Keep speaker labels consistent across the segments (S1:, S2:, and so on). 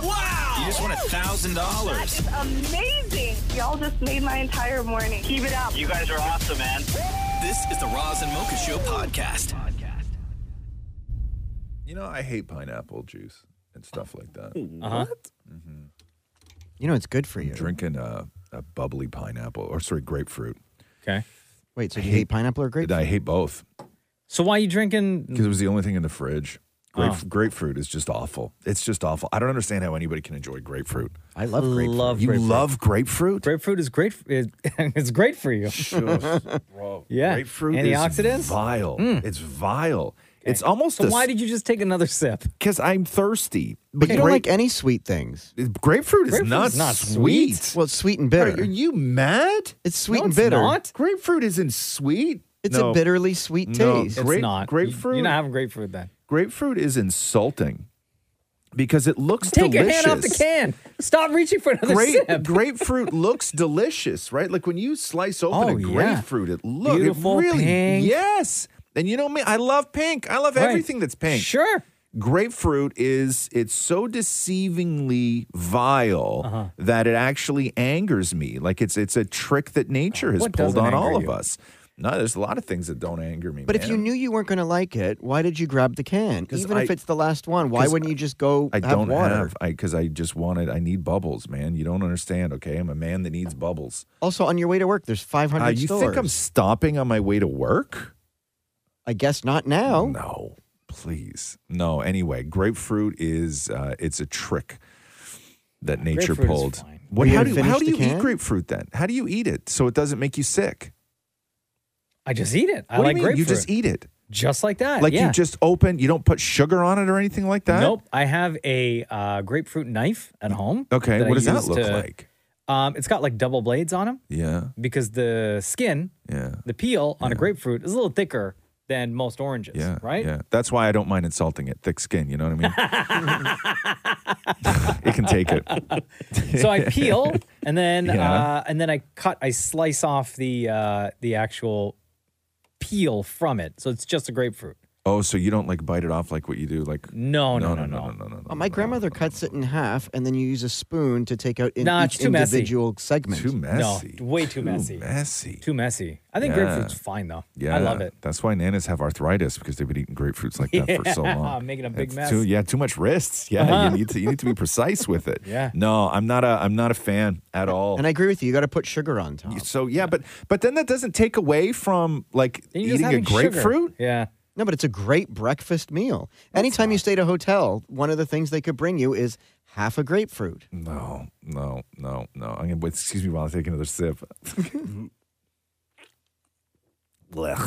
S1: Wow!
S2: You just won a thousand dollars.
S3: Amazing. Y'all just made my entire morning. Keep it up.
S4: You guys are awesome, man.
S2: This is the Roz and Mocha Show podcast.
S5: You know, I hate pineapple juice and stuff like that.
S6: Uh-huh.
S5: Mm-hmm.
S6: You know it's good for you.
S5: Drinking a, a bubbly pineapple, or sorry, grapefruit.
S1: Okay.
S6: Wait, so do you hate pineapple or grape?
S5: I hate both
S1: So why are you drinking?
S5: because it was the only thing in the fridge. Grape,
S1: Oh.
S5: Grapefruit is just awful. It's just awful. I don't understand how anybody can enjoy grapefruit.
S6: I love grapefruit.
S1: Love
S5: You
S1: grapefruit.
S5: love grapefruit?
S1: Grapefruit is great. It, it's great for you.
S5: Bro,
S1: Yeah.
S5: Grapefruit
S1: Antioxidants?
S5: is vile. It's vile. It's almost
S1: So why did you just take another sip?
S5: because I'm thirsty. But
S6: You don't like
S5: grape-
S6: any sweet things.
S5: grapefruit is
S1: Grapefruit's
S5: not,
S1: not
S5: sweet.
S1: sweet.
S6: Well, it's sweet and
S5: Are,
S6: bitter.
S5: are you mad?
S6: It's sweet
S1: No,
S6: and
S1: it's
S6: bitter.
S1: not.
S5: Grapefruit isn't sweet.
S6: It's
S5: No.
S6: a bitterly sweet
S5: No.
S6: taste.
S5: Grape-
S1: it's not. You-
S5: grapefruit?
S1: You're not having grapefruit then.
S5: Grapefruit is insulting because it looks
S1: Take your
S5: delicious.
S1: hand off the can. Stop reaching for another
S5: Grape,
S1: sip.
S5: grapefruit looks delicious, right? Like when you slice open
S1: Oh,
S5: a
S1: yeah.
S5: grapefruit, it looks
S1: Beautiful,
S5: really
S1: pink.
S5: yes. And you know me, I love pink. I love
S1: Right.
S5: everything that's pink.
S1: Sure.
S5: grapefruit is it's so deceivingly vile
S1: Uh-huh.
S5: that it actually angers me like it's it's a trick that nature has
S1: What
S5: pulled
S1: doesn't
S5: on
S1: anger
S5: all of
S1: you?
S5: us no there's a lot of things that don't anger me
S6: But if you
S5: man.
S6: knew you weren't going to like it, why did you grab the can?
S5: 'Cause
S6: Even if
S5: I-
S6: it's the last one, why
S5: 'cause
S6: wouldn't you just go
S5: i
S6: have
S5: don't
S6: water?
S5: have i because i just wanted i need bubbles man you don't understand okay i'm a man that needs bubbles
S6: Also, on your way to work, there's 500
S5: uh, you
S6: stores.
S5: think i'm stopping on my way to work
S6: I guess not now.
S5: no please no anyway grapefruit is uh, it's a trick that nature
S1: grapefruit is
S5: pulled
S1: fine.
S5: what,
S6: Are you
S5: how do
S6: gonna
S5: you, how
S6: finish
S5: do
S6: the
S5: you eat
S6: can?
S5: grapefruit then how do you eat it so it doesn't make you sick
S1: I just eat it. I
S5: What
S1: like
S5: do you mean?
S1: grapefruit.
S5: You just eat it.
S1: Just like that.
S5: Like
S1: yeah.
S5: you just open, you don't put sugar on it or anything like that?
S1: Nope. I have a uh, grapefruit knife at home.
S5: Okay,
S1: that I
S5: what does that
S1: use
S5: look
S1: to-
S5: like?
S1: Um, it's got like double blades on them
S5: Yeah,
S1: because the skin,
S5: yeah,
S1: the peel on a grapefruit is a little thicker than most oranges,
S5: yeah.
S1: right?
S5: Yeah. That's why I don't mind insulting it. Thick skin, you know what I mean? it can take it.
S1: So I peel and then
S5: Yeah.
S1: uh, and then I cut, I slice off the uh, the actual peel from it. So it's just a grapefruit.
S5: Oh, so you don't like bite it off like what you do? Like
S1: No, no,
S5: no,
S1: no, no.
S5: no, no, no, no,
S6: Uh, my
S5: no,
S6: grandmother
S5: no, no,
S6: cuts
S5: no,
S6: it in half, and then you use a spoon to take out in
S1: Nah,
S6: each
S1: it's too messy.
S6: individual segment.
S5: Too messy.
S1: way too messy.
S5: Messy.
S1: Too messy. I think
S5: Yeah.
S1: grapefruit's fine though. Uh,
S5: yeah,
S1: I love it.
S5: That's why nanas have arthritis because they've been eating grapefruits like that for so long.
S1: making a big
S5: It's
S1: mess. Uh-huh.
S5: Too, yeah, too much wrists. Yeah, you need to you need to be precise with it.
S1: Yeah.
S5: No, I'm not a I'm not a fan at all.
S6: And I agree with you. You got to put sugar on top.
S5: So yeah, but but then that doesn't take away from like
S1: Then you're
S5: eating a
S1: just having sugar.
S5: grapefruit.
S1: Yeah.
S6: No, but it's a great breakfast meal. Anytime you stay at a hotel, one of the things they could bring you is half a grapefruit.
S5: No, no, no, no. I'm gonna wait, excuse me while I take another sip. Blech.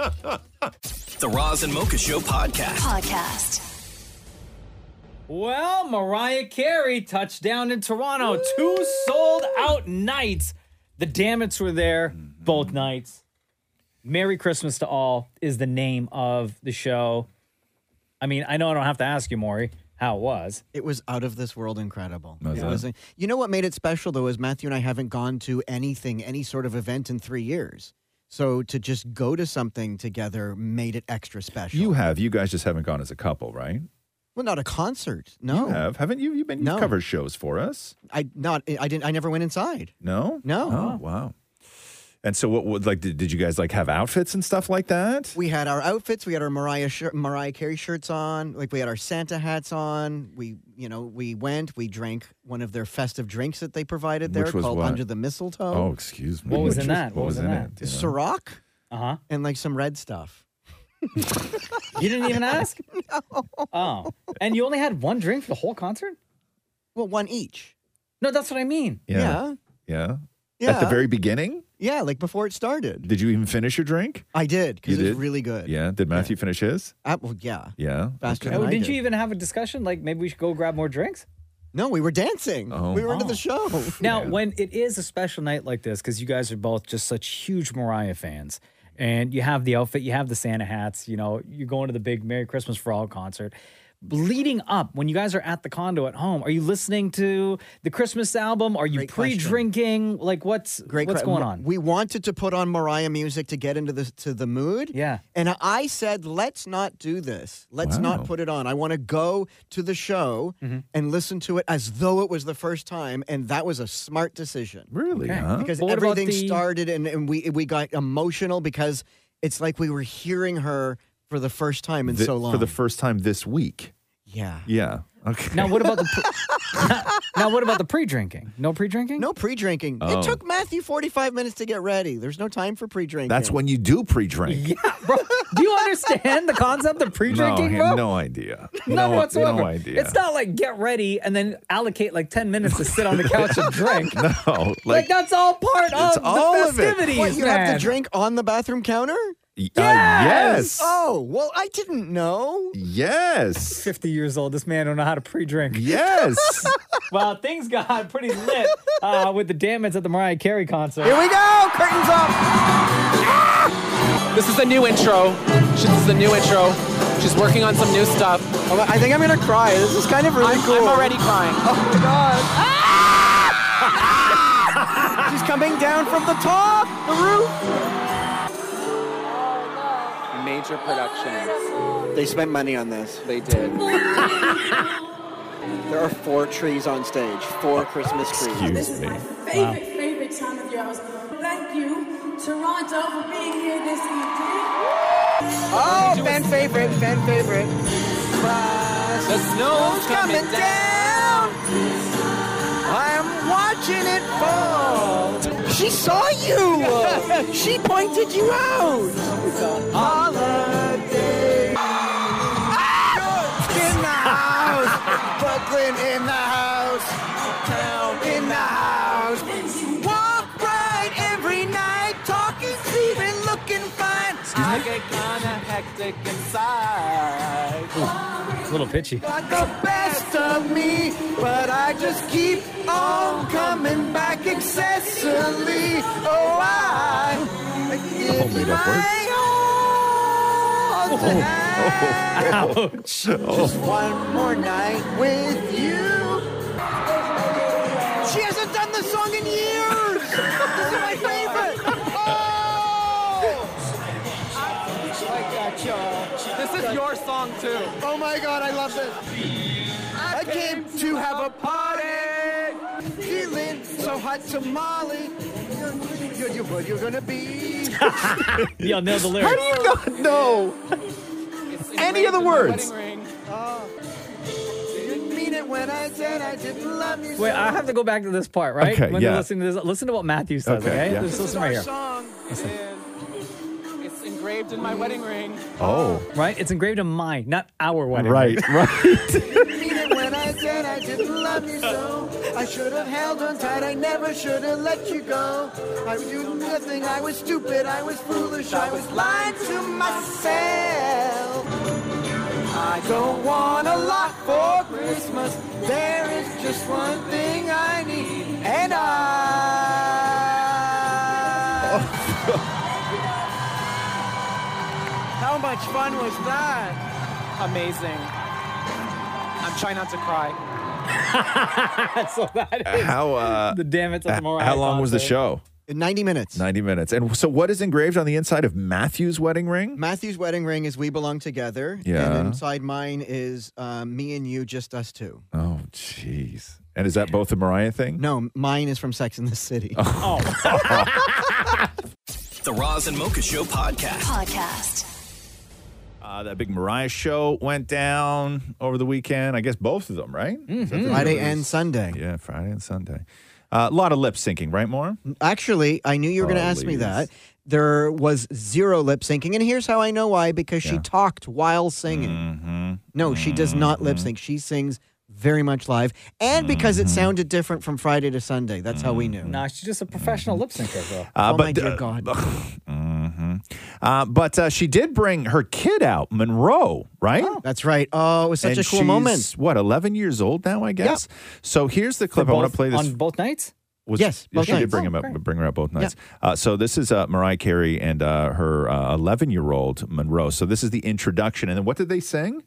S2: The Roz and Mocha Show podcast.
S7: Podcast.
S1: Well, Mariah Carey touchdown in Toronto. Two sold out nights. The Damits were there
S5: Mm-hmm.
S1: both nights. Merry Christmas to all is the name of the show. I mean, I know I don't have to ask you, Maury, how it was.
S6: It was out of this world incredible. It was a- you know what made it special though is Matthew and I haven't gone to anything, any sort of event in three years. So to just go to something together made it extra special.
S5: You have. You guys just haven't gone as a couple, right?
S6: well, not a concert. No,
S5: You have, haven't you? You've been you've
S6: No.
S5: covered shows for us.
S6: I not. I didn't. I never went inside.
S5: No,
S6: No.
S5: Oh, wow. And so, what would like? Did, did you guys like have outfits and stuff like that?
S6: We had our outfits. We had our Mariah shir- Mariah Carey shirts on. Like we had our Santa hats on. We, you know, we went. We drank one of their festive drinks that they provided there
S5: Which was
S6: called
S5: what?
S6: Under the Mistletoe.
S5: oh, excuse me.
S1: What was
S5: Which
S1: in that?
S5: What was in that?
S6: It's Ciroc
S1: Uh huh.
S6: and like some red stuff.
S1: You didn't even ask? Oh. And you only had one drink for the whole concert?
S6: Well, one each.
S1: No, that's what I mean.
S5: Yeah.
S6: Yeah.
S5: yeah.
S6: Yeah.
S5: At the very beginning.
S6: Yeah, like before it started.
S5: Did you even finish your drink?
S6: I did because
S5: You
S6: it
S5: did?
S6: was really good.
S5: Yeah. Did Matthew finish his?
S6: Uh, well, yeah.
S5: Yeah.
S6: Faster
S1: Oh,
S6: than I
S1: did
S6: did.
S1: you even have a discussion? Like maybe we should go grab more drinks.
S6: No, we were dancing.
S5: Oh.
S6: We were into
S1: Oh.
S6: the show.
S1: Now, when it is a special night like this, because you guys are both just such huge Mariah fans, and you have the outfit, you have the Santa hats, you know, you're going to the big Merry Christmas for All concert. Leading up, when you guys are at the condo at home, are you listening to the Christmas album? Are you
S6: Great question.
S1: pre-drinking? Like, what's what's
S6: cra-
S1: going
S6: Ma-
S1: on?
S6: We wanted to put on Mariah music to get into the to the mood.
S1: Yeah.
S6: And I said, let's not do this. Let's
S5: Wow.
S6: not put it on. I want to go to the show
S1: Mm-hmm.
S6: and listen to it as though it was the first time, and that was a smart decision
S5: Really?
S1: Okay.
S5: Huh?
S6: because
S1: But what about
S6: everything
S1: the-
S6: started and, and we we got emotional because it's like we were hearing her for the first time in
S5: Th-
S6: so long.
S5: For the first time this week.
S6: yeah.
S5: Yeah. Okay.
S1: now, what about the pre- now what about the pre-drinking? No pre-drinking?
S6: No pre-drinking.
S5: Oh.
S6: It took Matthew 45 minutes to get ready. There's no time for pre-drinking.
S5: That's when you do pre-drink.
S1: Yeah, bro. Do you understand the concept of pre-drinking,
S5: no, I
S1: bro?
S5: had no idea. no,
S1: None whatsoever.
S5: No idea.
S1: It's not like get ready and then allocate like 10 minutes to sit on the couch and drink. like,
S5: no, like,
S1: that's all part of the
S5: all of it.
S1: festivities.
S6: What, you have
S1: man.
S6: to drink on the bathroom counter?
S5: yes. Uh, yes.
S6: Oh, well, I didn't know.
S5: Yes.
S1: 50 years old. This man don't know how to pre-drink.
S5: Yes.
S1: well, things got pretty lit uh, with the damage at the Mariah Carey concert.
S6: Here we go. Curtains up.
S8: This is the new intro. This is the new intro. She's working on some new stuff.
S6: Oh, I think I'm going to cry. This is kind of really
S8: I'm,
S6: cool.
S8: I'm already crying.
S6: Oh, my God. She's coming down from the top, the roof.
S8: Major production.
S6: They spent money on this.
S8: They did.
S6: There are four trees on stage, four Christmas trees.
S9: This
S5: Excuse
S9: is
S5: me.
S9: my favorite, favorite time of year. I was thank you, Toronto, for being here this evening.
S6: Oh, fan favorite, fan favorite. Surprise.
S8: The snow's coming
S6: down. I'm watching it fall. She saw you. she pointed you out. Holiday. Ah! in the house. Brooklyn in the house. Town in the house. Walk right every night. Talking, sleeping, looking fine. I get kinda hectic inside.
S1: It's a little pitchy.
S6: Got the best of me, but I just keep on coming back excessively. Oh, I give
S5: made up
S6: my all tonight.
S1: Ouch.
S6: One more night with you. She hasn't done this song in years. this is my favorite. Oh, I got y'all.
S8: This is your song too.
S6: Oh my god, I love this. I came to have a party. Feeling so hot tamale. You're, you're what you're gonna be.
S1: Y'all know the lyrics.
S5: God, no. Any of the words.
S3: Oh.
S6: Didn't mean it when I said I didn't love you.
S1: Wait,
S6: so
S1: I have to go back to this part, right?
S5: Okay,
S1: when you're
S5: yeah.
S1: listening to this, listen to what Matthew says,
S5: Okay,
S1: okay?
S5: yeah.
S1: Just listen right here.
S8: song. It is. It's engraved in my wedding ring.
S5: Oh,
S1: Right? It's engraved in mine, not our wedding.
S5: right, right.
S6: mean it when I said I didn't love you so. I should have held on tight. I never should have let you go. I knew nothing. I was stupid. I was foolish. I was lying to myself. I don't want a lot for Christmas. There is just one thing I need, and I. How much fun was that?
S8: Amazing. I'm trying not to cry.
S1: so that is
S5: How uh
S1: the damage at the Mariah
S5: how long was the
S1: concert.
S5: show?
S6: 90 minutes.
S5: 90 minutes. And so what is engraved on the inside of Matthew's wedding ring?
S6: Matthew's wedding ring is "We Belong Together,"
S5: Yeah.
S6: and inside mine is um, "Me and You, Just Us Two.
S5: Oh, jeez. And is that both the Mariah thing?
S6: No, mine is from Sex in the City.
S2: The Roz and Mocha Show podcast.
S7: Podcast.
S5: Uh, that big Mariah show went down over the weekend. I guess both of them, right? Is that the
S6: Mm-hmm. Friday
S5: deal?
S6: and Sunday.
S5: Yeah, Friday and Sunday. Uh, a lot of lip syncing, right, More?
S6: Actually, I knew you were going to ask me
S5: Please.
S6: that. There was zero lip syncing, and here's how I know why: because she talked while singing. No, she does not lip sync. She sings very much live, and because it sounded different from Friday to Sunday. That's how we knew.
S1: Nah, she's just a professional lip syncer, though.
S6: oh my
S5: but,
S6: dear
S5: uh,
S6: God.
S5: Uh, but uh, she did bring her kid out, Monroe, right?
S6: That's right. Oh, it was such
S5: and
S6: a cool
S5: she's,
S6: moment.
S5: What, 11 years old now, I guess? So here's the clip. I want to play this.
S1: on both nights.
S5: was-
S6: Yes,
S5: yeah,
S6: both
S5: she did
S6: nights.
S5: bring
S1: Oh,
S5: him up,
S1: great.
S5: bring her up both nights. Uh, so this is uh, Mariah Carey and uh, her uh, 11 year old Monroe. So this is the introduction, and then what did they sing?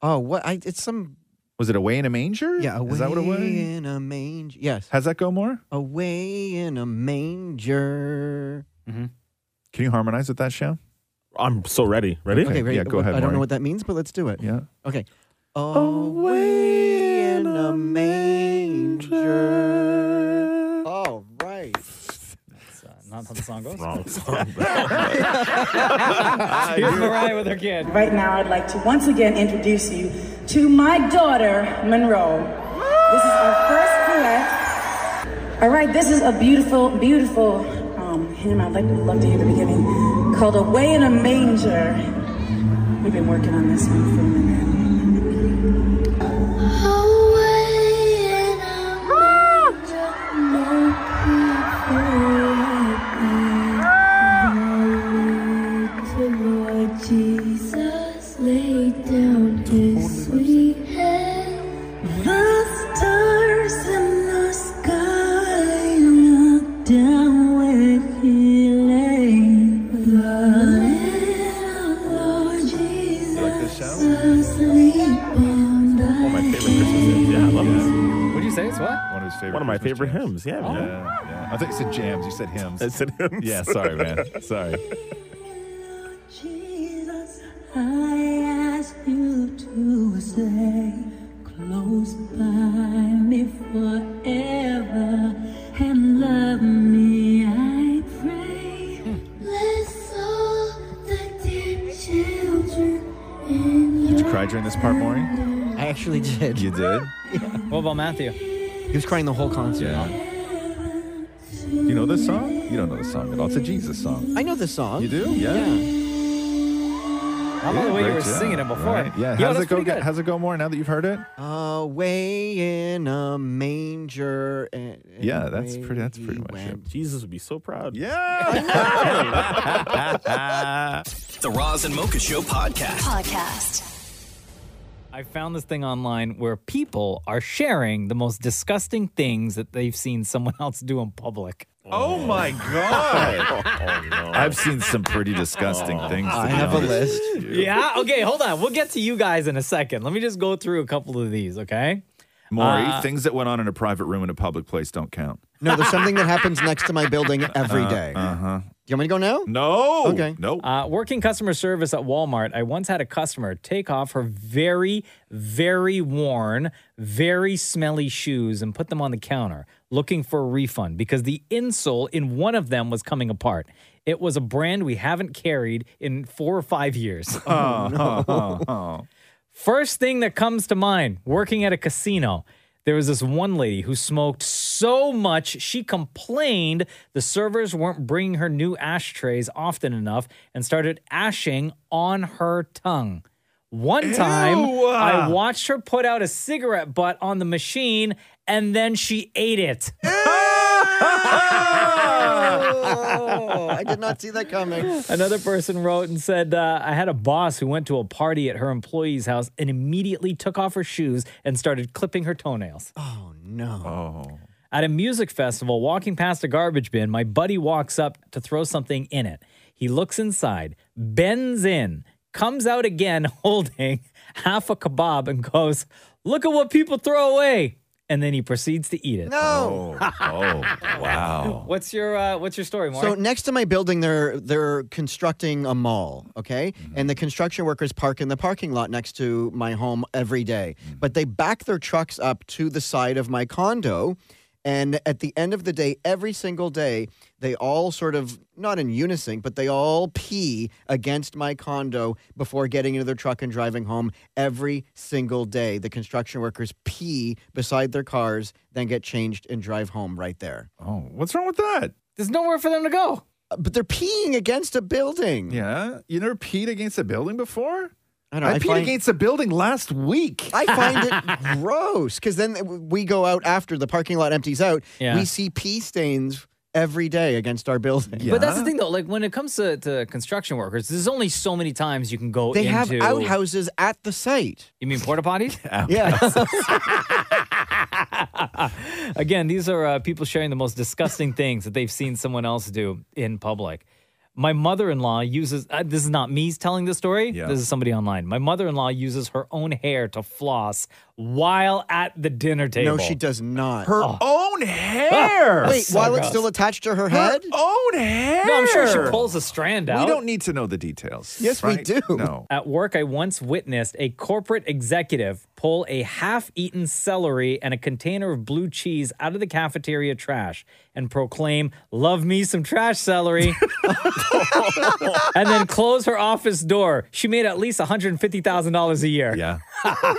S6: Oh, what? I, it's some.
S5: Was it "Away in a Manger"?
S6: Yeah, away
S5: is that what it was?
S6: in a manger. Yes,
S5: How's that go, more?
S6: away in a manger.
S4: Mm-hmm.
S5: Can you harmonize with that show?
S4: I'm so ready. Ready?
S5: Okay.
S6: Okay, right.
S5: yeah, go ahead,
S6: I don't
S5: Maury.
S6: know what that means, but let's do it.
S5: Yeah.
S6: Okay. Away in a manger. All right.
S1: It's, uh, not how the song goes.
S4: Wrong song.
S1: Here's Mariah with her kid.
S9: Right now, I'd like to once again introduce you to my daughter, Monroe. This is our first duet. All right, this is a beautiful, beautiful um, hymn I'd like to love to hear the beginning called Away in a Manger. We've been working on this one for a minute.
S10: Jesus laid down his sweet head. The stars in the sky looked down when he lay. The little Lord Jesus asleep on the
S4: One of my favorite Christmas hymns. Yeah, I love that.
S1: What did you say? It's what?
S5: One of his favorite.
S4: One of my
S5: Christmas
S4: favorite Oh.
S5: jams.
S4: hymns. Yeah,
S5: Yeah,
S4: man.
S5: yeah. I think you said jams. You said hymns.
S4: I said hymns.
S5: yeah, sorry, man. Sorry.
S10: Jesus, I ask you to stay close by me forever and love me, I pray. Bless all the dear children in
S5: Did
S10: your
S5: you cry during this part, Maury?
S6: I actually did.
S5: You did.
S1: What about Matthew?
S6: He was crying the whole concert.
S5: Do you know this song? You don't know this song at all. It's a Jesus song.
S6: I know the song.
S5: You do? Yeah.
S1: I love the way you were singing it before.
S5: Yeah.
S1: Yo,
S5: how's
S1: that's
S5: it go?
S1: pretty
S5: Get,
S1: good.
S5: how's it go more now that you've heard it?
S6: Away in a manger. And, and
S5: Yeah, that's
S6: away
S5: pretty- that's
S6: he
S5: pretty much it.
S6: went.
S4: Jesus would be so proud.
S5: Yeah.
S2: The Roz and Mocha Show podcast.
S7: Podcast.
S1: I found this thing online where people are sharing the most disgusting things that they've seen someone else do in public.
S5: oh my god.
S1: Oh.
S5: I've seen some pretty disgusting things. to
S6: I
S5: be
S6: have a
S5: honest
S6: list.
S5: with you.
S1: Yeah. Okay. Hold on. We'll get to you guys in a second. Let me just go through a couple of these. Okay.
S5: Maury,
S1: Uh,
S5: things that went on in a private room in a public place don't count.
S6: No, there's something that happens next to my building every day. Uh
S1: Uh-huh.
S6: huh. You want me to go now?
S5: No.
S6: Okay.
S5: Nope.
S1: Uh, working customer service at Walmart, I once had a customer take off her very, very worn, very smelly shoes and put them on the counter looking for a refund because the insole in one of them was coming apart. It was a brand we haven't carried in four or five years.
S5: Oh,
S1: First thing that comes to mind working at a casino, there was this one lady who smoked so much, she complained the servers weren't bringing her new ashtrays often enough and started ashing on her tongue. One time, I watched her put out a cigarette butt on the machine and then she ate it.
S6: Oh, I did not see that coming.
S1: Another person wrote and said, uh, I had a boss who went to a party at her employee's house and immediately took off her shoes and started clipping her toenails.
S6: Oh no.
S1: At a music festival, walking past a garbage bin, my buddy walks up to throw something in it. He looks inside, bends in, comes out again holding half a kebab and goes, Look at what people throw away. And then he proceeds to eat it.
S6: No.
S5: oh, oh, wow.
S1: What's your uh, what's your story, Mark?
S6: So next to my building, they're they're constructing a mall, okay? And the construction workers park in the parking lot next to my home every day. But they back their trucks up to the side of my condo. And at the end of the day, every single day, they all sort of, not in unison, but they all pee against my condo before getting into their truck and driving home every single day. The construction workers pee beside their cars, then get changed and drive home right there.
S5: Oh, what's wrong with that?
S1: There's nowhere for them to go.
S6: Uh, but they're peeing against a building.
S5: Yeah. You never peed against a building before?
S6: I don't know,
S5: I,
S6: I
S5: peed
S6: find-
S5: against a building last week.
S6: I find it gross because then we go out after the parking lot empties out.
S1: Yeah.
S6: We see pee stains every day against our building.
S1: But that's the thing, though. Like when it comes to, to construction workers, there's only so many times you can go.
S6: They have
S1: into,
S6: outhouses at the site.
S1: You mean porta potties?
S6: Yeah.
S1: Again, these are uh, people sharing the most disgusting things that they've seen someone else do in public. My mother in law uses uh, this is not me telling this story.
S5: Yeah.
S1: This is somebody online. My mother in law uses her own hair to floss while at the dinner table. Oh.
S6: no, she does not.
S5: Her own hair.
S6: Wait,
S1: Ah. So
S6: while it's
S1: gross.
S6: still attached to
S5: Her
S6: her head?
S5: own hair.
S1: No, I'm sure she pulls a strand out.
S5: We don't need to know the details.
S6: Yes, we
S5: right?
S6: do.
S5: No.
S1: At work, I once witnessed a corporate executive pull a half eaten celery and a container of blue cheese out of the cafeteria trash and proclaim, Love me some trash celery. and then close her office door. She made at least $150,000 a year.
S5: Yeah.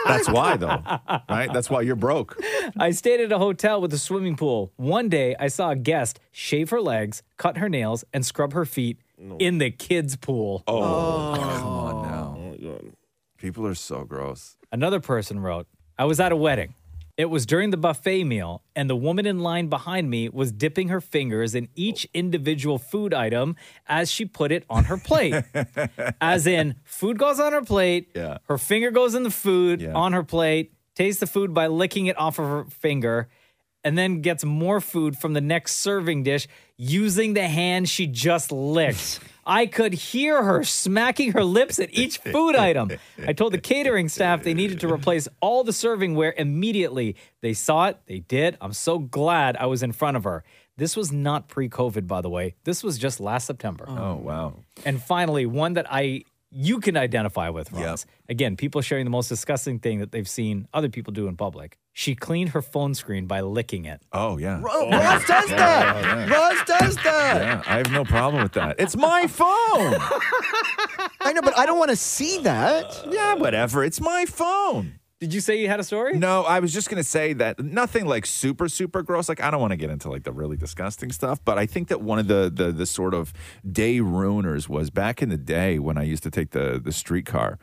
S5: That's why, though. Right? That's why you're broke.
S1: I stayed at a hotel with a swimming pool. One day, I saw a guest shave her legs, cut her nails, and scrub her feet in the kids' pool.
S5: Oh. Come on now. People are so gross.
S1: Another person wrote, I was at a wedding. It was during the buffet meal, and the woman in line behind me was dipping her fingers in each individual food item as she put it on her plate. as in, food goes on her plate,
S5: Yeah.
S1: her finger goes in the food
S5: Yeah.
S1: on her plate, tastes the food by licking it off of her finger, and then gets more food from the next serving dish using the hand she just licked. I could hear her smacking her lips at each food item. I told the catering staff they needed to replace all the serving ware immediately. They saw it, they did. I'm so glad I was in front of her. This was not pre COVID, by the way. This was just last September.
S5: Oh, wow.
S1: And finally, one that I you can identify with,
S5: Yep.
S1: Ross. Again, people sharing the most disgusting thing that they've seen other people do in public. She cleaned her phone screen by licking it.
S5: Oh, yeah. Oh,
S6: Oh, Ross does that. Ross does that.
S5: Yeah, I have no problem with that. It's my phone.
S6: I know, but I don't want to see that.
S5: yeah, whatever. It's my phone.
S1: Did you say you had a story?
S5: No, I was just gonna say that nothing like super, super gross. Like I don't want to get into like the really disgusting stuff, but I think that one of the the the sort of day ruiners was back in the day when I used to take the the streetcar.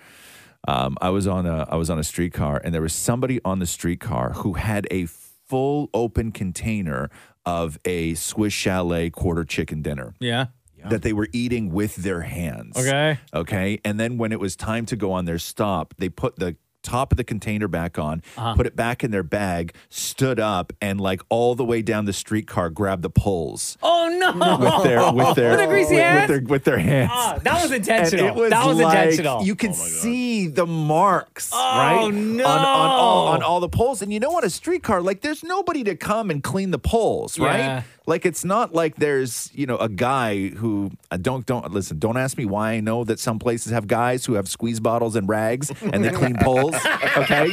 S5: Um, I was on a I was on a streetcar, and there was somebody on the streetcar who had a full open container of a Swiss Chalet quarter chicken dinner
S1: Yeah.
S5: that they were eating with their hands.
S1: Okay.
S5: Okay. And then when it was time to go on their stop, they put the top of the container back on, put it back in their bag, stood up, and like all the way down the streetcar, grabbed the poles
S1: Oh no.
S5: with their with their
S1: With a greasy
S5: with,
S1: hand?
S5: their with their hands.
S1: Ah, that was
S5: And
S1: intentional.
S5: it was
S1: that was
S5: like,
S1: intentional. Oh,
S5: You could see the marks, right?
S1: no.
S5: On, on, all, on all the poles. And you know, on a streetcar, like there's nobody to come and clean the poles,
S1: Yeah.
S5: right? Like it's not like there's, you know, a guy who I don't don't listen, don't ask me why I know that some places have guys who have squeeze bottles and rags and they clean poles. Okay.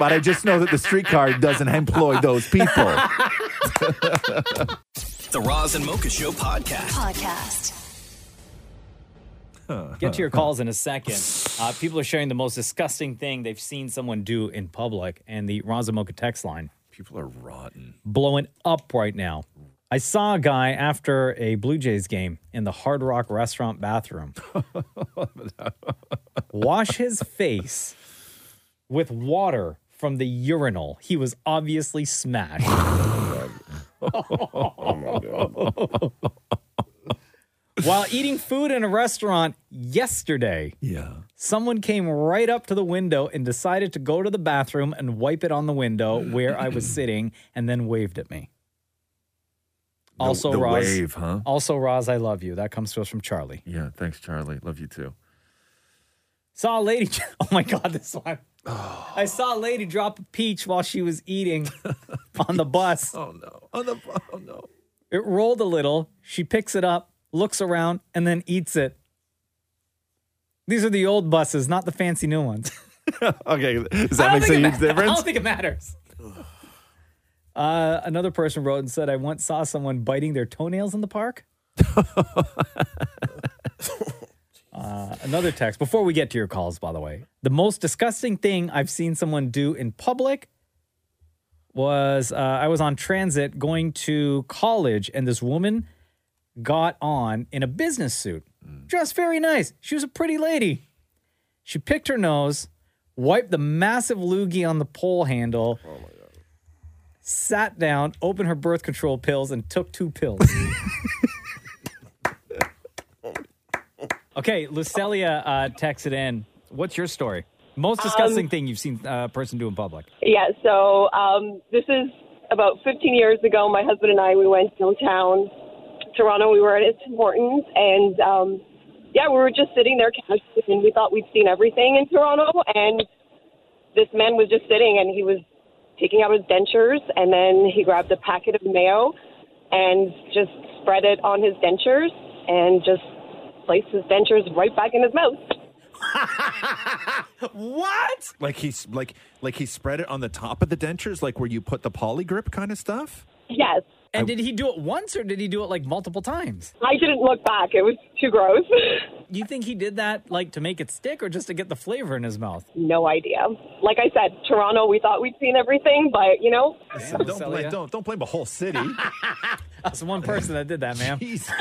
S5: But I just know that the streetcar doesn't employ those people.
S2: The Roz and Mocha Show podcast.
S7: Podcast.
S1: Get to your calls in a second. Uh, people are sharing the most disgusting thing they've seen someone do in public, and the Razamoka text line.
S5: People are rotten.
S1: blowing up right now. I saw a guy after a Blue Jays game in the Hard Rock restaurant bathroom wash his face with water from the urinal. He was obviously smashed.
S5: Oh,
S1: While eating food in a restaurant yesterday,
S5: Yeah.
S1: Someone came right up to the window and decided to go to the bathroom and wipe it on the window where I was sitting and then waved at me. Also,
S5: the
S1: Roz.
S5: wave, huh?
S1: Also, Roz, I love you. That comes to us from Charlie.
S5: Yeah. Thanks, Charlie. Love you too.
S1: Saw a lady. Oh my God, this one. I saw a lady drop a peach while she was eating on the bus.
S5: Oh no. Oh, the, oh no.
S1: It rolled a little. She picks it up, looks around, and then eats it. These are the old buses, not the fancy new ones.
S5: Okay, does
S1: I
S5: that
S1: don't
S5: make a
S1: think it
S5: huge
S1: ma- I
S5: difference?
S1: don't think it matters. Uh, another person wrote and said, I once saw someone biting their toenails in the park. uh, another text. Before we get to your calls, by the way, the most disgusting thing I've seen someone do in public was uh, I was on transit going to college, and this woman got on in a business suit, dressed very nice. She was a pretty lady. She picked her nose, wiped the massive loogie on the pole handle, sat down, opened her birth control pills, and took two pills. okay, Lucelia uh, texted in. What's your story? Most disgusting
S11: Um,
S1: thing you've seen uh, a person do in public?
S11: Yeah, so um, this is about 15 years ago. My husband and I, we went downtown Toronto. We were at a Tim Hortons, and um, yeah, we were just sitting there casually, and we thought we'd seen everything in Toronto. And this man was just sitting, and he was taking out his dentures, and then he grabbed a packet of mayo and just spread it on his dentures and just placed his dentures right back in his mouth.
S1: what?
S5: Like he's like like he spread it on the top of the dentures, like where you put the poly grip kind of stuff.
S11: Yes.
S1: And did he do it once or did he do it like multiple times?
S11: I didn't look back. It was too gross.
S1: You think he did that like to make it stick or just to get the flavor in his mouth?
S11: No idea. Like I said, Toronto, we thought we'd seen everything, but you know,
S5: don't blame don't don't blame a whole city.
S1: That's one person that did that, man.
S5: Jesus.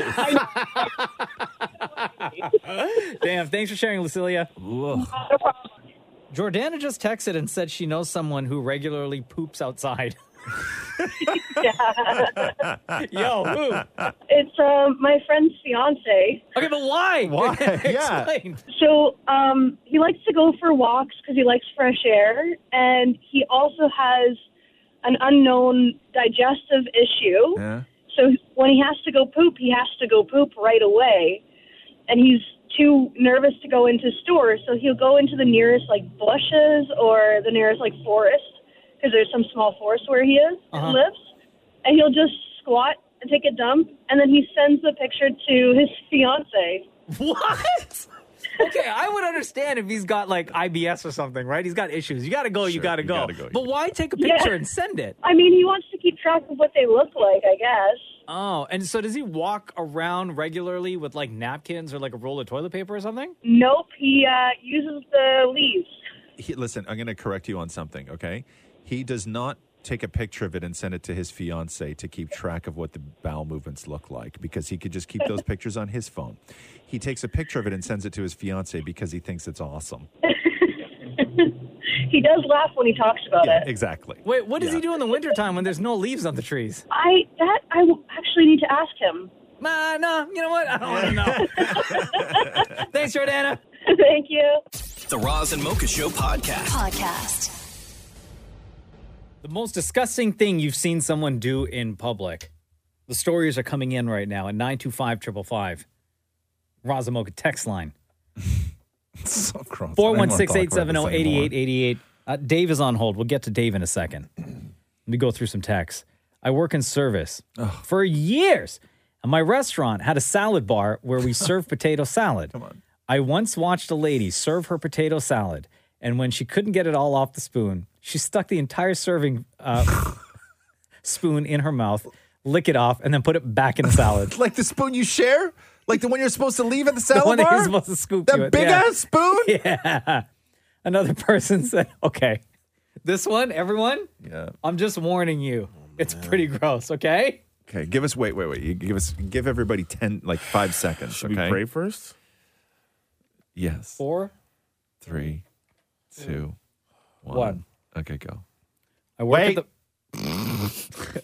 S1: Damn, thanks for sharing, Lucilia. Jordana just texted and said she knows someone who regularly poops outside. Yo, who?
S12: It's um, my friend's fiance.
S1: Okay, but why?
S10: Why? Yeah. Explain.
S12: So um, he likes to go for walks because he likes fresh air, and he also has an unknown digestive issue.
S10: Yeah.
S12: So when he has to go poop, he has to go poop right away, and he's too nervous to go into stores, so he'll go into the nearest like bushes or the nearest like forest because there's some small forest where he is
S10: Uh-huh.
S12: and lives, and he'll just squat and take a dump, and then he sends the picture to his fiance.
S1: What? Okay, I would understand if he's got like IBS or something, right? He's got issues. You gotta go, you,
S12: Sure,
S1: gotta,
S12: you
S1: go.
S12: gotta go, you
S1: But why take a
S12: Yeah.
S1: picture and send it?
S12: I mean, he wants to keep track of what they look like, I guess.
S1: Oh, and so does he walk around regularly with like napkins or like a roll of toilet paper or something?
S12: Nope, he uh, uses the leaves.
S5: He, listen, I'm going to correct you on something, okay? He does not take a picture of it and send it to his fiance to keep track of what the bowel movements look like because he could just keep those pictures on his phone. He takes a picture of it and sends it to his fiance because he thinks it's awesome.
S12: He does laugh when he talks about it.
S5: Exactly.
S1: Wait, what does he do in the wintertime when there's no leaves on the trees?
S12: I that I w- actually need to ask him.
S1: Nah, nah, you know what? I don't want to know. Thanks, Jordana.
S12: Thank you.
S2: The Roz and Mocha Show podcast.
S13: Podcast.
S1: The most disgusting thing you've seen someone do in public. The stories are coming in right now at 925 555. Razamoka text line.
S5: so gross.
S1: Four one six eight seven zero eighty eight eighty eight. Uh, Dave is on hold. We'll get to Dave in a second. Let me go through some texts. I work in service for years, and my restaurant had a salad bar where we served potato salad. Come on. I once watched a lady serve her potato salad, and when she couldn't get it all off the spoon, she stuck the entire serving uh, spoon in her mouth, lick it off, and then put it back in the salad.
S5: Like the spoon you share? Like the one you're supposed to leave at the salad
S1: the one that
S5: bar?
S1: you're supposed to scoop.
S5: That
S1: to it.
S5: big
S1: yeah.
S5: ass spoon?
S1: Yeah. Another person said, "Okay, this one, everyone. Yeah. I'm just warning you.
S5: Oh,
S1: It's pretty gross. Okay.
S5: Okay, give us wait, wait, wait. You give us give everybody 10 like 5 seconds, Should okay?
S14: we pray first?
S5: Yes.
S1: Four.
S5: Three, two, one.
S1: One.
S5: Okay, go.
S1: I work at
S5: the.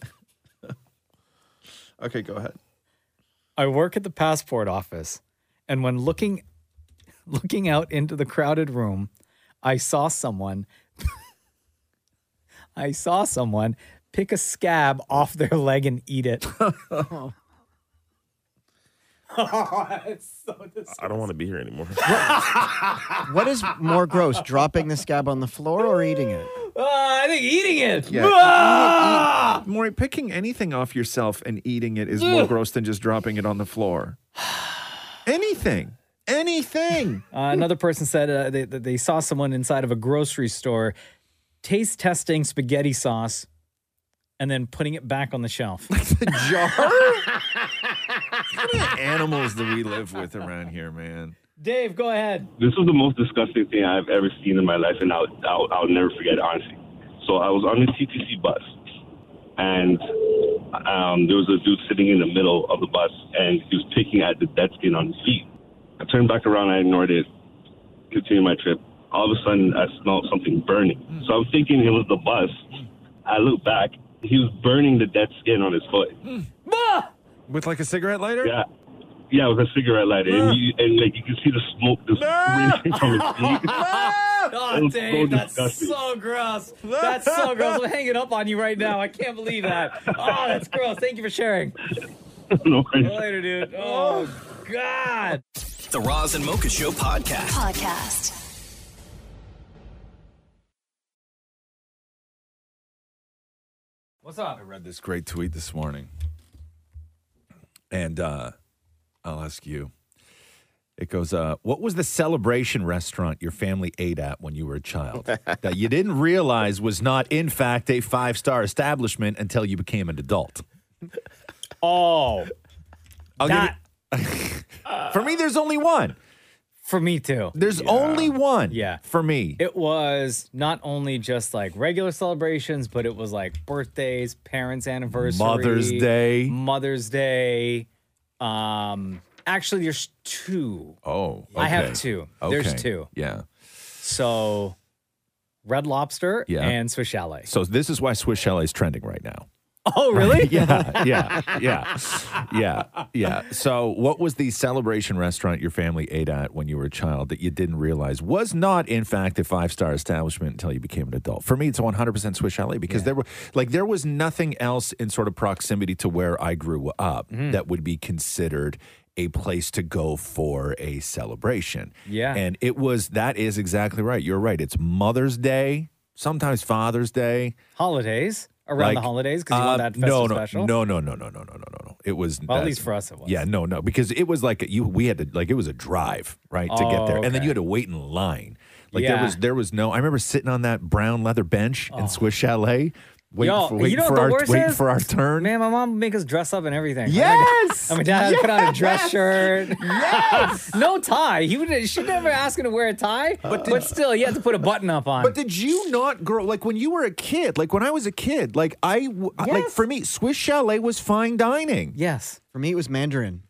S5: okay, go ahead.
S1: I work at the passport office, and when looking, looking out into the crowded room, I saw someone. I saw someone pick a scab off their leg and eat it. Oh, it's so disgusting.
S14: I don't want to be here anymore.
S6: What is more gross, dropping the scab on the floor or eating it?
S1: I think eating it.
S5: Yeah. Eat- eat- Maury, picking anything off yourself and eating it is more
S1: Ugh.
S5: gross than just dropping it on the floor. Anything. Anything.
S1: Uh, another person said uh, they, that they saw someone inside of a grocery store taste testing spaghetti sauce and then putting it back on the shelf.
S5: Jar? Animals that we live with around here, man.
S1: Dave, go ahead.
S15: This was the most disgusting thing I've ever seen in my life, and I'll, I'll, I'll never forget it, honestly. So I was on the TTC bus, and um, there was a dude sitting in the middle of the bus, and he was picking at the dead skin on his feet. I turned back around, I ignored it. continue my trip. All of a sudden, I smelled something burning. So I'm thinking it was the bus. I look back. He was burning the dead skin on his foot.
S5: With like a cigarette lighter?
S15: Yeah. Yeah, with a cigarette lighter.
S5: Ah.
S15: And, you, and like you can see the smoke just
S1: Ah.
S15: racing from his feet. That
S1: Oh,
S15: was so
S1: Dave, that's
S15: disgusting.
S1: so gross. That's so gross. I'm hanging up on you right now. I can't believe that. Oh, that's gross. Thank you for sharing.
S15: no worries.
S1: Later, dude. Oh, God.
S2: The Roz and Mocha Show podcast.
S7: Podcast.
S1: What's up?
S5: read this great tweet this morning. And uh, I'll ask you. It goes, uh, What was the celebration restaurant your family ate at when you were a child that you didn't realize was not, in fact, a five star establishment until you became an adult?
S1: Oh.
S5: I'll give you- for me, there's only one.
S1: For me, too.
S5: There's only one.
S1: Yeah.
S5: For me.
S1: It was not only just like regular celebrations, but it was like birthdays, parents' anniversary,
S5: Mother's Day.
S1: Mother's Day. Um, actually, there's two.
S5: Oh,
S1: I have
S5: okay.
S1: two. There's
S5: Okay.
S1: two.
S5: Yeah.
S1: So, Red Lobster
S5: Yeah.
S1: and Swiss Chalet.
S5: So this is why Swiss Chalet is trending right now.
S1: Oh, really?
S5: yeah, yeah, yeah, yeah, yeah. So, what was the celebration restaurant your family ate at when you were a child that you didn't realize was not, in fact, a five star establishment until you became an adult? For me, it's 100% Swiss Chalet because there were like there was nothing else in sort of proximity to where I grew up that would be considered a place to go for a celebration.
S1: Yeah.
S5: And it was that is exactly right. You're right. It's Mother's Day, sometimes Father's Day.
S1: Holidays around the
S5: Like,
S1: holidays because you want
S5: uh,
S1: that festive
S5: no, no,
S1: special.
S5: No, no, no, no, no, no, no, no, no. It was
S1: Well, at
S5: that-
S1: least for us it was.
S5: Yeah, no, no, because it was like you. We had to like it was a drive right to get
S1: Oh,
S5: there, and then
S1: okay.
S5: you had to wait in line. Like
S1: Yeah.
S5: there was there was no. I remember sitting on that brown leather bench in Swiss Chalet, waiting
S1: Yo,
S5: for waiting
S1: you know
S5: for
S1: what the
S5: our
S1: worst
S5: waiting
S1: is?
S5: for our turn.
S1: Man, my mom would make us dress up and everything.
S5: Yes!
S1: I mean, dad had to put on a dress
S5: Yes!
S1: shirt. Yes. no tie. He would. She never asked him to wear a tie.
S5: Uh,
S1: But, still, you had to put a button up on.
S5: But did you not grow like when you were a kid? Like when I was a kid, like I w- like
S1: Yes.
S5: for me, Swiss Chalet was fine dining.
S1: Yes,
S6: for me it was Mandarin.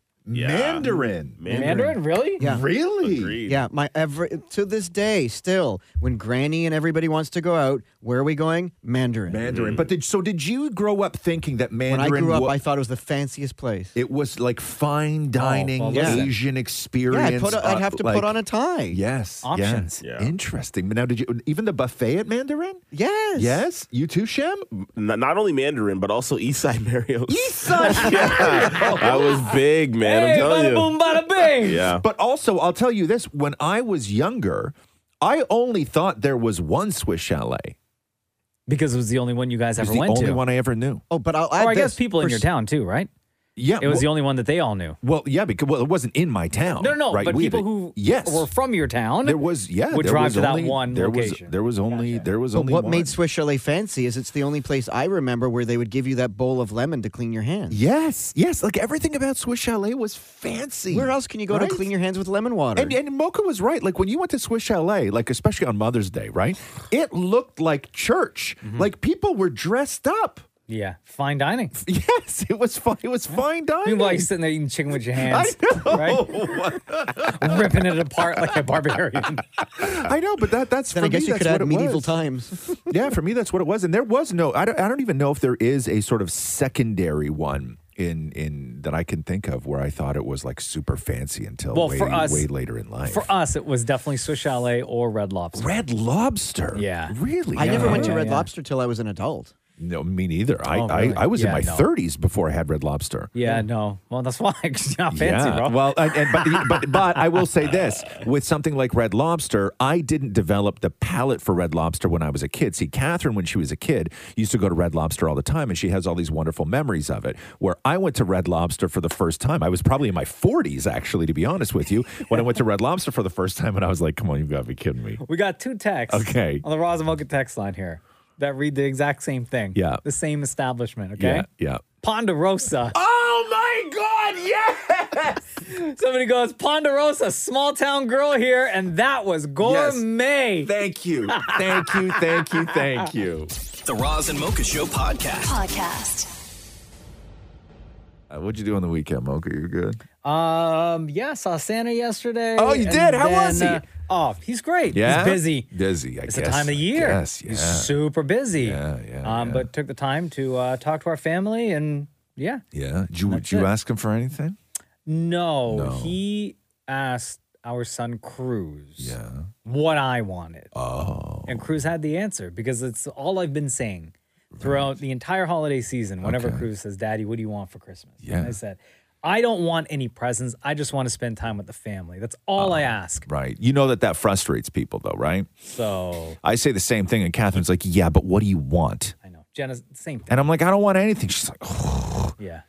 S5: Mandarin.
S1: Mandarin, really?
S6: Yeah.
S5: Really?
S6: Yeah, my every to this day still when Granny and everybody wants to go out, where are we going? Mandarin.
S5: Mandarin. But did so did you grow up thinking that
S6: When
S5: Mandarin
S6: I grew up,
S5: wa-
S6: I thought it was the fanciest place.
S5: It was like fine dining
S6: well, listen.
S5: Asian
S6: Yeah,
S5: experience. uh,
S6: I'd, put, I'd have to put on a tie.
S5: Yes.
S6: Options.
S5: yes. Interesting. But now, did you even the buffet at Mandarin?
S6: Yes.
S5: Yes. You too, Shem?
S4: Not, not only Mandarin, but also Eastside Mario's.
S5: Eastside.
S4: yeah. I was big, man. I'm telling you.
S1: bada bing.
S4: Yeah.
S5: But also, I'll tell you this: when I was younger, I only thought there was one Swiss Chalet.
S1: Because it was the only one you guys
S5: It was
S1: ever
S5: the
S1: went
S5: only
S1: to.
S5: one I ever knew.
S6: Oh, but I'll
S1: or I guess people in your town too, right?
S5: Yeah.
S1: It was
S5: well-
S1: the only one that they all knew.
S5: Well, yeah, because well, it wasn't in my town.
S1: No, no, no,
S5: right?
S1: but
S5: We had
S1: people
S5: a-
S1: who
S5: yes
S1: were from your town
S5: there was yeah
S1: would
S5: there
S1: drive
S5: was
S1: to that
S5: only-
S1: one
S5: there
S1: location.
S5: Was, there was only there was
S6: But
S5: only
S6: what
S5: one.
S6: made Swiss Chalet fancy is it's the only place I remember where they would give you that bowl of lemon to clean your hands.
S5: Yes, yes. Like everything about Swiss Chalet was fancy.
S6: Where else can you go
S5: Right?
S6: to clean your hands with lemon water?
S5: And, and Mocha was right. Like when you went to Swiss Chalet, like especially on Mother's Day, right? It looked like church. Like people were dressed up.
S1: Yeah, Mm-hmm. fine dining.
S5: Yes, it was fine. It was fine dining.
S1: Meanwhile, you're sitting there eating chicken with your hands,
S5: right?
S1: ripping it apart like a barbarian.
S5: I know, but that that's
S6: then
S5: for
S6: I guess
S5: me,
S6: you
S5: that's
S6: could
S5: what
S6: add
S5: it
S6: medieval
S5: was.
S6: times.
S5: yeah, for me, that's what it was. And there was no, I don't, I don't even know if there is a sort of secondary one in in that I can think of where I thought it was like super fancy until
S1: Well,
S5: way,
S1: for us-
S5: way later in life.
S1: For us, it was definitely Swiss Chalet or Red Lobster.
S5: Red Lobster.
S1: Yeah.
S5: Really?
S6: I never
S5: Yeah.
S6: went to
S1: Yeah,
S6: Red
S1: yeah.
S6: Lobster till I was an adult.
S5: No, me neither. I,
S1: Oh, really?
S5: I, I was in
S1: Yeah,
S5: my
S1: no.
S5: 30s before I had Red Lobster.
S1: Yeah, no. Well, that's why 'cause you're not fancy,
S5: yeah.
S1: bro.
S5: Well, and, and- but, but but I will say this: with something like Red Lobster, I didn't develop the palate for Red Lobster when I was a kid. See, Catherine, when she was a kid, used to go to Red Lobster all the time, and she has all these wonderful memories of it. Where I went to Red Lobster for the first time, I was probably in my 40s, actually, to be honest with you, when I went to Red Lobster for the first time, and I was like, "Come on, you've got to be kidding me."
S1: we got two texts
S5: Okay.
S1: on the Rosamoka text line here that read the exact same thing.
S5: Yeah.
S1: The same establishment, okay?
S5: Yeah, yeah.
S1: Ponderosa.
S5: Oh my God! Yes.
S1: Somebody goes, Ponderosa, small town girl here, and that was gourmet.
S5: Thank you. Thank you. Thank you. Thank you.
S2: The Roz and Mocha Show podcast.
S7: Podcast.
S5: Uh, what'd you do on the weekend, Mocha? You're good.
S1: Um, yeah, saw Santa yesterday.
S5: Oh, you
S1: and
S5: did? How was
S1: then,
S5: he?
S1: Oh, he's great.
S5: Yeah?
S1: He's busy.
S5: Busy, I
S1: it's
S5: guess.
S1: the time of
S5: I
S1: year.
S5: guess,
S1: He's
S5: yeah.
S1: super busy. Yeah, yeah. Um, but took the time to uh, talk to our family and yeah.
S5: Yeah. Did you, did
S1: That's
S5: you
S1: it.
S5: ask him for anything?
S1: No,
S5: No.
S1: he asked our son Cruz yeah. what I wanted. Oh. And Cruz had the answer because it's all I've been saying throughout the entire holiday season. Whenever Cruz says, Daddy, what do you want for Christmas? And
S5: Yeah.
S1: I said, I don't want any presents. I just want to spend time with the family. That's all
S5: Uh-huh.
S1: I ask.
S5: Right. You know that that frustrates people, though, right?
S1: So
S5: I say the same thing, and Catherine's like, yeah, but what do you want?
S1: Jenna's same
S5: And I'm like, I don't want anything. She's like, oh,
S1: Yeah.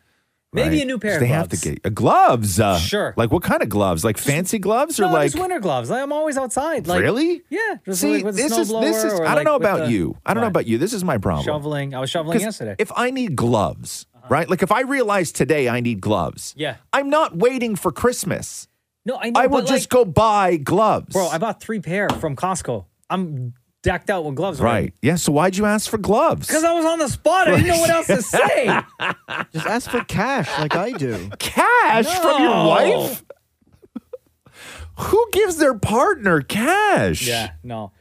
S1: Maybe
S5: right.
S1: a new
S5: 'Cause
S1: pair of
S5: they
S1: gloves.
S5: have to get uh, gloves. Uh,
S1: Sure.
S5: Like, what kind of gloves? Like fancy gloves or
S1: no,
S5: like.
S1: just winter gloves. I'm always outside. Like,
S5: Really?
S1: Yeah. Just
S5: See,
S1: like with a
S5: this is this is.
S1: snowblower or,
S5: I don't
S1: like,
S5: know
S1: with
S5: about
S1: the-
S5: you. I don't know about you. This is my problem.
S1: Shoveling. I was shoveling
S5: 'Cause
S1: yesterday. Uh-huh.
S5: If I need gloves, right? Like if I realize today I need gloves,
S1: Yeah.
S5: I'm not waiting for Christmas.
S1: No, I know.
S5: I will
S1: but,
S5: just go
S1: like,
S5: buy gloves.
S1: Bro, I bought three pair from Costco. I'm decked out with gloves.
S5: right. Yeah. So why'd you ask for gloves?
S1: Because I was on the spot. I didn't know what else to say.
S6: Just ask for cash like I do.
S5: Cash from your
S1: No.
S5: wife? Who gives their partner cash?
S1: Yeah. No.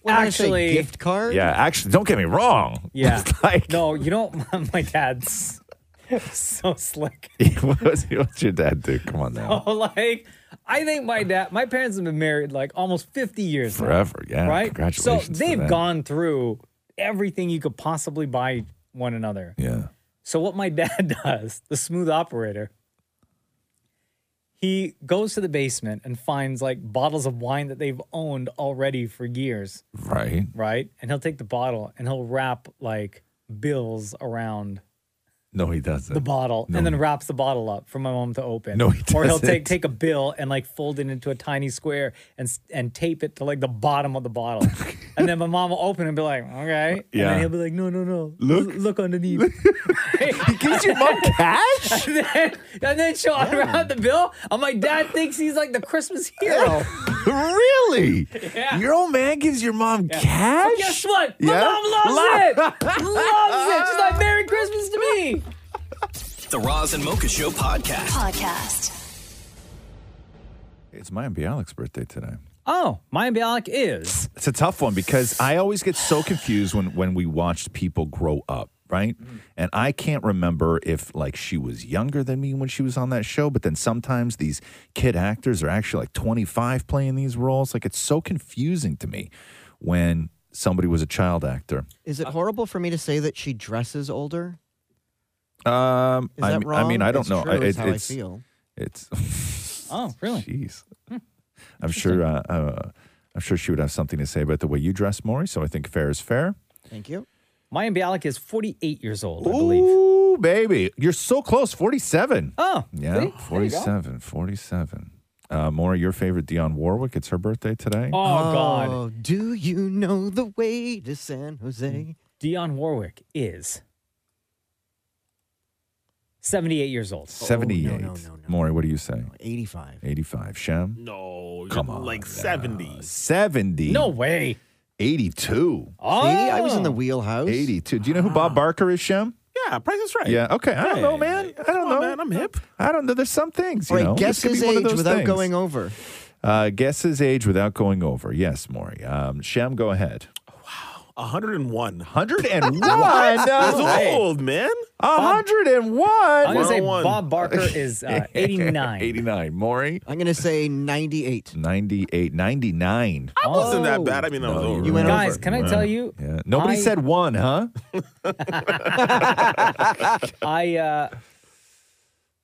S6: What did I say,
S1: actually,
S6: gift card?
S5: Yeah. Actually, don't get me wrong.
S1: Yeah.
S5: like-
S1: no, you don't. My dad's so slick.
S5: what's, what's your dad do? Come on now.
S1: Oh, like I think my dad, my parents have been married like almost 50 years now,
S5: Forever, yeah.
S1: Oh, Right? so
S5: Congratulations to
S1: they've
S5: them.
S1: gone through everything you could possibly buy one another.
S5: Yeah.
S1: So what my dad does, the smooth operator, he goes to the basement and finds like bottles of wine that they've owned already for years,
S5: Right.
S1: right? And he'll take the bottle and he'll wrap like bills around
S5: No, he doesn't.
S1: the bottle
S5: No,
S1: and then
S5: he-
S1: wraps the bottle up for my mom to open.
S5: No, he
S1: Or he'll
S5: doesn't.
S1: take take a bill and like fold it into a tiny square and s- and tape it to like the bottom of the bottle. and then my mom will open it and be like, okay. And
S10: Yeah.
S1: then he'll be like, no, no, no.
S10: Look.
S1: L- look underneath.
S10: He gives your mom
S5: cash?
S1: and, then, and then she'll unwrap the bill. And my dad thinks he's like the Christmas hero.
S5: really?
S1: Yeah.
S5: Your old man gives your mom cash?
S1: But guess what? My
S5: Yeah?
S1: mom loves it.
S5: Lo-
S1: loves it. She's like, Merry Christmas to me.
S2: The Roz and Mocha Show podcast.
S7: Podcast.
S5: It's Maya Bialik's birthday today.
S1: Oh, Maya Bialik is.
S5: It's a tough one because I always get so confused when when we watched people grow up, right?
S6: Mm.
S5: And I can't remember if like she was younger than me when she was on that show, but then sometimes these kid actors are actually like 25 playing these roles. Like it's so confusing to me when somebody was a child actor.
S6: Is it horrible for me to say that she dresses older?
S5: Um,
S6: Uh, Is
S5: I, mean,
S6: that
S5: I mean,
S6: wrong?
S5: I don't
S6: It's
S5: know.
S6: true,
S5: I,
S6: it's
S5: it-
S6: how I
S5: it's,
S6: feel.
S5: It's.
S1: oh, really?
S5: Jeez. I'm sure. Uh, uh, I'm sure she would have something to say about the way you dress, Maury. So I think fair is fair.
S6: Thank you.
S1: Maya Bialik is 48 years old.
S5: Ooh, baby, you're so close. Forty-seven.
S1: Oh,
S5: yeah,
S1: see? There you go.
S5: 47, 47. Uh, Maury, your favorite Dionne Warwick. It's her birthday
S1: Oh,
S5: today.
S6: Oh, Do you know the way to San Jose?
S1: Mm. Dionne Warwick is 78 years
S5: Oh,
S1: old.
S5: Seventy-eight. Maury, what do you say?
S6: 85.
S5: 85. Shem.
S4: No,
S5: Come on.
S4: like 70.
S5: Seventy.
S1: No way.
S5: Eighty-two.
S1: Oh.
S6: See, I was in the wheelhouse. Ah.
S5: Eighty-two. Do you know who Bob Barker is, Shem?
S4: Yeah, Price is Right.
S5: Yeah. Okay. I don't know, man. I don't know.
S4: man. I'm hip.
S5: I don't know. There's some things. You
S6: All right,
S5: know?
S6: guess
S5: This could
S6: his
S5: be one
S6: age
S5: of those
S6: without
S5: things.
S6: going over.
S5: Uh, guess his age without going over. Yes, Maury. Um, Shem, go ahead.
S4: 101.
S5: 101?
S4: That's
S5: No way.
S4: old, man.
S5: 101.
S1: I'm going to say Bob Barker is uh, 89.
S5: 89. Maury?
S6: I'm going to say 98.
S5: 98. 99.
S4: I wasn't that bad. I mean, I was
S5: Oh. No,
S4: old.
S5: you went
S1: Guys,
S5: over.
S1: can I
S5: Wow.
S1: tell you?
S5: Yeah. Nobody
S1: I-
S5: said one, huh?
S1: I uh,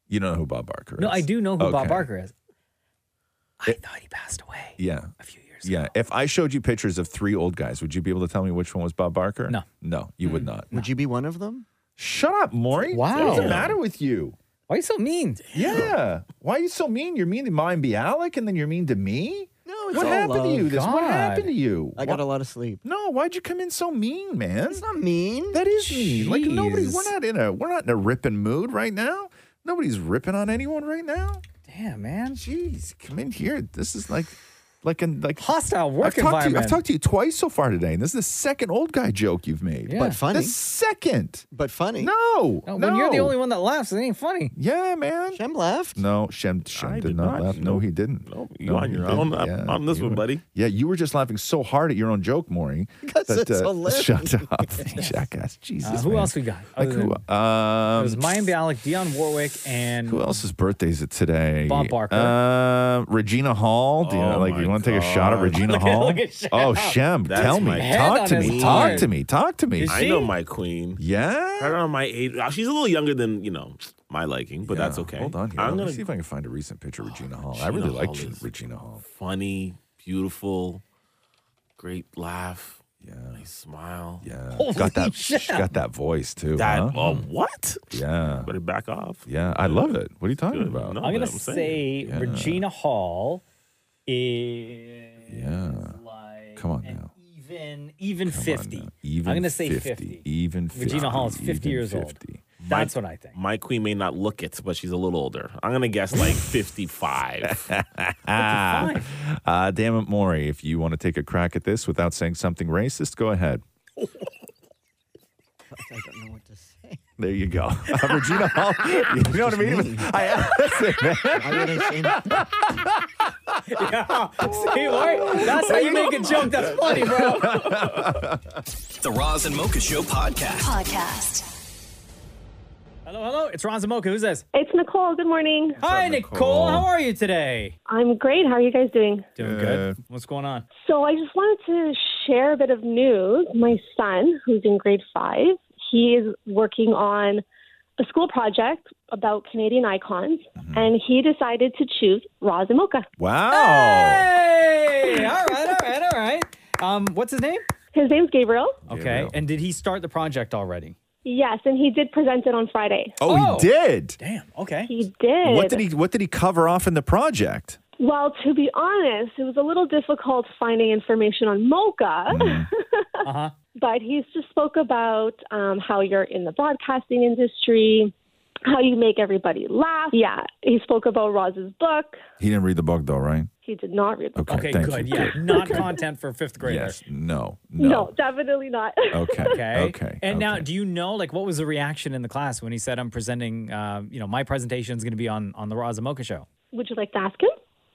S5: You know who Bob Barker is.
S1: no, I do know who Bob
S5: Okay.
S1: Barker is.
S5: I
S1: thought he passed away.
S5: Yeah. A few years yeah. If I showed you pictures of three old guys, would you be able to tell me which one was Bob Barker?
S1: No.
S5: No, you would not.
S6: Would you be one of them?
S5: Shut up, Maury.
S1: Wow.
S5: What's the matter with you?
S1: Why are you so mean?
S5: Yeah. Why are you so mean? You're mean to Mime Bialik and then you're mean to me? No,
S6: it's
S5: What
S6: all
S5: happened
S6: love.
S5: to you? This what
S6: God.
S5: happened to you?
S6: I got a lot of sleep.
S5: No, why'd you come in so mean, man?
S6: It's not mean.
S5: That is mean. Like nobody we're
S1: Jeez.
S5: not in a we're not in a ripping mood right now. Nobody's ripping on anyone right now.
S1: Damn, man.
S5: Jeez, come in here. This is like Like in like
S1: hostile work
S5: I've talked, to you, I've
S1: environment.
S5: talked to you twice so far today, and this is the second old guy joke you've made.
S1: Yeah. But funny.
S5: The second.
S6: But funny.
S5: No.
S1: No, when you're the
S5: no.
S1: only one that laughs, it ain't funny.
S5: Yeah, man.
S6: Shem left.
S5: No, Shem, Shem did,
S4: did
S5: not,
S4: not.
S5: laugh. No, he didn't. No,
S4: you on
S5: he
S4: your
S5: didn't.
S4: own. I'm on this
S5: you
S4: one,
S5: were-
S4: buddy.
S5: Yeah, you were just laughing so hard at your own joke, Maury.
S1: 'Cause
S5: that, uh,
S1: it's hilarious.
S5: Shut up, jackass. Jesus.
S1: Uh, who
S5: man.
S1: else we got?
S5: Like
S1: other
S5: who?
S1: than- it
S5: Um,
S1: was Mayim Bialik, Dion Warwick, and
S5: who else's birthday is it today?
S1: Bob Barker.
S5: Uh, Regina Hall. Do you,
S4: Oh
S5: like,
S4: my
S5: you want to take a shot at
S4: God.
S5: Regina
S4: Look at-
S5: Hall?
S4: look at Shem.
S5: Oh, Shem,
S4: That's
S5: tell
S4: my
S5: me.
S4: head
S5: Talk
S4: on
S5: to
S4: his
S5: me.
S4: heart.
S5: Talk to me. Talk to me.
S4: I know my queen.
S5: Yeah.
S4: Right around my age. uh, She's a little younger than, you know, my liking, but that's okay.
S5: Hold on here.
S4: I'm
S5: Let me
S4: going to
S5: see if I can find a recent picture of Regina Hall. I really liked Regina Hall.
S4: Funny, beautiful, great laugh. Yeah. Nice smile.
S5: Yeah.
S4: Holy
S5: got that
S4: shit.
S5: she got that voice too.
S4: That-
S5: huh?
S4: oh, what?
S5: Yeah.
S4: Better back off.
S5: Yeah, I love it. What are you talking
S4: Good.
S5: about?
S4: No,
S1: I'm gonna
S4: but I'm
S1: say
S4: saying-
S5: Yeah.
S1: Regina Hall is
S5: Yeah. Come on now.
S1: even even
S5: Come on
S1: 50.
S5: now. Even
S1: I'm gonna say 50.
S5: 50. Even 50.
S1: Regina Hall is 50
S5: Even
S1: years old.
S5: 50.
S1: That's
S4: My-
S1: what I think.
S4: My queen may not look it, but she's a little older. I'm going to guess like 55.
S5: Ah, uh, damn it, Maury. If you want to take a crack at this without saying something racist, go ahead.
S6: I don't know what to say.
S5: There you go. Uh, Regina Hall. You know what I mean? I, listen, man.
S1: yeah. See, Mark, that's how you make a joke. That's funny, bro.
S2: The Roz and Mocha Show podcast.
S7: Podcast.
S1: Hello, hello. It's Ron Zamoka. Who's this?
S16: It's Nicole. Good morning.
S1: Hi, Nicole. How are you today?
S16: I'm great. How are you guys doing?
S1: Doing
S5: Uh,
S1: good. What's going on?
S16: So I just wanted to share a bit of news. My son, who's in grade five, he is working on a school project about Canadian icons,
S5: Mm-hmm.
S16: and he decided to choose Roz and Mocha.
S5: Wow.
S1: Hey. All right. All right. All right. Um, what's his name?
S16: His name's Gabriel.
S1: Okay. And did he start the project already?
S16: Yes, and he did present it on Friday.
S5: Oh, he did.
S1: Damn. Oh, Okay.
S16: He did.
S5: What did he what did he cover off in the project?
S16: Well, to be honest, it was a little difficult finding information on Mocha.
S5: Mm-hmm.
S1: Uh-huh.
S16: but he's just spoke about um, how you're in the broadcasting industry, how you make everybody laugh. Yeah, he spoke about Roz's book.
S5: He didn't read the book though, right?
S16: He did not read. The book.
S1: Okay.
S5: thank
S1: good.
S5: you.
S1: Yeah. Not content for fifth grader.
S5: Yes. No.
S16: No.
S5: No.
S16: definitely not.
S5: Okay.
S1: Okay.
S5: Okay.
S1: And now, do you know, like, what was the reaction in the class when he said, "I'm presenting, uh, you know, my presentation is going to be on on the Razamoka show"?
S16: Would you like to ask him?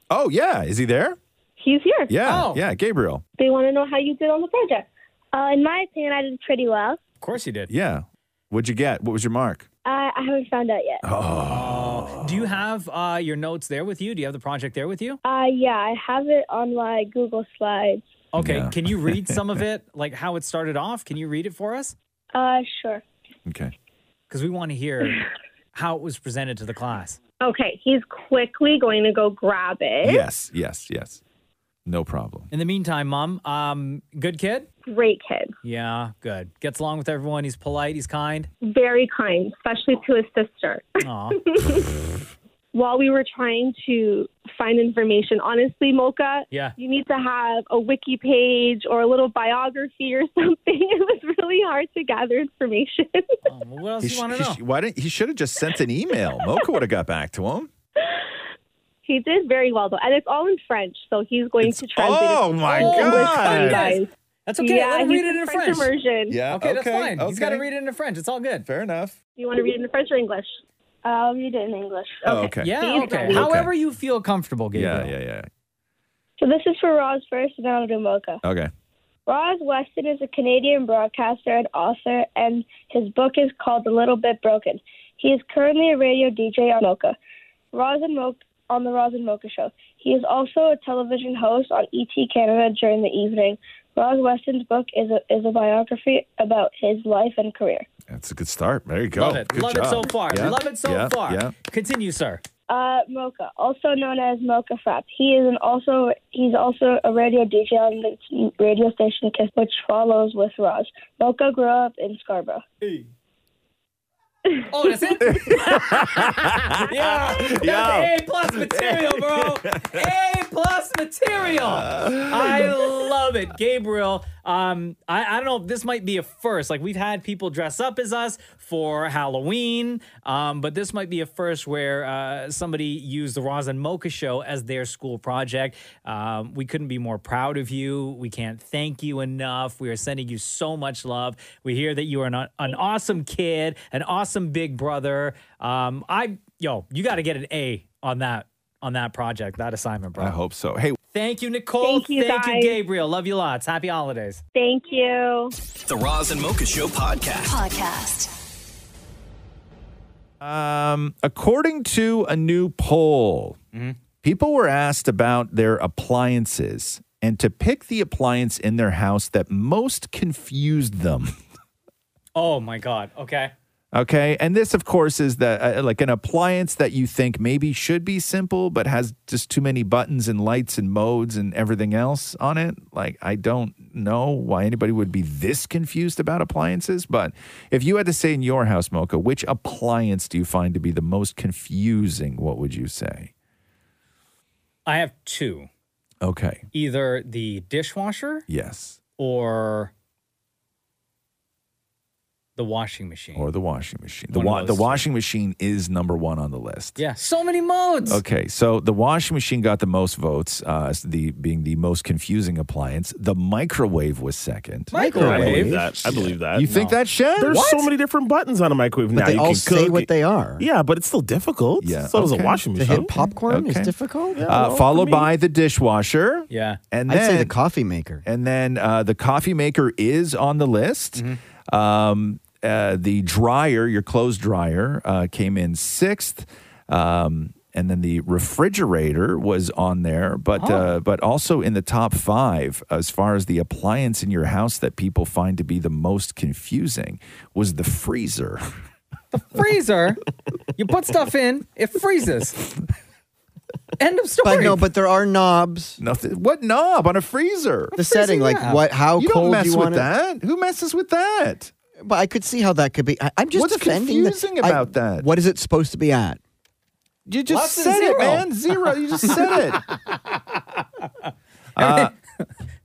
S5: Oh yeah. Is he there?
S16: He's here.
S5: Yeah.
S1: Oh.
S5: Yeah. Gabriel.
S16: They want to know how you did on the project.
S17: Uh, in my opinion, I did pretty well.
S1: Of course he did.
S5: Yeah. What'd you get? What was your mark?
S17: I, I haven't found out yet.
S1: Oh. Do you have uh, your notes there with you? Do you have the project there with you?
S17: Uh, yeah, I have it on my Google Slides.
S1: Okay. Can you read some of it, like how it started off? Can you read it for us?
S17: Uh, sure.
S5: Okay.
S1: Because we want to hear how it was presented to the class.
S16: Okay, he's quickly going to go grab it.
S5: Yes. Yes. Yes. No problem.
S1: In the meantime, mom, um, good kid.
S16: Great kid.
S1: Yeah, good. Gets along with everyone. He's polite. He's kind.
S16: Very kind, especially to his sister.
S1: Aw.
S16: While we were trying to find information, honestly, Mocha,
S1: Yeah.
S16: you need to have a wiki page or a little biography or something. It was really hard to gather information.
S1: what else
S5: He sh- he sh- why didn't he should have just sent an email? Mocha would have got back to him.
S16: He did very well, though. And it's all in French, so he's going to translate it.
S5: oh, my
S16: to English for you
S5: God.
S16: guys.
S1: That's okay.
S16: Yeah,
S1: Let him
S16: he's
S1: read it in
S16: French
S1: French.
S16: immersion.
S5: Yeah.
S1: Okay, that's fine. He's got to
S5: okay.
S1: read it in French. It's all good.
S5: Fair enough. Um,
S16: Do you want to read it in French or English?
S17: I'll read it in English.
S5: Oh, okay.
S1: Yeah,
S17: Please
S1: okay.
S17: don't.
S1: However you feel comfortable, Gabriel.
S5: Yeah. Yeah.
S17: So this is for Roz first, and I'll do Mocha.
S5: Yeah. Okay.
S17: Roz Weston is a Canadian broadcaster and author, and his book is called A Little Bit Broken. He is currently a radio DJ on Mocha, Roz and Mocha on the Roz and Mocha Show. He is also a television host on ET Canada during the evening. Roz Weston's book is a, is a biography about his life and career.
S5: That's a good start. There you go.
S1: Love it.
S5: Good
S1: Love it
S5: job.
S1: so far.
S5: Yeah.
S1: Love it so
S5: Yeah.
S1: far.
S5: Yeah.
S1: Continue, sir.
S17: Uh, Mocha, also known as Mocha Frap. He is an also he's also a radio DJ on the radio station Kiss, which follows with Roz. Mocha grew up in Scarborough.
S1: Oh, that's it? yeah. That's
S10: Yeah.
S1: A plus material, bro. A plus material. I love it. Gabriel, um, I, I don't know if this might be a first. Like we've had people dress up as us for Halloween, um, but this might be a first where uh, somebody used the Rosin Mocha Show as their school project. Um, we couldn't be more proud of you. We can't thank you enough. We are sending you so much love. We hear that you are an, an awesome kid, an awesome big brother. Um, I yo, you got to get an A on that on that project, that assignment, bro.
S5: I hope so. Hey,
S1: Thank you, Nicole.
S17: Thank you, guys.
S1: Gabriel. Love you lots. Happy holidays.
S17: Thank you.
S2: The Roz and Mocha Show podcast.
S7: Podcast.
S5: Um, according to a new poll,
S1: Mm-hmm.
S5: people were asked about their appliances and to pick the appliance in their house that most confused them.
S1: Oh my God. Okay.
S5: Okay. And this, of course, is the, uh, like an appliance that you think maybe should be simple, but has just too many buttons and lights and modes and everything else on it. Like, I don't know why anybody would be this confused about appliances. But if you had to say in your house, Mocha, which appliance do you find to be the most confusing? What would you say?
S1: I have two.
S5: Okay.
S1: Either the dishwasher
S5: Yes.
S1: or the washing machine.
S5: Or the washing machine. The,
S1: One of
S5: wa- the
S1: those two.
S5: washing machine is number one on the list.
S1: Yeah. So many modes.
S5: Okay, so the washing machine got the most votes, uh, as the being the most confusing appliance. The microwave was second.
S4: I believe that. I believe that.
S5: You think that, Shen?
S4: There's
S5: What?
S4: so many different buttons on a microwave
S5: But
S4: now.
S5: they
S4: you
S5: all
S4: can
S5: say
S4: cook.
S5: what
S6: they are.
S4: Yeah, but it's still difficult.
S5: Yeah,
S4: So does a
S5: okay.
S4: washing
S5: To
S4: machine.
S5: hit popcorn is Okay.
S6: difficult.
S5: Uh, followed by the dishwasher.
S1: Yeah,
S5: and
S6: I'd
S5: then
S6: say the coffee maker.
S5: and then uh, the coffee maker is on the list.
S6: Mm-hmm.
S5: Um, uh, the dryer, your clothes dryer, uh, came in sixth. Um, and then the refrigerator was on there, but
S6: Oh.
S5: uh, but also in the top five as far as the appliance in your house that people find to be the most confusing was the freezer.
S1: Freezer. you put stuff in, it freezes. End of story.
S6: But no, but there are knobs.
S5: Nothing. What knob on a freezer?
S6: The setting, like
S5: knob.
S6: what, how
S5: You don't
S6: cold
S5: mess
S6: you
S5: with
S6: want
S5: that. Who messes with that?
S6: But I could see how that could be. I, am just
S5: What's
S6: defending the-
S5: confusing
S6: I-
S5: about that?
S6: What is it supposed to be at?
S5: You just said it, man. Zero. You just said it. Uh,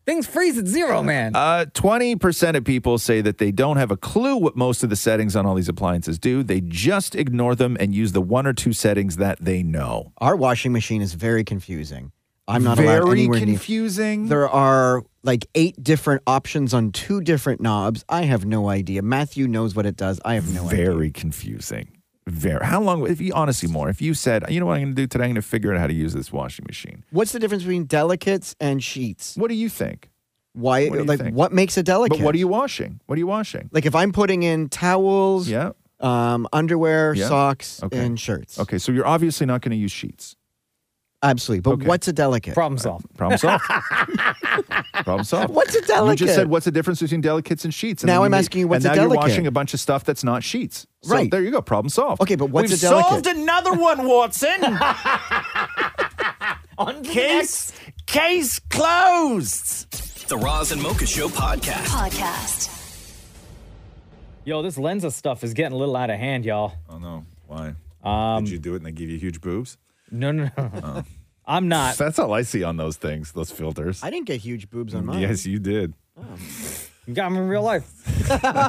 S1: Things freeze at zero, man.
S5: Uh, 20% of people say that they don't have a clue what most of the settings on all these appliances do. They just ignore them and use the one or two settings that they know.
S6: Our washing machine is very confusing. I'm not allowed
S5: Very
S6: anywhere near-
S5: confusing.
S6: There are like eight different options on two different knobs. I have no idea. Matthew knows what it does. I have no idea.
S5: Very confusing. Very. How long, if you, honestly, more, if you said, you know what I'm going to do today? I'm going to figure out how to use this washing machine.
S6: What's the difference between delicates and sheets?
S5: What do you think?
S6: Why?
S5: What do you
S6: like,
S5: think?
S6: what makes a delicate?
S5: But what are you washing? What are you washing?
S6: Like, if I'm putting in towels,
S5: Yeah.
S6: um, underwear,
S5: Yeah.
S6: socks,
S5: Okay.
S6: and shirts.
S5: Okay, so you're obviously not going to use sheets.
S6: Absolutely. But
S5: Okay. Uh,
S6: what's a delicate?
S1: Problem solved.
S5: Problem solved. Problem solved.
S6: What's a delicate?
S5: You just said what's the difference between delicates and sheets. And
S6: Now
S5: then
S6: I'm
S5: made-
S6: asking you, what's
S5: and
S6: a
S5: now
S6: delicate?
S5: you're washing a bunch of stuff that's not sheets. So
S6: Right.
S5: There you go. Problem solved.
S6: Okay, but what's
S5: We've
S6: a delicate?
S5: solved
S4: another one, Watson.
S2: Case-
S4: case closed.
S2: The Roz and Mocha Show podcast.
S7: Podcast.
S1: Yo, this Lenza stuff is getting a little out of hand, y'all.
S5: Oh no, why?
S1: Um,
S5: Did you do it and they give you huge boobs?
S1: No, no, no.
S5: Um,
S1: I'm not.
S5: That's all I see on those things, those filters.
S6: I didn't get huge boobs on mine.
S5: Yes, you did.
S1: You got them in real life.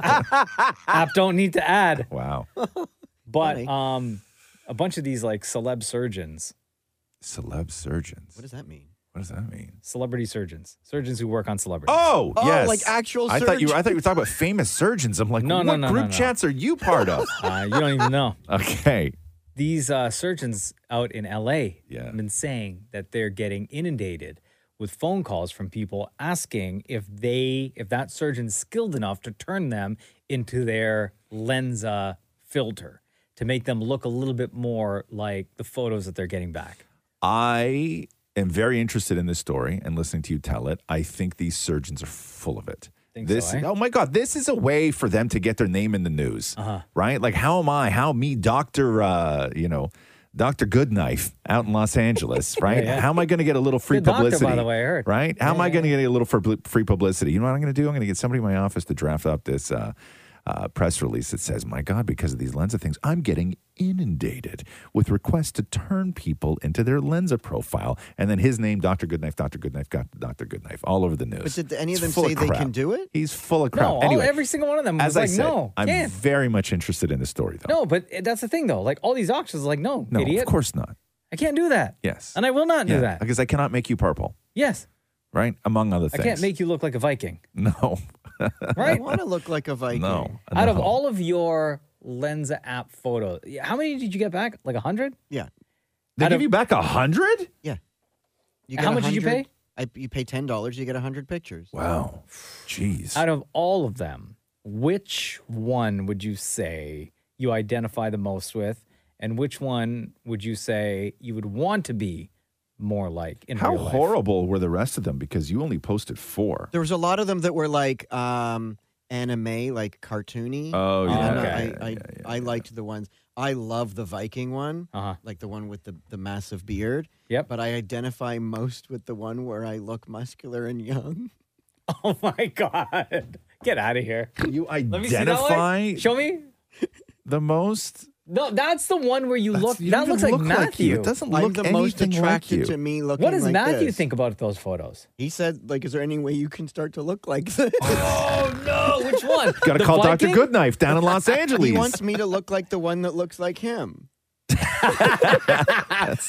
S1: App don't need to add.
S5: Wow.
S1: But um, a bunch of these like celeb surgeons,
S5: Celeb surgeons.
S6: What does that mean?
S5: What does that mean?
S1: celebrity surgeons, surgeons who work on celebrities.
S5: Oh, yes.
S6: like actual
S5: I thought you. Were, I
S6: surgeons.
S5: thought you were talking about famous surgeons. I'm like,
S1: No,
S5: what
S1: no, no, no,
S5: group
S1: no.
S5: chats are you part of?
S1: Uh, you don't even know.
S5: okay.
S1: These uh, surgeons out in LA
S5: Yeah.
S1: have been saying that they're getting inundated with phone calls from people asking if they, if that surgeon's skilled enough to turn them into their Lenza filter to make them look a little bit more like the photos that they're getting back.
S5: I am very interested in this story and listening to you tell it. I think these surgeons are full of it.
S1: Think
S5: this,
S1: so, eh?
S5: oh my God, this is a way for them to get their name in the news,
S1: Uh-huh.
S5: right? Like, how am I? How me, Doctor, uh, you know, Doctor Goodknife out in Los Angeles, right?
S1: yeah.
S5: How am I going to get a little free
S1: Good doctor, by
S5: publicity?
S1: the way, I heard.
S5: right? How am I going to get a little for, free publicity? You know what I'm going to do? I'm going to get somebody in my office to draft up this. Uh, uh, press release that says, My God, because of these Lenza things, I'm getting inundated with requests to turn people into their Lenza profile. And then his name, Dr. Goodknife, Dr. Goodknife, got Dr. Goodknife, all over the news.
S6: But did any of them
S5: It's full
S6: say they
S5: crap.
S6: can do it?
S5: He's full of crap.
S1: No, all-
S5: anyway,
S1: every single one of them
S5: as
S1: was
S5: I
S1: like,
S5: said,
S1: no,
S5: I'm
S1: can't.
S5: very much interested in the story, though.
S1: No, but that's the thing though. Like all these auctions, like no,
S5: No,
S1: idiot.
S5: of course not.
S1: I can't do that.
S5: Yes.
S1: And I will not do
S5: Yeah,
S1: that.
S5: Because I cannot make you purple,
S1: Yes.
S5: right? Among other
S1: I
S5: things.
S1: can't make you look like a Viking.
S5: No.
S1: Right?
S6: I want to look like a Viking.
S5: No.
S1: Out of all of your Lenza app photos, yeah, how many did you get back? Like a hundred?
S6: Yeah.
S5: They
S1: Out
S5: give
S1: of-
S5: you back a hundred?
S6: Yeah. You
S1: How much did you
S6: 100 I, you pay ten dollars. You get hundred pictures.
S5: Wow. Jeez.
S1: Out of all of them, which one would you say you identify the most with? And which one would you say you would want to be more like in
S5: How
S1: real life?
S5: horrible were the rest of them? Because you only posted four.
S6: There was a lot of them that were like um, anime, like cartoony.
S5: Oh,
S6: And
S5: yeah,
S6: I'm not-
S5: yeah,
S6: I,
S5: yeah,
S6: I, I liked the ones. I love the Viking one,
S1: uh-huh.
S6: like the one with the, the massive beard.
S1: Yep.
S6: But I identify most with the one where I look muscular and young.
S1: Oh my god! Get out of here.
S5: You
S1: Let me see that one.
S5: identify-
S1: Show me.
S5: The most.
S1: No, that's the one where you look.
S5: you
S1: that
S5: don't
S1: looks like
S5: even look
S1: Matthew.
S5: like you. It doesn't
S6: I'm
S5: look
S6: the most
S5: anything like
S6: attracted
S5: you.
S6: to me looking.
S1: What does
S6: like
S1: Matthew
S6: this.
S1: think about those photos?
S6: He said, "Like, is there any way you can start to look like this?"
S1: Oh no! Which one?
S5: Got to
S6: The
S5: call
S6: Viking?
S5: Dr. Goodknife down in Los Angeles.
S6: he wants me to look like the one that looks like him.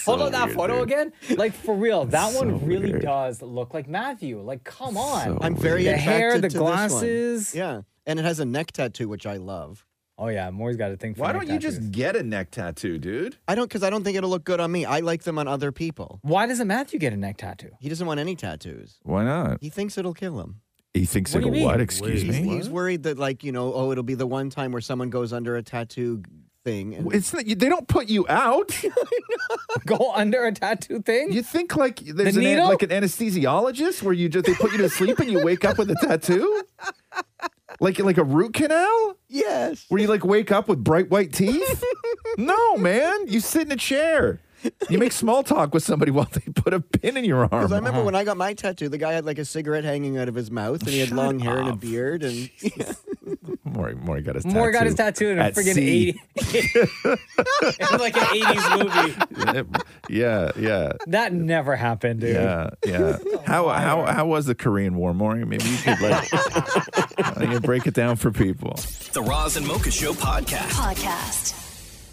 S1: Hold on that photo again. Like for real, that one really does look like Matthew. Like, come on.
S6: I'm very
S1: the
S6: attracted
S1: hair,
S6: to
S1: the
S6: this one.
S1: glasses.
S6: Yeah, and it has a neck tattoo, which I love.
S1: Oh yeah, Moore's got a thing for.
S5: Why
S1: neck
S5: don't you just
S1: tattoos.
S5: get a neck tattoo, dude?
S6: I don't, because I don't think it'll look good on me. I like them on other people.
S1: Why doesn't Matthew get a neck tattoo?
S6: He doesn't want any tattoos.
S5: Why not?
S6: He thinks it'll kill him.
S5: He thinks
S6: What do
S5: it'll
S6: you mean?
S5: what? Excuse
S6: He's,
S5: me.
S6: he's worried that, like, you know, oh, it'll be the one time where someone goes under a tattoo thing. And
S5: It's not, you- they don't put you out.
S1: Go under a tattoo thing.
S5: You think like there's an,
S1: needle?
S5: like an anesthesiologist where you just they put you to sleep and you wake up with a tattoo, like like a root canal.
S6: yes,
S5: Where you like wake up with bright white teeth? no, man. You sit in a chair. You make small talk with somebody while they put a pin in your arm.
S6: because I remember when I got my tattoo, the guy had like a cigarette hanging out of his mouth, and he had
S5: Shut
S6: long hair and a
S5: up.
S6: beard, and
S5: Maury, Maury got his tattoo.
S1: Moore got his tattoo in a
S5: at
S1: friggin'
S5: sea.
S1: 80 in like an 80s movie.
S5: yeah, yeah.
S1: That never happened, dude.
S5: Yeah, yeah. How how how was the Korean War, Maury? Maybe you could like I can break it down for people.
S2: The Roz and Mocha Show podcast.
S7: Podcast.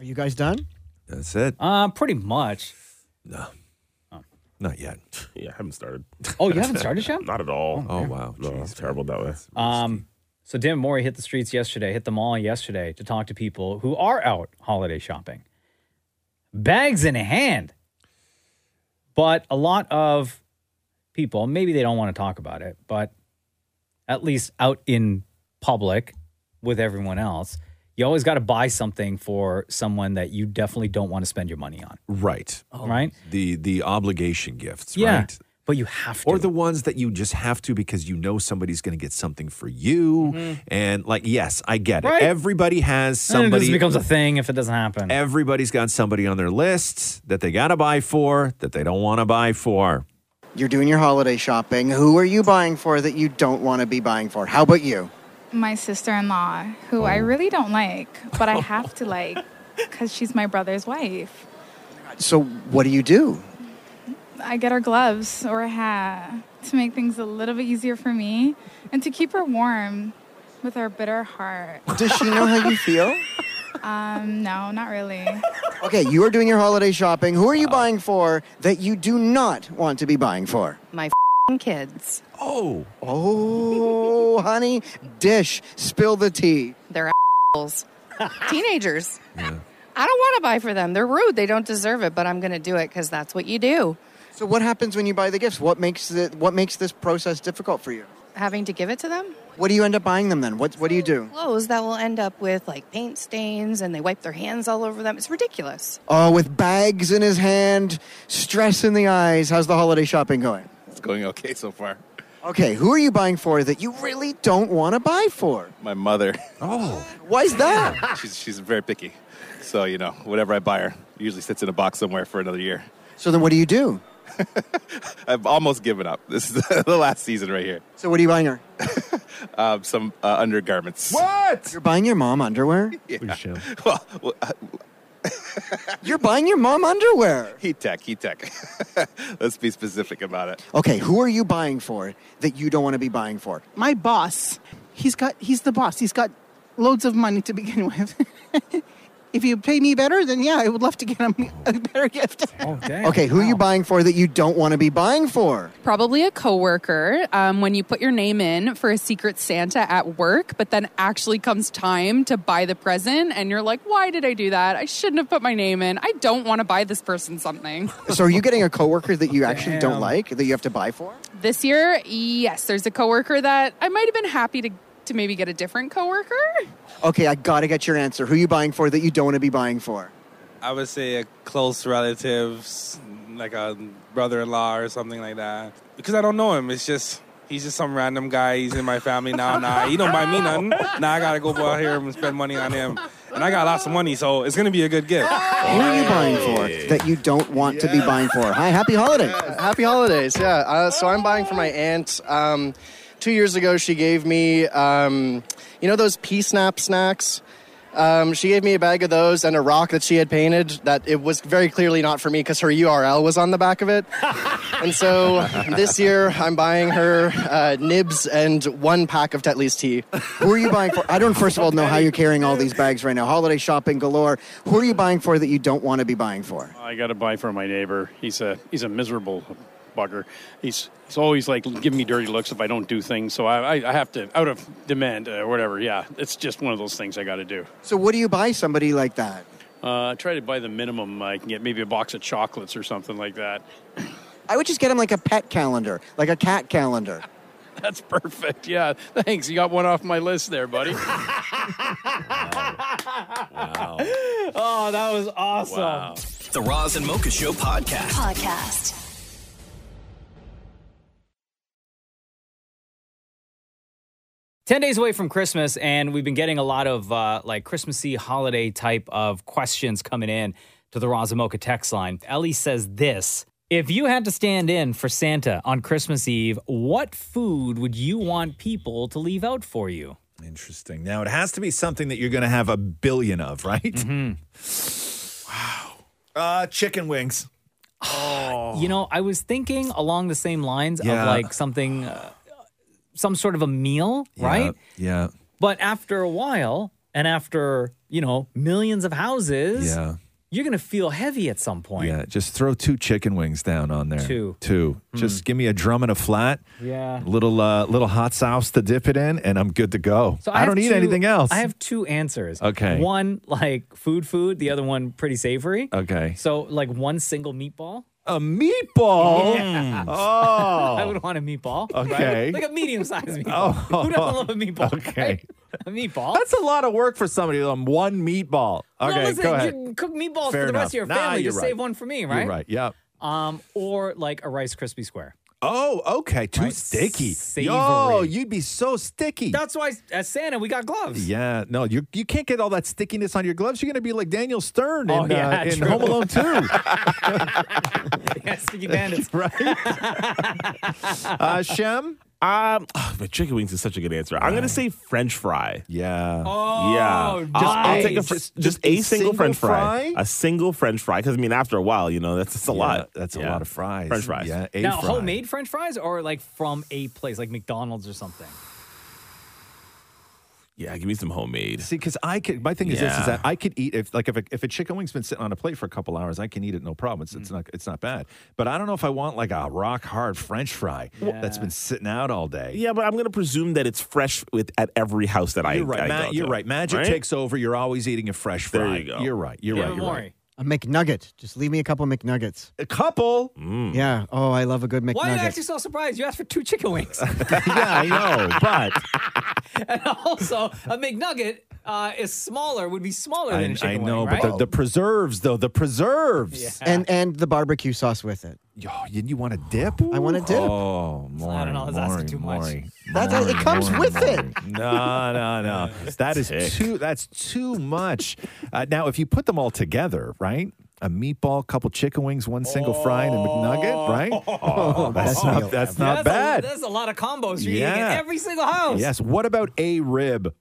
S6: are you guys done?
S5: That's it.
S1: Uh, pretty much.
S5: Not yet.
S4: Yeah, I haven't started.
S1: Oh, you haven't started yet?
S4: Not at all.
S5: Oh wow.
S4: No, it's terrible that way.
S1: Um, so Dan Morey hit the streets yesterday, hit the mall yesterday to talk to people who are out holiday shopping, bags in hand. But a lot of people, maybe they don't want to talk about it, but at least out in public with everyone else, you always got to buy something for someone that you definitely don't want to spend your money on,
S18: Right.
S1: right?
S18: Oh, The the obligation gifts,
S1: Yeah,
S18: right?
S1: but you have to.
S18: Or the ones that you just have to because you know somebody's going to get something for you. And like, yes, I get it.
S1: Mm-hmm. Right.
S18: Everybody has
S1: and it just
S18: somebody.
S1: becomes a thing if it doesn't happen.
S18: Everybody's got somebody on their list that they got to buy for, that they don't want to buy for.
S6: You're doing your holiday shopping. Who are you buying for that you don't want to be buying for? How about you?
S19: my sister-in-law who
S6: Oh.
S19: i really don't like but i have to like because she's my brother's wife
S6: So, what do you do?
S19: i get her gloves or a hat to make things a little bit easier for me and to keep her warm with her bitter heart
S6: Does she know how you feel?
S19: um no not really
S6: Okay, you are doing your holiday shopping. Who are
S20: Oh.
S6: you buying for that you do not want to be buying for?
S20: my kids.
S18: Oh.
S6: Oh, honey, dish, spill the tea.
S20: They're assholes. Teenagers. I don't want to buy for them. They're rude. They don't deserve it, but I'm going to do it because that's what you do.
S6: So what happens when you buy the gifts? What makes the, what makes this process difficult for you?
S20: Having to give it to them?
S6: What do you end up buying them then? What what do you do?
S20: Clothes that will end up with like paint stains and they wipe their hands all over them. It's ridiculous.
S6: Oh, with bags in his hand, stress in the eyes. How's the holiday shopping going?
S21: It's going okay so far.
S6: Okay, who are you buying for that you really don't want to buy for?
S21: My mother.
S18: Oh.
S6: Why's that?
S21: she's she's very picky. So, you know, whatever I buy her usually sits in a box somewhere for another year.
S6: So then what do you do?
S21: I've almost given up. This is the last season right here.
S6: So what are you buying her?
S22: um, some uh, undergarments.
S6: What? You're buying your mom underwear?
S22: Yeah. Well, well, uh,
S6: You're buying your mom underwear.
S22: heat tech, heat tech. Let's be specific about it.
S6: Okay, who are you buying for that you don't want to be buying for?
S10: My boss, he's got he's the boss. He's got loads of money to begin with. if you pay me better, then yeah, I would love to get him a better gift.
S1: Oh,
S6: Okay, who are you buying for that you don't want to be buying for?
S23: Probably a coworker um, when you put your name in for a secret Santa at work, but then actually comes time to buy the present, and you're like, why did I do that? I shouldn't have put my name in. I don't want to buy this person something.
S6: So are you getting a coworker that you actually don't like that you have to buy for?
S23: This year, yes, there's a coworker that I might have been happy to, to maybe get a different coworker.
S6: Okay, I got to get your answer. Who are you buying for that you don't want to be buying for?
S24: I would say a close relatives, like a brother-in-law or something like that. Because I don't know him. It's just he's just some random guy. He's in my family now. Nah, he don't buy me nothing. Now I gotta go out here and spend money on him. And I got lots of money, so it's gonna be a good gift.
S6: Who are you buying for that you don't want to be buying for? Hi, happy holiday.
S25: Happy holidays, yeah. Uh, so I'm buying for my aunt. Um, two years ago, she gave me, um, you know, those pea snap snacks. Um, she gave me a bag of those and a rock that she had painted that it was very clearly not for me because her URL was on the back of it. and so this year, I'm buying her uh, nibs and one pack of Tetley's tea.
S6: Who are you buying for? I don't, first of all, know how you're carrying all these bags right now. Holiday shopping galore. Who are you buying for that you don't want to be buying for?
S26: I got to buy for my neighbor. He's a he's a miserable bugger. He's he's always like giving me dirty looks if I don't do things. So I, I, I have to out of demand uh, or whatever. Yeah, it's just one of those things I got to do.
S6: So, what do you buy somebody like that?
S26: Uh, I try to buy the minimum I can get, maybe a box of chocolates or something like that.
S6: I would just get him like a pet calendar, like a cat calendar.
S26: That's perfect. Yeah, thanks. You got one off my list there, buddy.
S1: Oh, that was awesome.
S2: The Roz and Mocha Show podcast.
S27: Podcast.
S1: Ten days away from Christmas, and we've been getting a lot of uh, like Christmassy holiday type of questions coming in to the Razamoka text line. Ellie says this: If you had to stand in for Santa on Christmas Eve, what food would you want people to leave out for you?
S5: Interesting. Now it has to be something that you're going to have a billion of, right?
S21: Mm-hmm.
S5: Wow. Uh, chicken wings.
S1: Oh. You know, I was thinking along the same lines
S5: Yeah.
S1: of like something, uh, some sort of a meal, right?
S5: Yeah.
S1: But after a while, and after you know millions of houses,
S5: Yeah.
S1: you're gonna feel heavy at some point.
S5: Yeah. Just throw two chicken wings down on there.
S1: Two. Hmm.
S5: Two. Just give me a drum and a flat.
S1: Yeah.
S5: Little uh, little hot sauce to dip it in, and I'm good to go.
S1: So
S5: I,
S1: have
S5: don't need
S1: two-
S5: anything else.
S1: I have two answers.
S5: Okay.
S1: One like food, food. The other one pretty savory.
S5: Okay.
S1: So like one single meatball.
S5: A meatball.
S1: Yeah.
S5: Oh.
S1: I would want a meatball. right?
S5: Okay. Oh.
S1: Like a medium sized meatball. Who doesn't love a meatball?
S5: Okay.
S1: right? A meatball.
S5: That's a lot of work for somebody on one meatball.
S1: Well,
S5: Okay,
S1: listen,
S5: go
S1: you
S5: ahead.
S1: can cook meatballs
S5: Fair
S1: for the rest
S5: enough.
S1: of your
S5: Nah,
S1: family.
S5: you're
S1: Just
S5: right.
S1: save one for me,
S5: You're
S1: right?
S5: right, yep.
S1: Um, or like a Rice Krispie square.
S5: Oh, okay. Too sticky. Yo,
S1: Savory.
S5: you'd be so sticky.
S1: That's why at Santa we got gloves.
S5: Yeah, no, you you can't get all that stickiness on your gloves. You're gonna be like Daniel Stern
S1: Oh,
S5: in,
S1: yeah,
S5: uh, in
S1: true.
S5: Home Alone Two.
S1: yeah, sticky bandits.
S5: right. uh, Shem?
S4: Um, but chicken wings is such a good answer. I'm gonna say French fry.
S5: Yeah.
S4: Oh, yeah. I'll- I'll,
S5: nice.
S4: take a fr-
S5: Just-
S4: just,
S5: just
S4: a,
S5: a
S4: single,
S5: single
S4: French fry.
S5: fry?
S4: A single French fry. Because I mean, after a while, you know, that's, that's a
S5: Yeah,
S4: lot.
S5: that's a
S4: Yeah.
S5: lot of fries.
S4: French fries.
S5: Yeah. A
S1: now,
S5: fry.
S1: homemade French fries or like from a place like McDonald's or something?
S4: Yeah. Give me some homemade.
S5: See, because I could. My thing is this: is
S4: Yeah.
S5: that I could eat if, like, if a, if a chicken wing's been sitting on a plate for a couple hours, I can eat it no problem. It's, it's
S1: Mm.
S5: not it's not bad. But I don't know if I want like a rock hard French fry that's been sitting out all day.
S4: Yeah, but I'm gonna presume that it's fresh with at every house that I.
S5: You're right.
S4: I
S5: Ma-
S4: go
S5: you're
S4: to,
S5: right. Magic takes over. You're always eating a fresh fry.
S4: There you go.
S5: are right. You're
S4: Yeah,
S5: right. You're
S1: Maury.
S5: right.
S6: A McNugget. Just leave me a couple McNuggets.
S5: A couple?
S6: Yeah. Oh, I love a good McNugget.
S1: Why are you actually so surprised? You asked for two chicken wings.
S5: yeah, I know, but
S1: and also, a McNugget uh, is smaller, would be smaller than a
S5: I,
S1: chicken
S5: I
S1: wing,
S5: know,
S1: right?
S5: but the, the preserves though, the preserves.
S6: And and the barbecue sauce with it.
S5: Yo, you, you want a dip?
S6: I want a dip.
S5: Oh, Maury,
S6: don't know, that's asking
S5: Maury,
S6: too
S1: much.
S5: Maury,
S6: That's it comes with it.
S5: No, no, no. That is too. That's too much. Uh, now, if you put them all together, right? a meatball, couple chicken wings, one single fry, and a McNugget, right?
S1: Oh,
S5: that's
S1: that's
S5: not
S1: real.
S5: that's not
S1: that's
S5: bad.
S1: A, that's a lot of combos you're eating at every single house.
S5: Yes. What about a rib?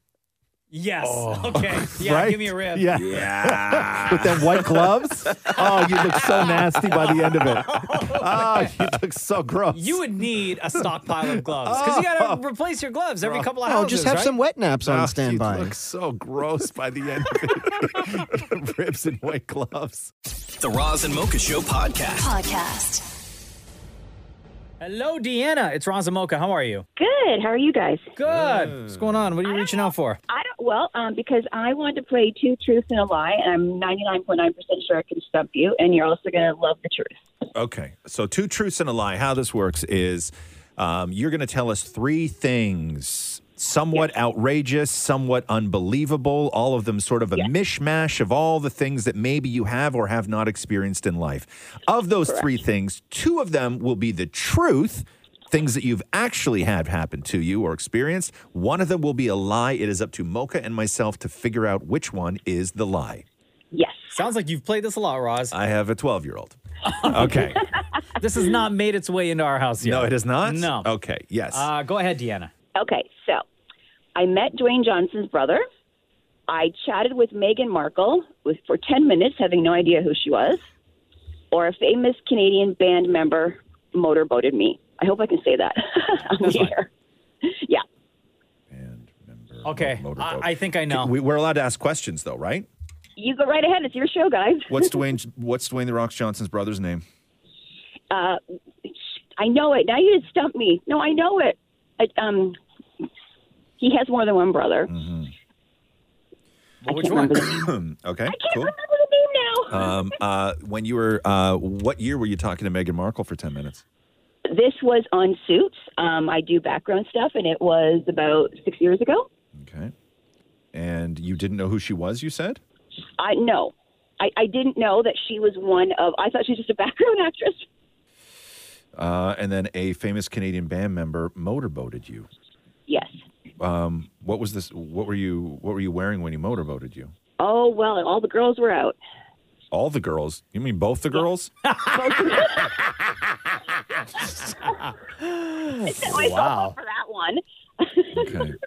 S1: Yes. Okay. Yeah.
S5: Right?
S1: Give me a rib.
S5: Yeah. With them white gloves? Oh, you look so nasty by the end of it. Oh, you look so gross.
S1: You would need a stockpile of gloves because you got to replace your gloves every couple of
S6: Oh,
S1: houses.
S6: just have
S1: right?
S6: some wet naps
S5: Oh,
S6: on
S5: you
S6: standby.
S5: look so gross by the end of it. Ribs and white gloves.
S2: The Roz and Mocha Show podcast.
S28: Podcast.
S1: Hello, Deanna. It's Ron Zamoka. How are you?
S8: Good. How are you guys?
S1: Good. What's going on? What are you reaching out for?
S8: I don't, well, um, because I want to play two truths and a lie, and I'm 99.9% sure I can stump you, and you're also going to love the truth.
S5: Okay. So, two truths and a lie. How this works is um, you're going to tell us three things somewhat outrageous, somewhat unbelievable, all of them sort of a mishmash of all the things that maybe you have or have not experienced in life. Of those three things, two of them will be the truth. Things that you've actually had happen to you or experienced. One of them will be a lie. It is up to Mocha and myself to figure out which one is the lie.
S8: Yes.
S1: Sounds like you've played this a lot, Roz.
S5: I have a 12 year old. Okay.
S1: this has not made its way into our house yet.
S5: No, it is not?
S1: No.
S5: Okay. Yes.
S1: Uh, go ahead, Deanna.
S8: Okay, so I met Dwayne Johnson's brother. I chatted with Meghan Markle with, for 10 minutes, having no idea who she was, or a famous Canadian band member motorboated me. I hope I can say that on the air. Yeah.
S1: Okay. I, I think I know.
S5: We, we're allowed to ask questions, though, right?
S8: You go right ahead. It's your show, guys.
S5: What's Dwayne? What's Dwayne the Rock Johnson's brother's name?
S8: Uh, I know it. Now you just stumped me. No, I know it. I, um, he has more than one brother.
S5: Well, which one? okay, cool. Um, uh, when you were, uh, what year were you talking to Meghan Markle for ten minutes?
S8: This was on Suits. Um, I do background stuff, and it was about six years ago.
S5: Okay, and you didn't know who she was. You said.
S8: I no, I, I didn't know that she was one of. I thought she was just a background actress.
S5: Uh, and then a famous Canadian band member motorboated you.
S8: Yes.
S5: Um, what was this? What were you? What were you wearing when he motorboated you?
S8: Oh well, and all the girls were out.
S5: All the girls. You mean both the girls?
S8: I set myself
S1: Wow.
S8: up for that one.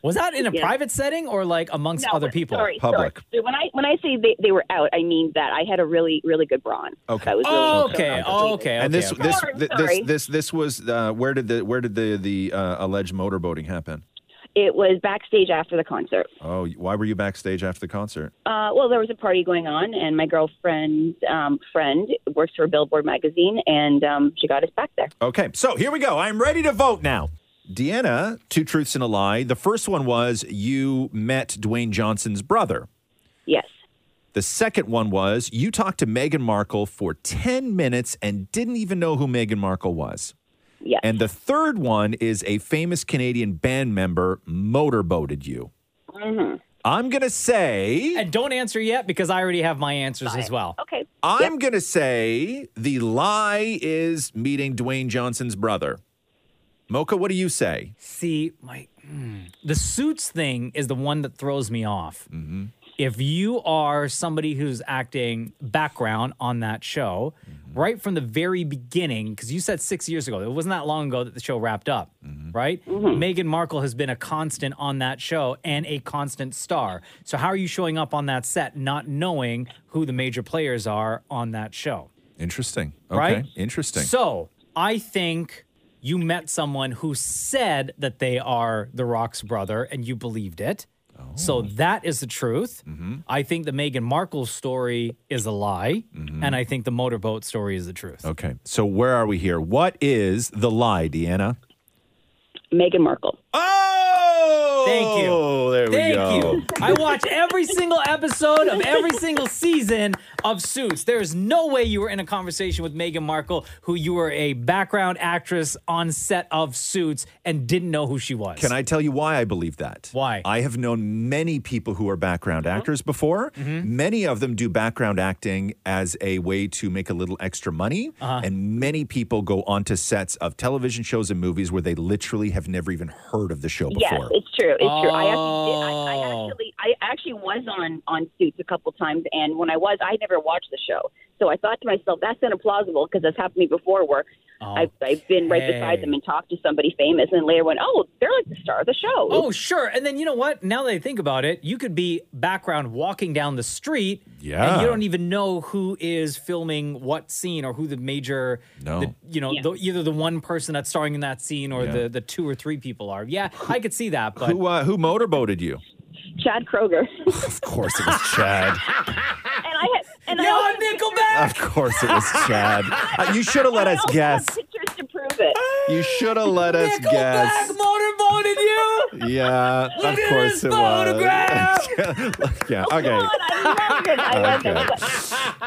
S1: Was that in a
S8: Yeah.
S1: private setting or like amongst
S8: No,
S1: other people?
S8: Sorry, Sorry. When I when I say they, they were out, I mean that I had a really really good brawn.
S5: Okay.
S8: That was really
S1: okay. Oh, Okay.
S5: And this,
S1: okay,
S5: this,
S1: okay.
S5: thi- this, this, this was uh, where did the where did the the uh, alleged motorboating happen?
S8: It was backstage after the concert.
S5: Oh, why were you backstage after the concert?
S8: Uh, well, there was a party going on, and my girlfriend's um, friend works for Billboard magazine, and um, she got us back there.
S5: Okay, so here we go. I'm ready to vote now. Deanna, two truths and a lie. The first one was you met Dwayne Johnson's brother.
S8: Yes.
S5: The second one was you talked to Meghan Markle for 10 minutes and didn't even know who Meghan Markle was.
S8: Yes.
S5: And the third one is a famous Canadian band member motorboated you.
S8: Mm-hmm.
S5: I'm going to say.
S1: And don't answer yet because I already have my answers as well.
S8: Okay.
S5: I'm going to say the lie is meeting Dwayne Johnson's brother. Mocha, what do you say?
S1: See, Mike, mm, the suits thing is the one that throws me off. If you are somebody who's acting background on that show, right from the very beginning, because you said six years ago, it wasn't that long ago that the show wrapped up, right? Meghan Markle has been a constant on that show and a constant star. So, how are you showing up on that set not knowing who the major players are on that show?
S5: Interesting. Okay.
S1: Right?
S5: Interesting.
S1: So I think you met someone who said that they are The Rock's brother and you believed it.
S5: Oh.
S1: So that is the truth.
S5: Mm-hmm.
S1: I think the Meghan Markle story is a lie.
S5: Mm-hmm.
S1: And I think the motorboat story is the truth.
S5: okay. So where are we here? What is the lie, Deanna?
S8: Meghan Markle.
S5: Oh!
S1: Thank you.
S5: there we
S1: Thank
S5: go.
S1: you. I watch every single episode of every single season of Suits. There is no way you were in a conversation with Meghan Markle, who you were a background actress on set of Suits and didn't know who she was.
S5: Can I tell you why Uh-huh. I believe that?
S1: Why?
S5: I have known many people who are background actors before.
S1: Mhm.
S5: Many of them do background acting as a way to make a little extra money.
S1: Uh-huh.
S5: And many people go onto sets of television shows and movies where they literally have never even heard of the show
S8: Yes.
S5: before.
S4: hour.
S8: It's true. It's true. I actually, did- I,
S5: Oh,
S1: Oh.
S8: I actually, I actually was on on Suits a couple times, and when I was, I had never watched the show, so I thought to myself, that's implausible because that's happened to me before, where I've, I've been right beside
S1: Okay.
S8: them and talked to somebody famous, and later went, oh, they're like the star of the show.
S1: Oh, sure. And then you know what? Now that I think about it, you could be background walking down the street.
S8: Yeah.
S1: And you don't even know who is filming what scene or who the major,
S5: No.
S1: the, you know,
S5: Yeah.
S1: the, either the one person that's starring in that scene or
S5: Yeah.
S1: the, the two or three people are. Yeah, I could see that. But
S5: who uh, who motorboated you?
S8: Chad Kroger.
S5: Of course it was Chad.
S8: and I had, and
S1: Yo,
S8: I
S5: of course it was Chad. Uh, you should have let us guess.
S8: pictures to prove it.
S5: You should have let us guess.
S1: motorboated you.
S5: Yeah, of course it was. yeah, okay. Okay.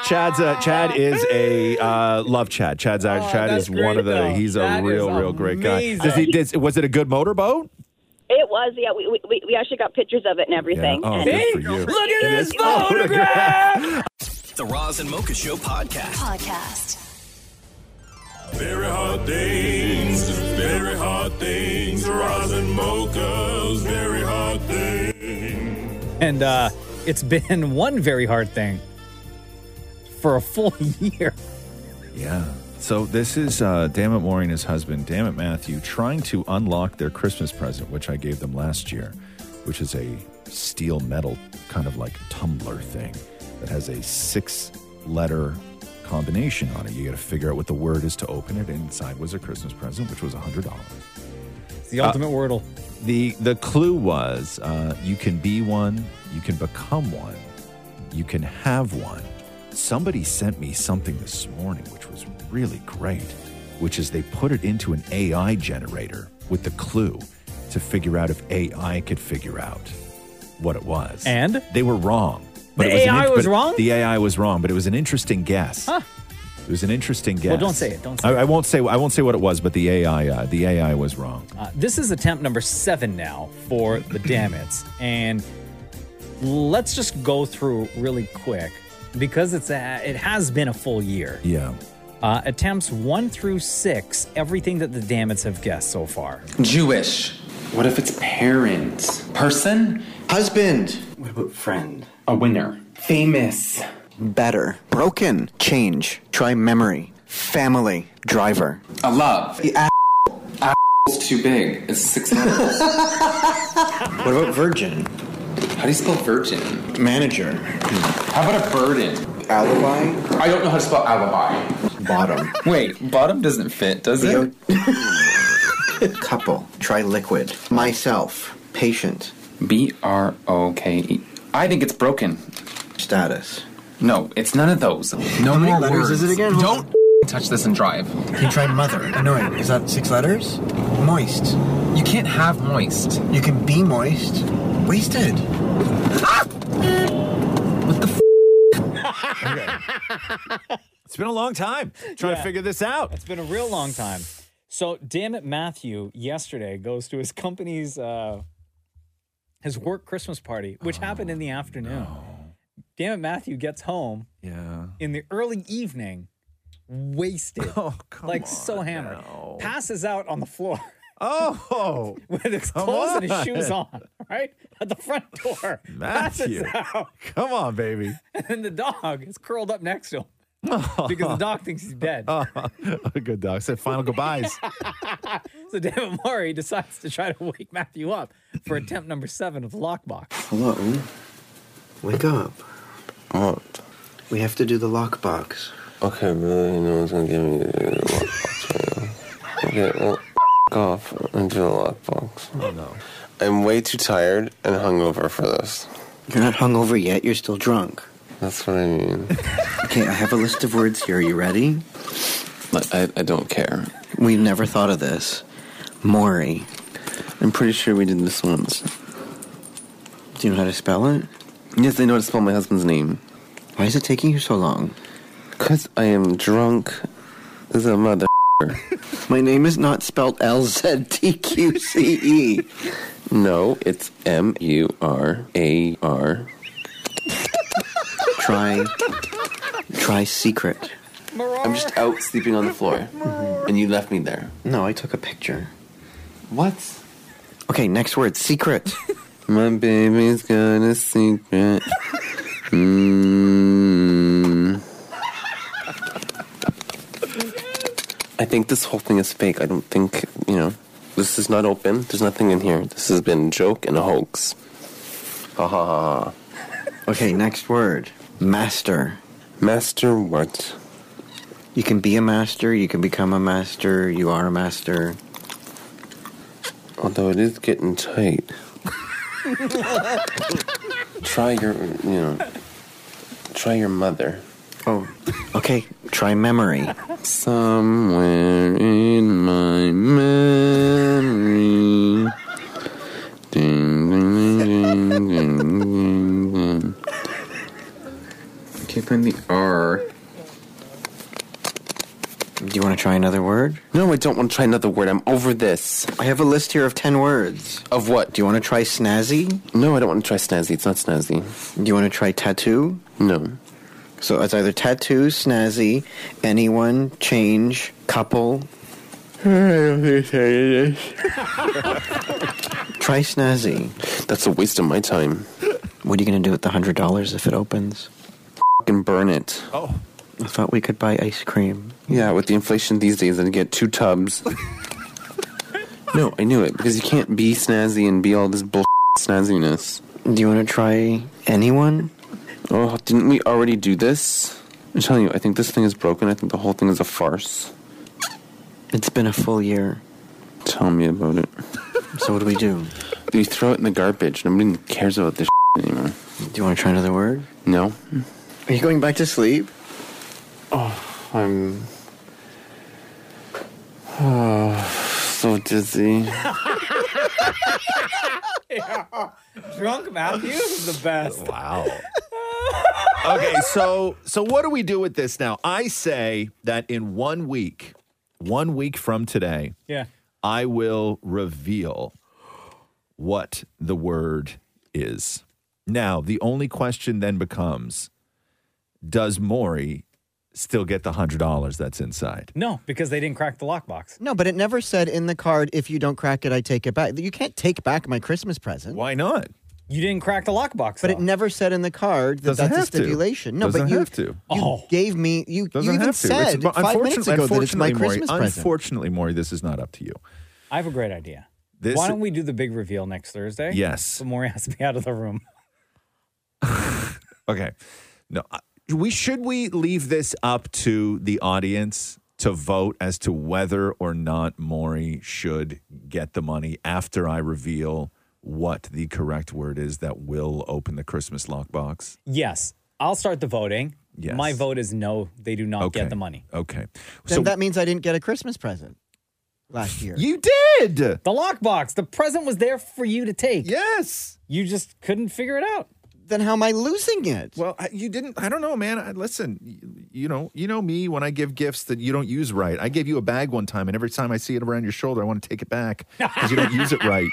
S5: Chad's a, Chad is a uh, love Chad. Chad's act- Chad is one of the he's a real real great guy. Does he does, was it a good motorboat?
S8: It was, yeah. We, we- we, we actually got pictures of it and everything.
S5: Yeah. Oh,
S8: and
S5: good for you.
S2: Look
S8: at
S2: this
S8: photograph.
S2: The Roz and Mocha Show podcast.
S7: Podcast.
S9: Very hard things, very hard things, Roz and Mocha's very hard thing.
S1: And uh, it's been one very hard thing for a full year.
S5: Yeah. So this is uh, damn it, Maureen, his husband, damn it, Matthew, trying to unlock their Christmas present, which I gave them last year, which is a steel metal kind of like tumbler thing that has a six letter combination on it. You got to figure out what the word is to open it. Inside was a Christmas present, which was a hundred dollars.
S1: It's the ultimate wordle.
S5: Uh, The the clue was uh, you can be one, you can become one, you can have one. Somebody sent me something this morning which was really great, which is they put it into an AI generator with the clue to figure out if AI could figure out what it was.
S1: And
S5: they were wrong.
S1: The
S5: it
S1: AI
S5: int-
S1: was
S5: but
S1: wrong?
S5: The AI was wrong, but it was an interesting guess. It was an interesting guess.
S1: Well, don't say it, don't say
S5: I, I won't say. I won't say what it was, but the AI. Uh, the AI was wrong.
S1: Uh, this is attempt number seven now for the Damits. And let's just go through really quick because it's a, it has been a full year.
S5: Yeah.
S1: Uh, attempts one through six, everything that the Damits have guessed so far.
S3: Jewish. What if it's parents? Person? Husband. What about friend? A winner.
S6: Famous. Better. Broken. Change. Try memory. Family. Driver.
S3: A love.
S6: The a-
S3: It's too big. It's six letters. what about virgin? How do you spell virgin? Manager. How about a burden? Alibi? I don't know how to spell alibi. Bottom. Wait, bottom doesn't fit, does it?
S6: Couple. Try liquid. Myself. Patient.
S3: B R O K E. I think it's broken. Status. No, it's none of those. No
S6: How many
S3: more
S6: letters
S3: words.
S6: is it again? Hold
S3: Don't touch this and drive.
S6: You try mother. Annoying. Is that six letters? Moist.
S3: You can't have moist.
S6: You can be moist. Wasted.
S3: Ah!
S5: It's been a long time trying to
S1: Yeah.
S5: figure this out.
S1: It's been a real long time. So, damn it, Matthew yesterday goes to his company's uh, his work Christmas party, which happened in the
S5: Oh,
S1: afternoon. Damn it, Matthew gets home
S5: Yeah.
S1: in the early evening, wasted, like so hammered, passes out on the floor.
S5: Oh,
S1: with his
S5: come
S1: clothes and his shoes
S5: on.
S1: on, right at the front door.
S5: Matthew.
S1: passes out,
S5: Come on, baby.
S1: and the dog is curled up next to him because the dog thinks he's dead.
S5: Oh, good dog. Said final goodbyes.
S1: so David Murray decides to try to wake Matthew up for attempt number seven of the lockbox.
S6: Hello. Wake up. Up. We have to do the lockbox.
S29: Okay, really, no one's gonna give me the lockbox right now. Okay, well, f- off into the lockbox. Oh no. I'm way too tired and hungover for this.
S6: You're not hungover yet. You're still drunk.
S29: That's what I mean.
S6: okay, I have a list of words here. Are you ready?
S29: I, I don't care.
S6: We never thought of this. Maury.
S29: I'm pretty sure we did this once.
S6: Do you know how to spell it?
S29: Yes, I know how to spell my husband's name.
S6: Why is it taking you so long?
S29: Because I am drunk as a mother.
S6: My name is not spelled L Z T Q C E.
S29: No, it's M U R A R.
S6: Try. Try secret.
S29: I'm just out sleeping on the floor. And you left me there.
S6: No, I took a picture.
S29: What?
S6: Okay, next word secret.
S29: My baby's got a secret. Mm. I think this whole thing is fake. I don't think, you know, this is not open. There's nothing in here. This has been a joke and a hoax. Ha ha ha. ha.
S6: Okay, next word. Master.
S29: Master what?
S6: You can be a master, you can become a master, you are a master.
S29: Although it is getting tight. Try your, you know, try your mother.
S6: Oh, okay. Try memory.
S29: Somewhere in my memory. Ding, ding, ding, ding, ding, ding. I can't find the R.
S6: Do you want to try another word?
S29: No, I don't want to try another word. I'm over this.
S6: I have a list here of 10 words.
S29: Of what?
S6: Do you want to try snazzy?
S29: No, I don't want to try snazzy. It's not snazzy.
S6: Do you want to try tattoo?
S29: No.
S6: So it's either tattoo, snazzy, anyone, change, couple.
S29: I don't think I it is.
S6: Try snazzy.
S29: That's a waste of my time.
S6: What are you going to do with the $100 if it opens?
S29: Fucking burn it.
S5: Oh.
S6: I thought we could buy ice cream.
S29: Yeah, with the inflation these days, I'd get two tubs. no, I knew it because you can't be snazzy and be all this bull snazziness.
S6: Do you want to try anyone?
S29: Oh, didn't we already do this? I'm telling you, I think this thing is broken. I think the whole thing is a farce.
S6: It's been a full year.
S29: Tell me about it.
S6: So what do we do?
S29: You throw it in the garbage. Nobody cares about this anymore.
S6: Do you want to try another word?
S29: No, Oh,
S6: Are you going back to sleep?
S29: I'm oh, so dizzy.
S1: Drunk Matthew is the best.
S5: Wow. okay, so so what do we do with this now? I say that in one week, one week from today,
S1: Yeah.
S5: I will reveal what the word is. Now, the only question then becomes does Maury still get the $100 that's inside?
S1: No, because they didn't crack the lockbox.
S6: No, but it never said in the card, if you don't crack it, I take it back. You can't take back my Christmas present.
S5: Why not?
S1: You didn't crack the lockbox.
S6: But it never said in the card that
S5: Doesn't
S6: that's a
S5: have to.
S6: stipulation. No,
S5: Doesn't
S6: but you
S5: have to. Oh.
S6: you gave me you, you
S5: Doesn't
S6: even
S5: have to. It's-
S6: said
S5: but
S6: five minutes
S5: unfortunately-
S6: ago that it's my
S5: unfortunately, Maury,
S6: Christmas present.
S5: Unfortunately, Maury, this is not up to you.
S1: I have a great idea.
S5: This-
S1: Why don't we do the big reveal next Thursday?
S5: Yes.
S1: But Maury has to be out of the room.
S5: Okay. No, I- we should we leave this up to the audience to vote as to whether or not Maury should get the money after I reveal what the correct word is that will open the Christmas lockbox.
S1: Yes. I'll start the voting.
S5: Yes.
S1: My vote is no, they do not
S5: Okay.
S1: get the money.
S5: Okay.
S6: Then that means I didn't get a Christmas present last year.
S5: you did. The
S1: lockbox. The present was there for you to take.
S5: Yes.
S1: You just couldn't figure it out.
S6: Then how am I losing it?
S5: Well, I, you didn't. I don't know, man. I, listen, you, you know, you know me. When I give gifts that you don't use right, I gave you a bag one time, and every time I see it around your shoulder, I want to take it back because you don't use it right.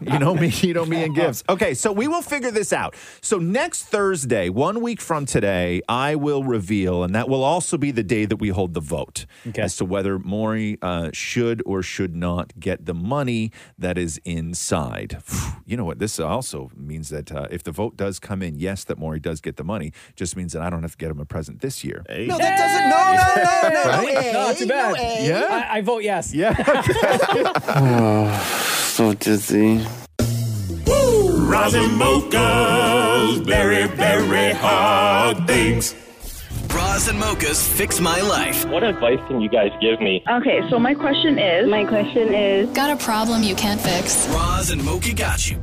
S5: you know me. You know me and gifts. Okay, so we will figure this out. So next Thursday, one week from today, I will reveal, and that will also be the day that we hold the vote as to whether Maury uh, should or should not get the money that is inside. Phew, You know what? This also means that uh, if the vote does come in, yes, that Maury does get the money, just means that I don't have to get him a present this year.
S6: No, that doesn't. No, no, no, no.
S5: Right?
S6: eh,
S1: No, too bad.
S6: eh.
S5: Yeah.
S1: I, I vote yes.
S5: Yeah.
S29: Oh, so dizzy.
S10: Rosin mochas, very, very hard things.
S30: Bras and mochas fix my life.
S31: What advice can you guys give me? Okay, so my question is. My question is.
S12: Got a problem you can't fix.
S30: Bras and mocha got you.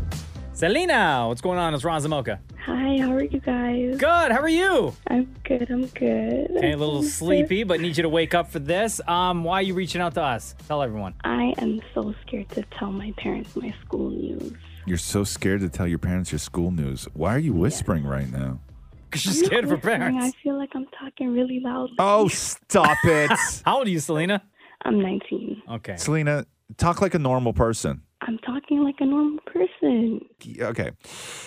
S1: Selena, what's going on? It's Ron Zamoka.
S31: Hi, how are you guys?
S1: Good. How are you?
S31: I'm good. I'm good.
S1: Okay, a little sleepy, but need you to wake up for this. Um, why are you reaching out to us? Tell everyone.
S31: I am so scared to tell my parents my school news.
S5: You're so scared to tell your parents your school news. Why are you whispering right now?
S1: Because she's
S31: I'm
S1: scared of her
S31: not whispering.
S1: parents.
S31: I feel like I'm talking really loud.
S5: Oh, stop it.
S1: How old are you, Selena?
S31: I'm 19.
S1: Okay.
S5: Selena, talk like a normal person.
S31: I'm talking like a normal person.
S5: Okay.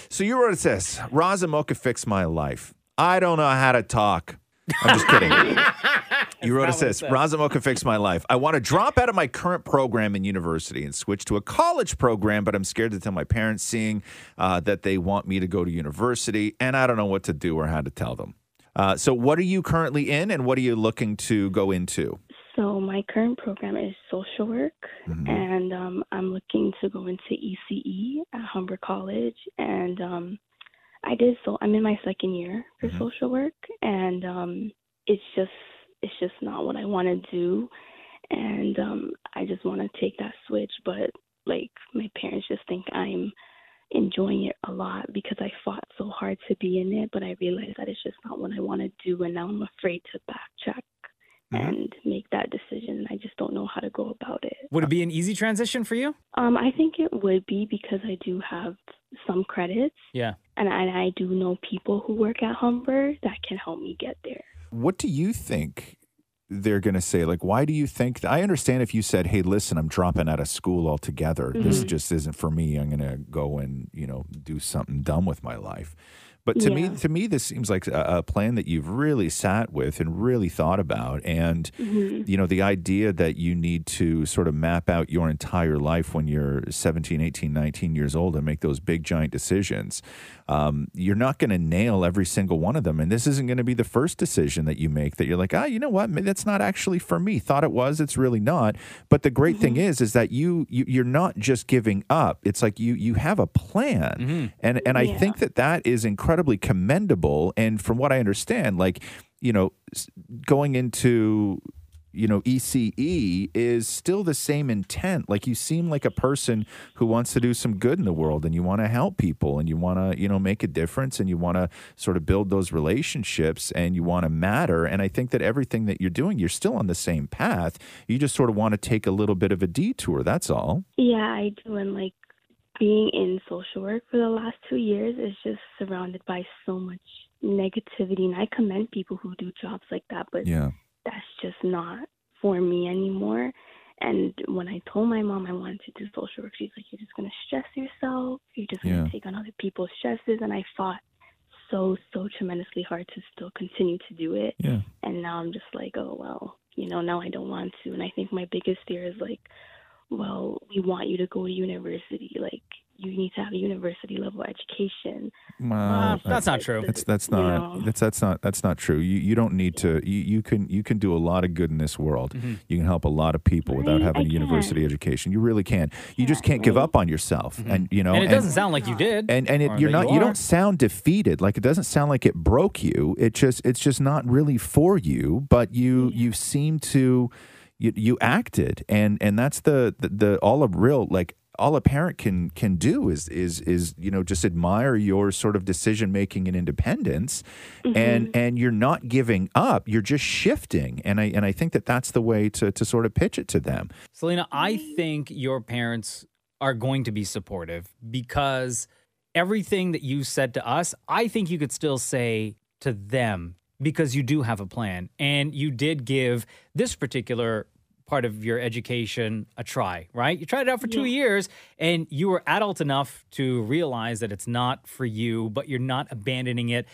S5: So you wrote it says, Razamoka fixed my life. I don't know how to talk. I'm just kidding. You wrote
S1: not
S5: us
S1: what it
S5: this
S1: says.
S5: Razamo can fix my life. I want to drop out of my current program in university and switch to a college program, but I'm scared to tell my parents, seeing uh, that they want me to go to university, and I don't know what to do or how to tell them. Uh, so, what are you currently in, and what are you looking to go into?
S31: So my current program is social work,
S5: Mm-hmm.
S31: and um, I'm looking to go into ECE at Humber College, and um, I did so. I'm in my second year for social work, and um, it's just it's just not what I want to do, and um, I just want to take that switch. But like my parents just think I'm enjoying it a lot because I fought so hard to be in it, but I realized that it's just not what I want to do, and now I'm afraid to backtrack and make that decision. and I just don't know how to go about it.
S1: Would it be an easy transition for you?
S31: Um, I think it would be because I do have some credits,
S1: Yeah.
S31: and I, I do know people who work at Humber that can help me get there.
S5: What do you think they're going to say? Like, why do you think? I understand if you said, "Hey, listen, I'm dropping out of school altogether. This
S31: Mhm.
S5: just isn't for me. I'm going to go and you know do something dumb with my life." But to
S31: Yeah.
S5: me, to me, this seems like a, a plan that you've really sat with and really thought about, and
S2: Mm.
S31: Mhm.
S7: Mm-hmm.
S5: you know the idea that you need to sort of map out your entire life when you're 17 18 19 years old and make those big giant decisions um, you're not going to nail every single one of them and this isn't going to be the first decision that you make that you're like ah you know what Maybe that's not actually for me thought it was it's really not but the great thing is is that you, you you're not just giving up it's like you you have a plan and and i
S10: Yeah.
S5: think that that is incredibly commendable and from what i understand like you know s- going into you know ECE is still the same intent like you seem like a person who wants to do some good in the world and you want to help people and you want to you know make a difference and you want to sort of build those relationships and you want to matter and I think that everything that you're doing you're still on the same path you just sort of want to take a little bit of a detour that's all
S31: Yeah, I do, and like being in social work for the last two years is just surrounded by so much negativity, and I commend people who do jobs like that, but that's just not for me anymore. And when I told my mom I wanted to do social work, she's like, You're just going to stress yourself. You're just going to
S17: Yeah.
S31: take on other people's stresses. And I fought so, so tremendously hard to still continue to do it.
S17: Yeah.
S31: And now I'm just like, Oh, well, you know, now I don't want to. And I think my biggest fear is like, Well, we want you to go to university. Like, you need to have a university level education.
S5: Wow,
S31: Uh, that's not true.
S5: That's that's not that's that's not that's not true. You you don't need to. You, you can you can do a lot of good in this world. You can help a lot of people without
S1: Right,
S5: having a
S1: I
S5: university education. You really can. You just can't give up on yourself, and you know.
S1: and it doesn't sound like you did.
S5: and and
S1: or
S5: it, you're
S1: that
S5: not you
S1: are.
S5: don't sound defeated like it doesn't sound like it broke you it just it's just not really for you but you you seem to you, you acted and and that's the, the the all a real like all a parent can can do is is is you know just admire your sort of decision making and independence and and you're not giving up you're just shifting and i and i think that that's the way to to sort of pitch it to them
S1: Selena, I think your parents are going to be supportive because everything that you said to us, I think you could still say to them because you do have a plan and you did give this particular part of your education a try, right? You tried it out for 2 years and you were adult enough to realize that it's not for you, but you're not abandoning it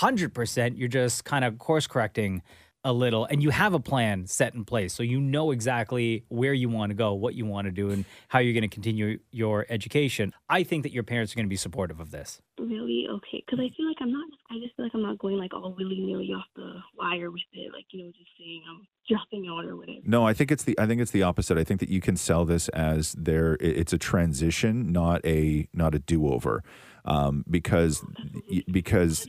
S1: 100%, you're just kind of course correcting a little and you have a plan set in place so you know exactly where you want to go what you want to do and how you're going to continue your education i think that your parents are going to be supportive of this
S31: really okay because
S1: Mm-hmm.
S31: i feel like i'm not i just feel like i'm not going like all willy-nilly off the wire with it like you know just saying i'm dropping out or whatever
S5: No, I think it's the I think it's the opposite. I think that you can sell this as there i- it's a transition, not a not a do over, um, because y- because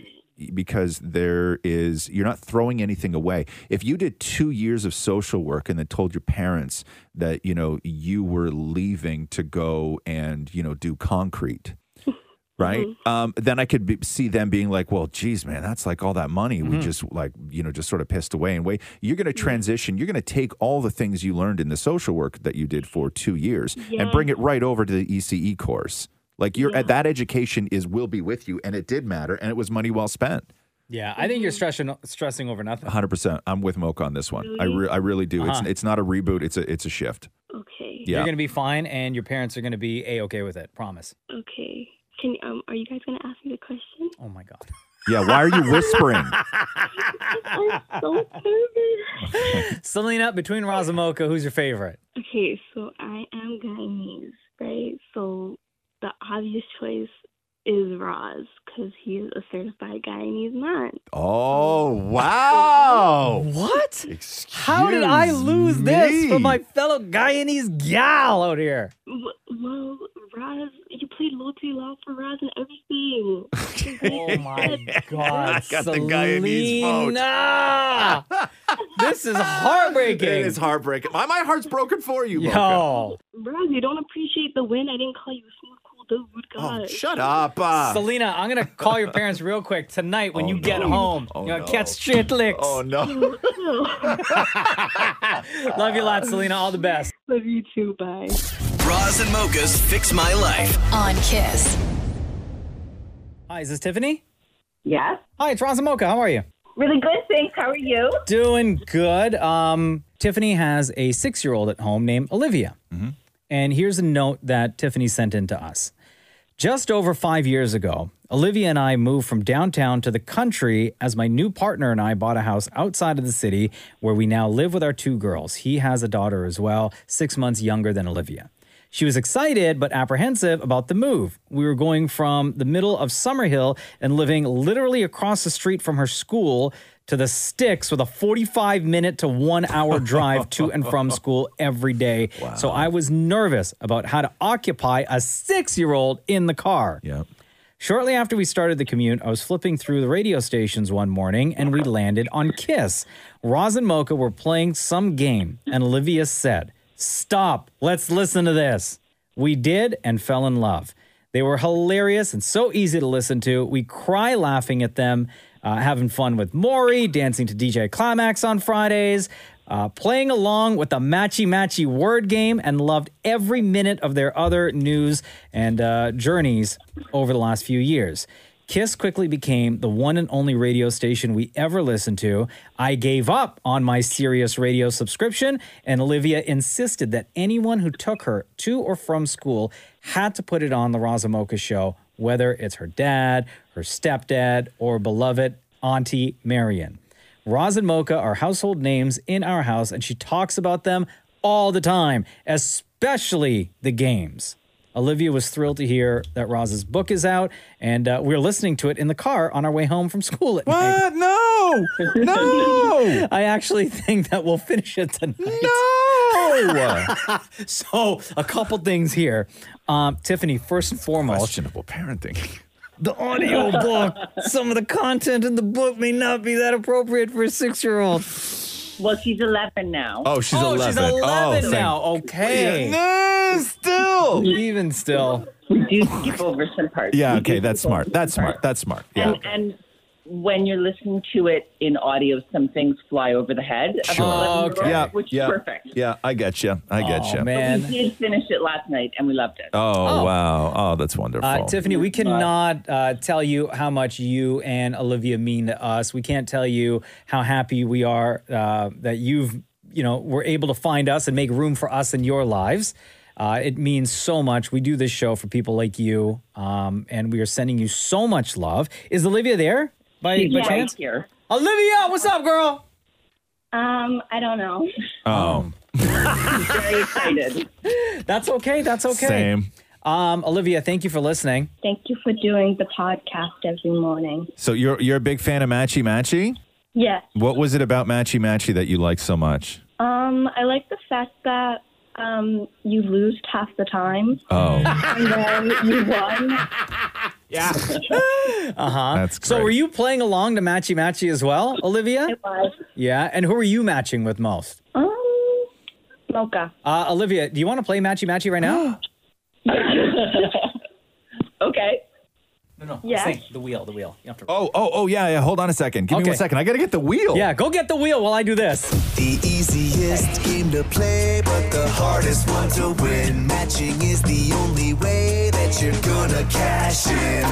S5: because there is you're not throwing anything away. If you did two years of social work and then told your parents that you know you were leaving to go and you know do concrete right? Um, then I could be, see them being like, "Well, geez, man, that's like all that money we just like you know just sort of pissed away." And wait, you're going to transition. You're going to take all the things you learned in the social work that you did for two years and bring it right over to the ECE course. Like your that education is will be with you, and it did matter, and it was money well spent.
S1: yeah i think you're stressing stressing over nothing
S5: 100%. I'm with Mocha on this one. I, re- I really do.
S1: Uh-huh.
S5: It's it's not a reboot. It's a it's a shift.
S31: okay
S5: Yeah.
S1: you're going to be fine and your parents are going to be a-okay with it promise
S31: okay can um are you guys gonna ask me the question
S1: oh my god
S5: Yeah. Why are you whispering?
S31: i'm so nervous
S1: Selena, between Roz and Mocha, who's your favorite?
S31: Okay, so I am Guyanese, right? So the obvious choice is Roz because he is a certified Guyanese man.
S5: Oh, wow.
S1: what? How did I lose this for my fellow Guyanese gal out here?
S31: W- Well, Roz, you played Lottie Law for Roz and everything.
S1: oh my
S5: I
S1: God,
S5: got the Guyanese
S1: Selena! this is heartbreaking.
S5: It is heartbreaking. My, my heart's broken for you, Mocha.
S1: Yo.
S31: Roz, you don't appreciate the win. I didn't call you a smooth, cool dude.
S1: Oh,
S31: God.
S5: shut up. uh.
S1: Selena, I'm going to call your parents real quick tonight when you get home.
S5: Oh,
S1: You're
S5: no.
S1: going to catch shit licks. Oh,
S5: no.
S1: Love you a lot, Selena. All the best.
S31: Love you too. Bye.
S10: Roz and Mocha's Fix My Life.
S32: on Kiss.
S1: Hi, is this Tiffany?
S31: Yes.
S1: Hi, it's Roz and Mocha. How are you?
S31: Really
S8: Oh,
S31: good, thanks. How are you?
S1: Doing good. Um, Tiffany has a six year old at home named Olivia. And here's a note that Tiffany sent in to us. Just over five years ago, Olivia and I moved from downtown to the country as my new partner and I bought a house outside of the city where we now live with our two girls. He has a daughter as well, six months younger than Olivia. She was excited but apprehensive about the move. We were going from the middle of Summerhill and living literally across the street from her school to the sticks with a 45 minute to one hour drive to and from school every day. So I was nervous about how to occupy a six year old in the car. Yep. Shortly after we started the commute, I was flipping through the radio stations one morning and we landed on Kiss. Roz and Mocha were playing some game, and Olivia said, Stop, let's listen to this. We did and fell in love. They were hilarious and so easy to listen to. We cry laughing at them, uh, having fun with Maury, dancing to DJ Climax on Fridays, uh, playing along with the matchy matchy word game, and loved every minute of their other news and uh, journeys over the last few years. Kiss quickly became the one and only radio station we ever listened to. I gave up on my Sirius radio subscription, and Olivia insisted that anyone who took her to or from school had to put it on the Razamoka show, whether it's her dad, her stepdad, or beloved Auntie Marion. Roz and Mocha are household names in our house, and she talks about them all the time, especially the games. Olivia was thrilled to hear that Roz's book is out, and uh, we were listening to it in the car on our way home from school at what?
S5: No, no.
S1: I actually think that we'll finish it tonight. No. so, a couple things here, um, Tiffany. First and foremost, questionable
S5: parenting.
S1: The audio book. Some of the content in the book may not be that appropriate for a six-year-old.
S8: Well, she's 11 now.
S5: Oh, she's
S1: oh,
S5: 11.
S1: She's 11
S5: Oh,
S1: now.
S5: thank-
S1: Okay.
S5: No, still.
S1: Even still.
S8: We do skip over some parts.
S5: Yeah, okay, that's smart. That's smart. That's smart. Yeah.
S8: And, and when you're listening to it in audio, some things fly over the head. of
S5: Sure.
S8: an 11-year-old,
S5: Yeah,
S8: Which
S5: yeah,
S8: is perfect.
S5: Yeah, I get you. I get
S1: Aw,
S5: you.
S1: man.
S8: We did finish it last night and we loved it.
S5: Oh,
S1: Oh.
S5: wow. Oh, that's wonderful.
S1: Uh, Tiffany, we cannot uh, tell you how much you and Olivia mean to us. We can't tell you how happy we are uh, that you've, you know, were able to find us and make room for us in your lives. Uh, it means so much. We do this show for people like you, um, and we are sending you so much love. Is Olivia there by, by
S8: She's right
S1: chance?
S8: here.
S1: Olivia, what's up, girl?
S31: Um, I don't know.
S5: Oh,
S8: Very excited.
S1: That's okay. That's okay.
S5: Same.
S1: Um, Olivia, thank you for listening.
S31: Thank you for doing the podcast every morning.
S5: so you're you're a big fan of Matchy Matchy?
S31: Yes.
S5: What was it about Matchy Matchy that you liked so much?
S31: Um, I like the fact that um, you lose half the time.
S5: Oh.
S31: And then you won.
S1: Yeah. uh huh. That's So, were you playing along to Matchy Matchy as well, Olivia?
S31: It was.
S1: Yeah. And who are you matching with most?
S31: Mocha.
S1: Uh, Olivia, do you want to play Matchy Matchy right now?
S8: okay.
S1: No, no.
S8: Yeah. Sing.
S1: The wheel, the wheel. You have to.
S5: Oh, oh, oh, yeah, yeah. Hold on a second. Give me
S1: Okay.
S5: one second. I got to get the wheel.
S1: Yeah, go get the wheel while I do this.
S10: The easiest game to play, but the hardest one to win. Matching is the only way that you're gonna cash in.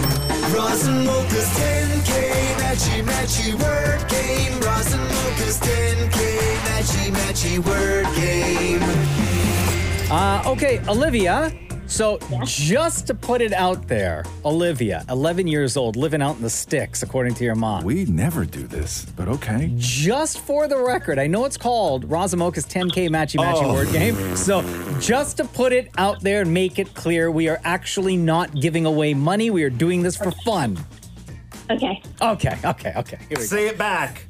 S10: Roz and Mocha's 10K matchy matchy word game. Roz and Mocha's 10K matchy matchy word game.
S1: Uh, okay, Olivia, So, just to put it out there, Olivia, 11 years old, living out in the sticks, according to your mom.
S5: We never do this, but okay.
S1: Just for the record, I know it's called Razamoka's 10K Matchy Matchy
S5: Oh.
S1: Word Game. So, just to put it out there and make it clear, we are actually not giving away money. We are doing this for fun.
S15: Okay.
S1: Okay, okay, okay. Here we
S15: Say
S1: it back.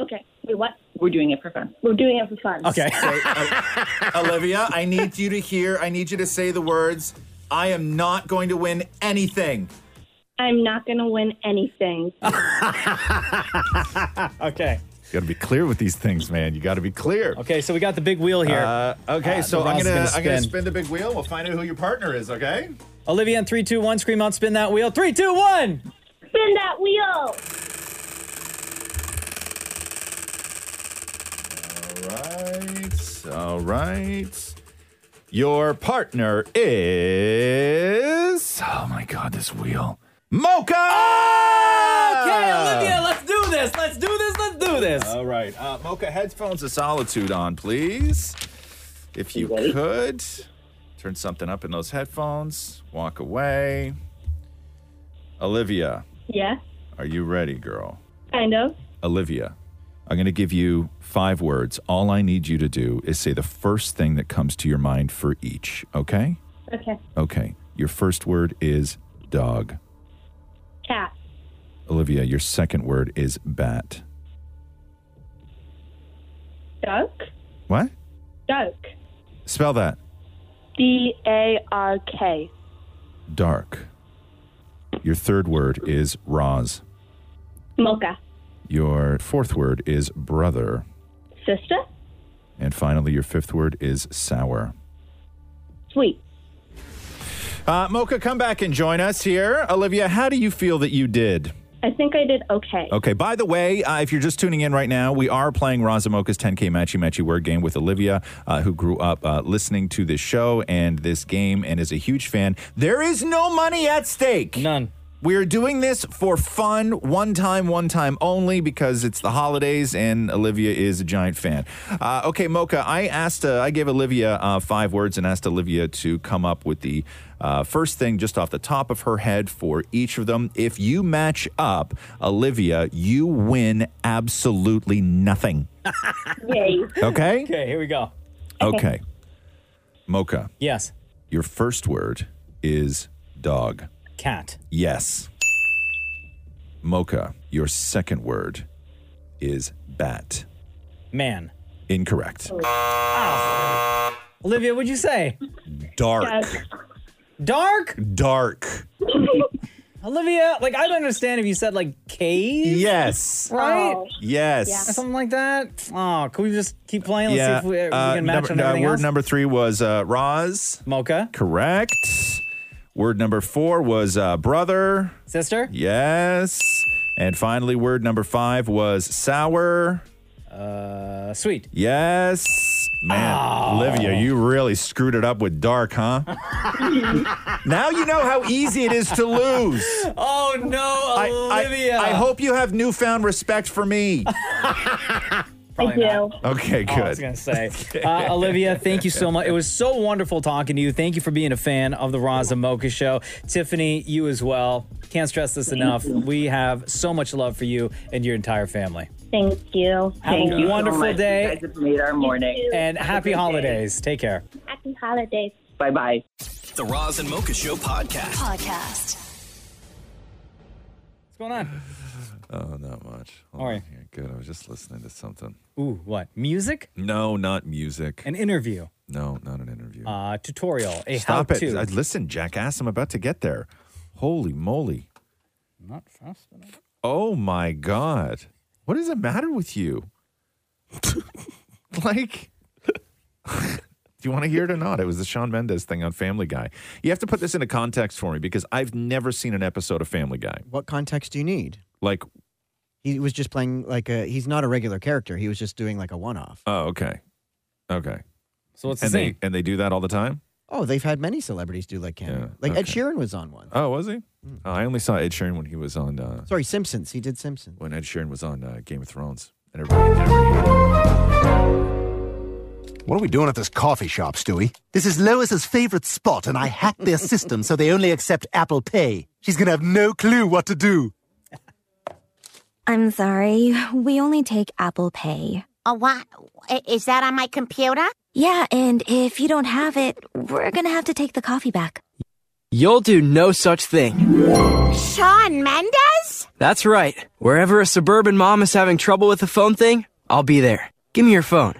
S15: Okay. Wait, what? We're doing it for fun. We're doing it for fun.
S1: Okay.
S18: uh, Olivia, I need you to hear, I need you to say the words, I am not going to win anything.
S10: I'm not going to win anything.
S1: okay.
S5: You got to be clear with these things, man. You got to be clear.
S1: Okay, so we got the big wheel here.
S5: Uh, okay,
S1: Uh,
S5: so
S1: the
S5: I'm
S1: wheel's
S5: gonna,
S1: gonna
S5: I'm gonna
S1: spin.
S5: spin the big wheel. We'll find out who your partner is. Okay.
S1: Olivia, in three, two, one, scream out, spin that wheel. Three, two, one.
S10: Spin that wheel.
S5: All right. All right. Your partner is. Oh my God, this wheel. Mocha.
S1: Okay, Olivia, let's do this. Let's do this. Let's do this.
S5: All right. Uh, Mocha, headphones of solitude on, please. If you could, turn something up in those headphones, walk away. Olivia,
S10: Yeah,
S5: are you ready, girl?
S10: kind of.
S5: Olivia, I'm going to give you five words. All I need you to do is say the first thing that comes to your mind for each, okay?
S10: Okay.
S5: Okay. Your first word is dog.
S10: Cat.
S5: Olivia, your second word is bat.
S10: Duck.
S5: What?
S10: Duck.
S5: Spell that.
S10: D A R K.
S5: Dark. Your third word is Roz.
S10: Mocha.
S5: Your fourth word is brother.
S10: Sister.
S5: And finally, your fifth word is sour.
S10: Sweet.
S5: Uh, Mocha, come back and join us here. Olivia, how do you feel that you did?
S10: I think I did okay.
S5: Okay. By the way, uh, if you're just tuning in right now, we are playing Razamoka's 10K Matchy Matchy Word Game with Olivia, uh, who grew up uh, listening to this show and this game and is a huge fan. There is no money at stake.
S1: None.
S5: We're doing this for fun, one time, one time only, because it's the holidays and Olivia is a giant fan. Uh, okay, Mocha, I asked, uh, I gave Olivia uh, five words and asked Olivia to come up with the uh, first thing just off the top of her head for each of them. If you match up, Olivia, you win absolutely nothing.
S1: Yay.
S5: Okay?
S1: Okay, here we go.
S5: Okay. Mocha,
S1: Yes.
S5: your first word is dog.
S1: Cat.
S5: Yes. Mocha, your second word is bat.
S1: Man. Ah.
S5: Incorrect.
S1: Olivia, what'd you say?
S5: Dark.
S1: Dark?
S5: Dark.
S1: Olivia, like I don't understand if you said like cave.
S5: Yes.
S1: Right?
S5: Yes.
S1: Or something like that. Oh, can we just keep playing? Let's see if we, we
S5: uh,
S1: can match
S5: number-
S1: on
S5: uh,
S1: everything
S5: Word
S1: else.
S5: number three was uh, Roz.
S1: Mocha.
S5: Correct. Word number four was uh, brother.
S1: Sister.
S5: Yes. And finally, word number five was sour.
S1: Uh, sweet. Oh.
S5: Yes. Man, Olivia, you really screwed it up with dark, huh? now you know how easy it is to lose.
S1: Oh no,
S5: I-
S1: Olivia.
S5: I hope you have newfound respect for me.
S1: Probably not.
S5: Okay,
S1: Oh,
S5: good.
S1: I was gonna say, uh, Olivia, thank you so much. It was so wonderful talking to you. Thank you for being a fan of the Raza Mocha Show. Tiffany, you as well. Can't stress this enough. We have so much love for you and your entire family.
S10: Thank you.
S1: Have
S10: Thank
S1: a
S10: you so
S1: wonderful
S10: much. You
S1: day.
S10: guys have made our morning. You too.
S1: And
S10: Have a
S1: happy
S10: great day.
S1: holidays. Take care.
S10: Happy holidays.
S15: Bye bye.
S2: The Roz and Mocha Show podcast.
S7: Podcast.
S1: What's going on?
S5: Oh, not much. Hold
S1: All
S5: on
S1: right.
S5: here. Good. I was just listening to something.
S1: Ooh, what? Music?
S5: No, not music.
S1: An interview?
S5: No, not an interview.
S1: Uh, tutorial? A
S5: Stop it.
S1: how-to.
S5: I- listen, jackass, I'm about to get there. Holy moly.
S1: Not fast enough.
S5: Oh my God. What is the matter with you? like, do you want to hear it or not? It was the Sean Mendez thing on Family Guy. You have to put this into context for me because I've never seen an episode of Family Guy.
S6: What context do you need?
S5: Like,
S6: He was just playing like a. He's not a regular character. He was just doing like a one-off.
S5: oh, okay. Okay.
S1: So what's
S6: the
S5: and
S6: scene?
S5: they, and they do that all the time?
S6: Oh, they've had many celebrities do like cameo. like Ed Sheeran was on one.
S5: Oh, was he? Oh, I only saw Ed Sheeran when he was on uh,
S6: Sorry, Simpsons. He did Simpsons.
S5: when Ed Sheeran was on uh, Game of Thrones, and everybody. everybody-
S16: What are we doing at this coffee shop, Stewie? This is Lois's favorite spot, and I hacked their system so they only accept Apple Pay. She's gonna have no clue what to do.
S17: I'm sorry, we only take Apple Pay.
S19: Oh, what? I- Is that on my computer?
S17: Yeah, and if you don't have it, we're gonna have to take the coffee back.
S20: You'll do no such thing.
S19: Sean Mendez?
S20: That's right. Wherever a suburban mom is having trouble with the phone thing, I'll be there. Give me your phone.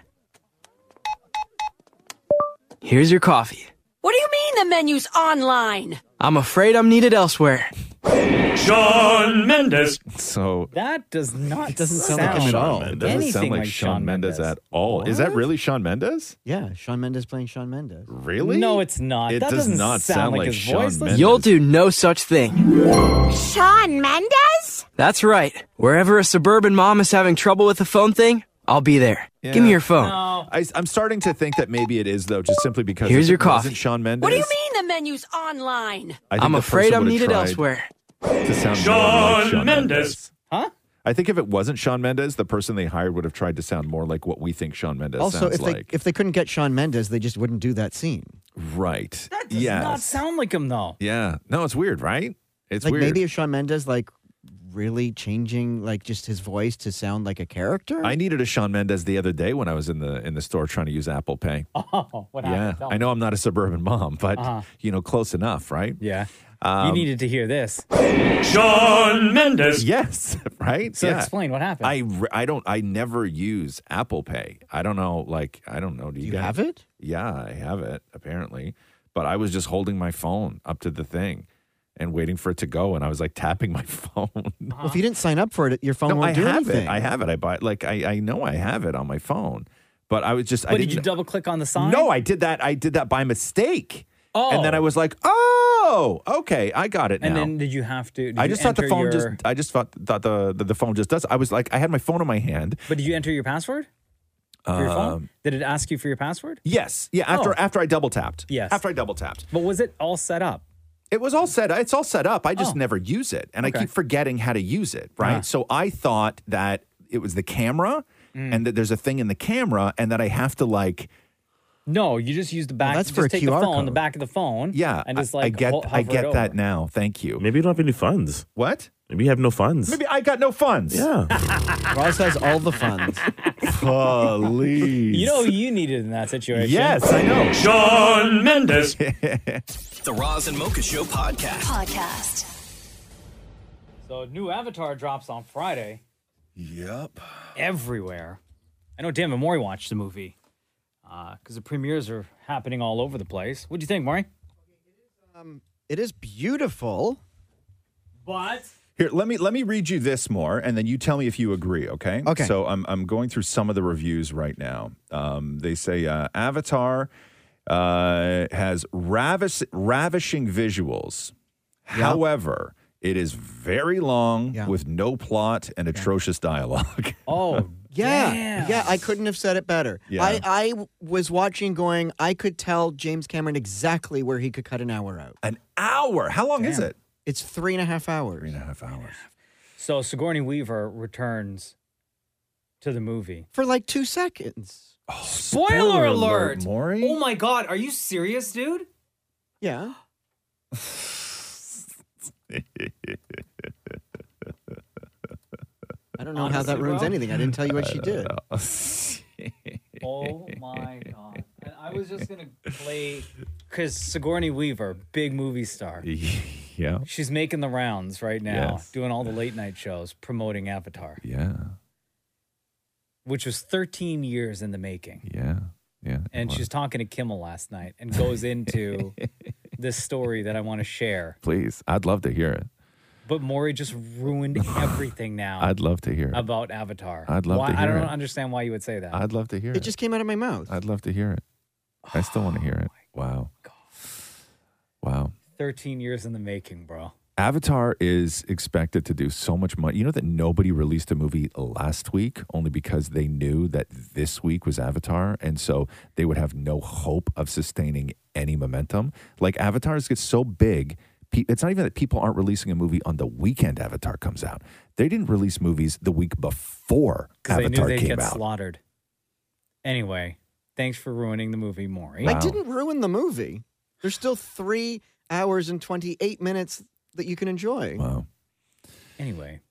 S20: Here's your coffee.
S12: What do you mean the menu's online?
S20: I'm afraid I'm needed elsewhere.
S1: Sean
S20: Mendes.
S5: So
S1: That does not doesn't sound,
S5: Sean
S1: anything
S5: Mendes. Doesn't sound like, Sean Mendes at all. Is that really Sean Mendes?
S6: Yeah, Sean Mendes playing Sean Mendes.
S5: Really?
S1: No, it's not.
S5: It
S1: That
S5: does
S1: doesn't
S5: not
S1: sound
S5: sound
S1: like
S5: like
S1: his
S5: Sean
S1: voice.
S5: Mendes.
S20: You'll do no such thing.
S19: Sean Mendez?
S20: That's right. Wherever a suburban mom is having trouble with the phone thing, I'll be there. Give me your phone.
S5: I, am starting to think that maybe it is though, just simply because
S20: Here's
S5: if it
S20: your coffee.
S5: wasn't Sean Mendes.
S12: What do you mean the menu's online?
S5: I think
S20: I'm
S5: the
S20: afraid
S5: person
S20: I'm
S5: would've
S20: needed
S5: tried
S20: elsewhere.
S5: To sound more like Sean Mendes.
S1: Huh?
S5: I think if it wasn't Sean Mendes, the person they hired would have tried to sound more like what we think Sean Mendes
S6: Also,
S5: sounds
S6: if they
S5: like.
S6: if they couldn't get Sean Mendes, they just wouldn't do that scene.
S5: Right.
S1: That does
S5: yes.
S1: not sound like him though.
S5: yeah. No, it's weird, right? It's
S6: like
S5: weird.
S6: maybe if Sean Mendes like really changing like just his voice to sound like a character.
S5: I needed a Sean Mendes the other day when I was in the in the store trying to use Apple Pay.
S1: Oh, what
S5: yeah,
S1: happened? Tell
S5: I know I'm not a suburban mom, but
S1: Uh-huh.
S5: you know, close enough, right?
S1: Yeah.
S5: Um,
S1: you needed to hear this.
S5: Sean Mendes. Yes, right.
S1: So explain what happened.
S5: I re- I don't. I never use Apple Pay. I don't know. Like I don't know. Do you,
S6: you
S5: guys-
S6: have it?
S5: Yeah, I have it apparently. But I was just holding my phone up to the thing and waiting for it to go, and I was like tapping my phone.
S6: Well, if you didn't sign up for it, your phone
S5: no,
S6: won't
S5: I
S6: do
S5: have
S6: anything.
S5: it. I have it. I buy. Like I I know I have it on my phone. But I was just. I
S1: but did
S5: didn't-
S1: you double click on the sign?
S5: No, I did that. I did that by mistake.
S1: Oh.
S5: And then I was like, oh, okay, I got it
S1: And
S5: now.
S1: then did you have to? did
S5: I
S1: you
S5: just thought the
S1: enter
S5: phone
S1: your-
S5: just. I just thought, thought the, the the phone just does. I was like, I had my phone in my hand.
S1: But did you enter your password? For your phone?
S5: Um,
S1: Did it ask you for your password?
S5: Yes. Yeah. After
S1: Oh.
S5: after I double tapped.
S1: Yes.
S5: After I double tapped.
S1: But was it all set up?
S5: It was all set. It's all set up. I just
S1: Oh.
S5: never use it, and
S1: Okay.
S5: I keep forgetting how to use it. Right.
S1: Ah.
S5: So I thought that it was the camera,
S1: Mm.
S5: and that there's a thing in the camera, and that I have to like.
S1: No, you just use the back.
S5: that's
S1: just
S5: for a
S1: take
S5: QR
S1: the phone, the
S5: code.
S1: back of the phone.
S5: Yeah,
S1: and just
S5: I-
S1: like
S5: I get
S1: ho-
S5: I
S1: hover it
S5: get that
S1: over.
S5: now. Thank you.
S4: Maybe you don't have any funds.
S5: What?
S4: Maybe you have no funds.
S5: Maybe I got no funds.
S4: Yeah.
S6: Ross has all the funds.
S5: Please.
S1: You know who you needed in that situation.
S5: Yes, I know.
S4: Sean Mendes.
S33: The Roz and Mocha Show podcast.
S1: Podcast. So new Avatar drops on Friday.
S33: Yep.
S1: Everywhere. I know Dan and Maury watched the movie because the premieres are happening all over the place. What do you think, Maury?
S6: It is beautiful.
S1: But
S5: Here, let me let me read you this more, and then you tell me if you agree. Okay.
S6: Okay.
S5: So I'm I'm going through some of the reviews right now. Um, they say uh, Avatar uh, has ravish, ravishing visuals. However, it is very long with no plot and atrocious dialogue.
S1: Oh,
S6: Yeah. Yeah, I couldn't have said it better.
S5: Yeah.
S6: I, I w- was watching going, I could tell James Cameron exactly where he could cut an hour out.
S5: An hour? How long is it?
S6: It's three and a half hours. Three
S5: and a half hours.
S1: So Sigourney Weaver returns to the movie.
S6: For like two seconds.
S5: Oh,
S1: Spoiler, alert! Oh my god, are you serious, dude?
S6: Yeah. I don't know how
S1: Honestly,
S6: that ruins
S1: bro?
S6: anything. I didn't tell you what she did.
S1: Oh my god! And I was just gonna play because Sigourney Weaver, big movie star.
S5: Yeah.
S1: She's making the rounds right now,
S5: Yes.
S1: doing all the late night shows, promoting Avatar,
S5: Yeah.
S1: which was 13 years in the making.
S5: Yeah. Yeah.
S1: And she's talking to Kimmel last night and goes into this story that I want to share.
S5: Please, I'd love to hear it.
S1: But Maury just ruined everything now.
S5: I'd love to hear it.
S1: about Avatar.
S5: I'd love
S1: why,
S5: to
S1: I
S5: hear
S1: don't
S5: it.
S1: understand why you would say that.
S5: I'd love to hear it.
S6: It just came out Oh of my mouth.
S5: I'd love to hear it. I still want to hear it. Wow. Wow.
S1: 13 years in the making, bro.
S5: Avatar is expected to do so much money. You know that nobody released a movie last week only because they knew that this week was Avatar. And so they would have no hope of sustaining any momentum. Like Avatars gets so big. pe- It's not even that people aren't releasing a movie on the weekend Avatar comes out. They didn't release movies the week before
S1: Because they knew
S5: Avatar
S1: they'd
S5: came
S1: get
S5: out.
S1: slaughtered. Anyway, Thanks for ruining the movie, Maury.
S6: I didn't ruin the movie. There's still three hours and 28 minutes that you can enjoy.
S5: Wow.
S1: Anyway,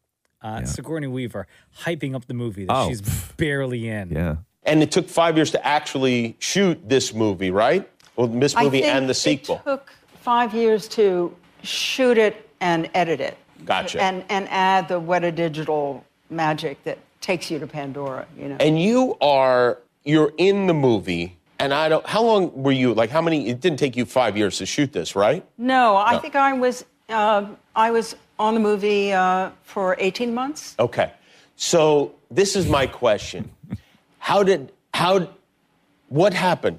S1: uh, Sigourney Weaver hyping up the movie that
S21: Oh.
S1: she's barely in.
S5: Yeah.
S21: And it took five years to actually shoot this movie, right? Well, this
S27: I
S21: movie
S27: think
S21: and the
S27: it
S21: sequel.
S27: took five years to shoot it and edit it.
S21: Gotcha.
S27: And and add the Weta Digital magic that takes you to Pandora. You know.
S21: And you are you're in the movie, and I don't. How long were you? Like, how many? It didn't take you five years to shoot this, right?
S27: no, I
S21: No.
S27: think I was uh, I was on the movie uh, for 18 months.
S21: Okay. So this is my question: How did how what happened?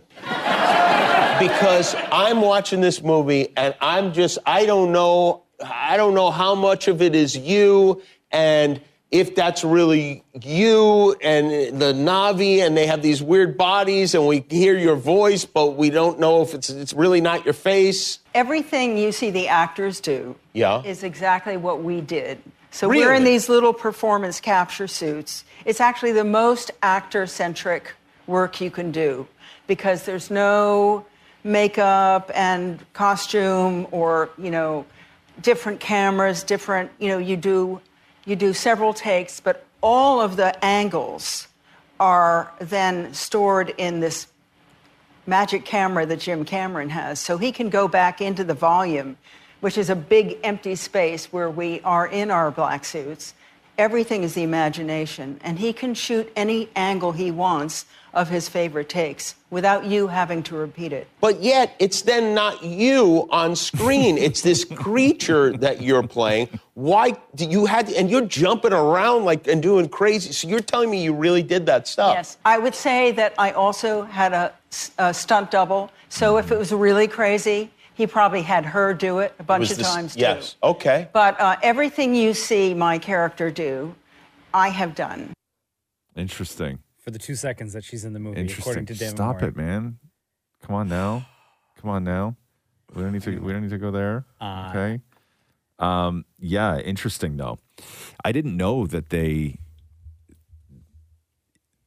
S21: Because I'm watching this movie, and I'm just I don't know I don't know how much of it is you and. If that's really you and the Navi, and they have these weird bodies, and we hear your voice, but we don't know if it's it's really not your face.
S27: Everything you see the actors do
S21: Yeah.
S27: is exactly what we did. So we're
S21: Really?
S27: in these little performance capture suits. It's actually the most actor centric work you can do because there's no makeup and costume or, you know, different cameras, different, you know, you do you do several takes, but all of the angles are then stored in this magic camera that Jim Cameron has. So he can go back into the volume, which is a big empty space where we are in our black suits. Everything is the imagination, and he can shoot any angle he wants of his favorite takes without you having to repeat it.
S21: But yet, it's then not you on screen. it's this creature that you're playing. Why do you had and you're jumping around like and doing crazy? So you're telling me you really did that stuff?
S27: Yes, I would say that I also had a, s- a stunt double. So if it was really crazy, he probably had her do it a bunch
S21: Was
S27: of
S21: this-
S27: times
S21: Yes.
S27: too.
S21: Okay.
S27: But uh, everything you see my character do, I have done.
S5: Interesting.
S1: For the two seconds that she's in the movie,
S5: Interesting.
S1: according to Damon
S5: Stop
S1: Maury.
S5: it, man. Come on now. Come on now. We don't need to. We don't need to go there.
S1: Uh,
S5: okay. Um. Yeah. Interesting though. I didn't know that they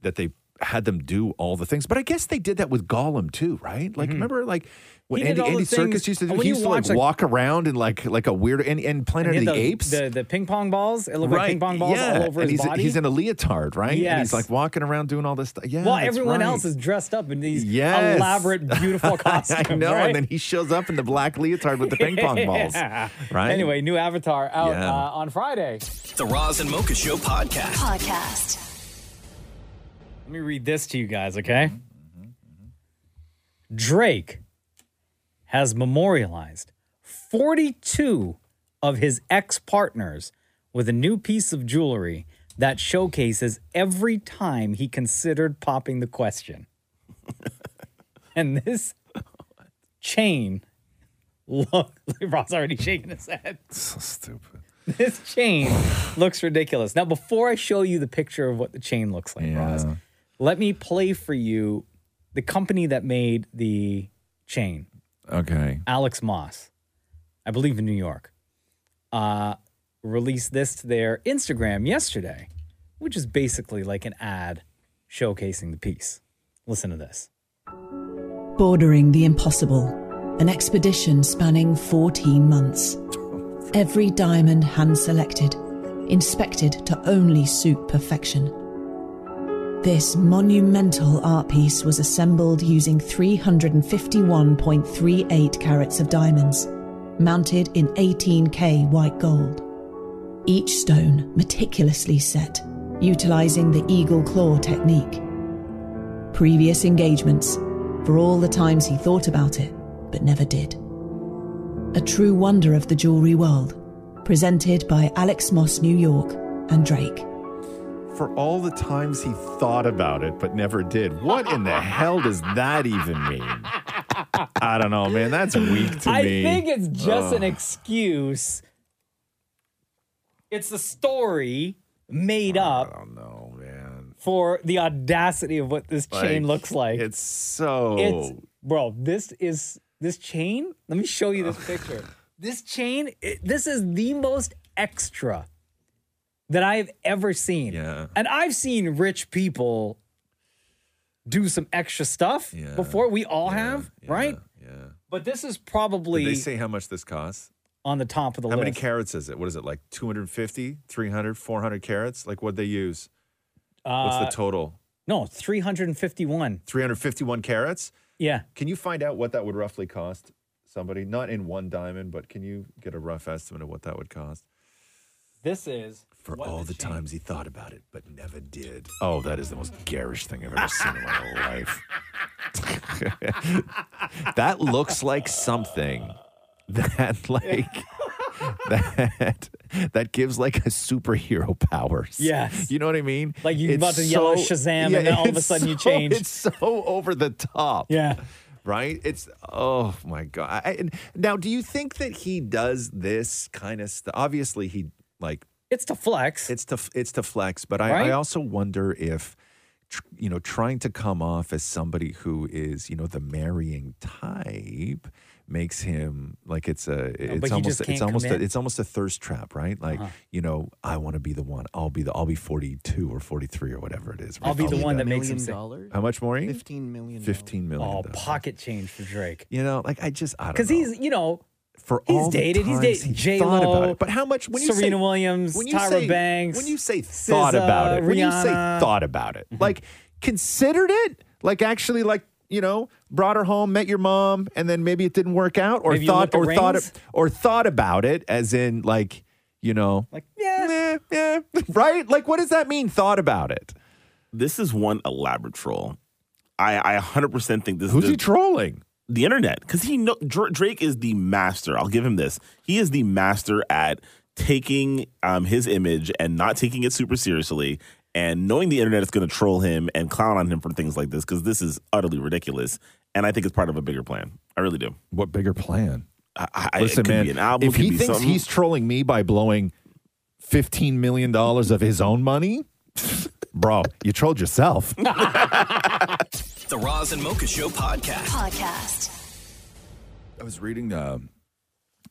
S5: that they had them do all the things, but I guess they did that with Gollum too, right? Like, remember, like when
S1: Mm-hmm. He did
S5: Andy,
S1: all the
S5: Andy Circus
S1: things-
S5: used to do,
S1: when
S5: he
S1: you
S5: used to like,
S1: watch, like-
S5: walk around and like like a weird and, and Planet of
S1: And
S5: the
S1: he had the,
S5: Apes.
S1: The, the ping pong balls. It looked like ping pong balls
S5: yeah.
S1: all over
S5: and
S1: his
S5: he's,
S1: body.
S5: He's in a leotard, right? And he's
S1: Yes.
S5: like walking around doing all this stuff. Yeah.
S1: well,
S5: that's
S1: everyone
S5: right.
S1: else is dressed up in these
S5: Yes.
S1: elaborate, beautiful costumes.
S5: I know,
S1: right?
S5: and then he shows up in the black leotard with the ping pong balls.
S1: Yeah.
S5: Right?
S1: Anyway, new Avatar out
S5: Yeah.
S1: uh, on Friday.
S33: The Roz and Mocha Show podcast.
S7: Podcast.
S1: Let me read this to you guys,
S5: Mm-hmm,
S1: okay? Drake has memorialized 42 of his ex partners with a new piece of jewelry that showcases every time he considered popping the question. and this chain look Ross already shaking his head.
S5: So stupid.
S1: This chain looks ridiculous. Now, before I show you the picture of what the chain looks like, Roz, let me play for you the company that made the chain,
S5: Okay.
S1: Alex Moss, I believe in New York, uh, released this to their Instagram yesterday, which is basically like an ad showcasing the piece. Listen to this.
S34: Bordering the impossible, an expedition spanning 14 months. Every diamond hand selected, inspected to only suit perfection. This monumental art piece was assembled using 351.38 carats of diamonds, mounted in 18K white gold. Each stone meticulously set, utilizing the eagle claw technique previous engagements, for all the times he thought about it, but never did. A true wonder of the jewelry world, presented by Alex Moss New York and Drake.
S5: For all the times he thought about it but never did, what in the hell does that even mean? I don't know, man. That's weak to
S1: I
S5: me.
S1: think it's just an
S5: Ugh.
S1: excuse. It's a story made up. I don't know, man. For the audacity of what this chain
S5: Like,
S1: looks like.
S5: It's so.
S1: It's bro, this is this chain. Let me show you this picture. This chain, it- this is the most extra that I have ever seen. Yeah. And I've seen rich people do some extra stuff before we all have, right? Yeah. But this is probably
S5: Did they say how much this costs?
S1: on the top of the
S5: How
S1: list.
S5: many carrots is it? What is it, like 250, 300, 400 carrots? Like what'd they use?
S1: Uh,
S5: What's the total?
S1: No, 351.
S5: 351 carrots?
S1: Yeah.
S5: Can you find out what that would roughly cost somebody? Not in one diamond, but can you get a rough estimate of what that would cost?
S1: This is
S5: For all the times he thought about it, but never did. Oh, that is the most garish thing I've ever seen in my whole life.
S10: that looks like something that like that that gives like a superhero powers.
S1: Yes.
S10: You know what I mean?
S1: Like you about to yell out Shazam and then all of a
S10: it's
S1: sudden you
S10: so-
S1: change.
S10: It's so over the top.
S1: Yeah.
S10: Right? It's oh my god. I, and now do you think that he does this kind of stuff? Obviously he like
S1: It's to flex.
S10: It's to it's to flex, but I, I
S5: Right?
S10: also wonder if tr- you know, trying to come off as somebody who is, you know, the marrying type makes him like it's a
S1: Oh,
S5: but
S10: it's
S5: he
S10: almost
S5: just
S10: it's
S5: can't
S10: almost a,
S5: commit.
S10: it's almost a thirst trap, right? Like,
S1: Uh-huh.
S10: you know, I want to be the one. I'll be the I'll be 42 or 43 or whatever it is.
S1: I'll be the one that makes him
S10: million
S1: sick.
S10: dollars. How much, Maureen?
S35: 15 million.
S10: 15 million.
S1: Oh, pocket change for Drake.
S10: You know, like I just I don't
S1: Because
S10: know.
S1: he's, you know,
S10: for
S1: he's
S10: all the
S1: dated. he's
S10: times
S1: dated
S10: he
S1: J
S10: thought
S1: Lo.
S10: about it. But how much when you
S1: Serena
S10: say-
S1: Williams,
S10: when you
S1: Tyra
S10: say-
S1: Banks?
S10: when you say
S1: SZA,
S10: thought about it,
S1: Rihanna, Mm-hmm.
S10: when you say thought about it, like considered it, like actually, like you know, brought her home, met your mom, and then maybe it didn't work out, or
S1: Maybe you
S10: thought,
S1: looked
S10: or
S1: at
S10: thought,
S1: rings?
S10: or thought about it, as in like you know, like
S1: yeah,
S10: yeah, right? Like what does that mean? Thought about it.
S4: This is one elaborate troll. I, I 100% think this
S10: Who's
S4: is
S10: he trolling?
S4: The internet, because he know Dr- Drake is the master. I'll give him this. He is the master at taking um, his image and not taking it super seriously, and knowing the internet is going to troll him and clown on him for things like this because this is utterly ridiculous. And I think it's part of a bigger plan. I really do.
S10: What bigger plan?
S4: I, I, it
S10: Listen,
S4: could
S10: man,
S4: be an album,
S10: if
S4: could
S10: he
S4: be
S10: thinks
S4: something.
S10: he's trolling me by blowing $15 million of his own money, bro, you trolled yourself.
S2: The Roz and Mocha Show podcast.
S36: Podcast.
S5: I was reading uh,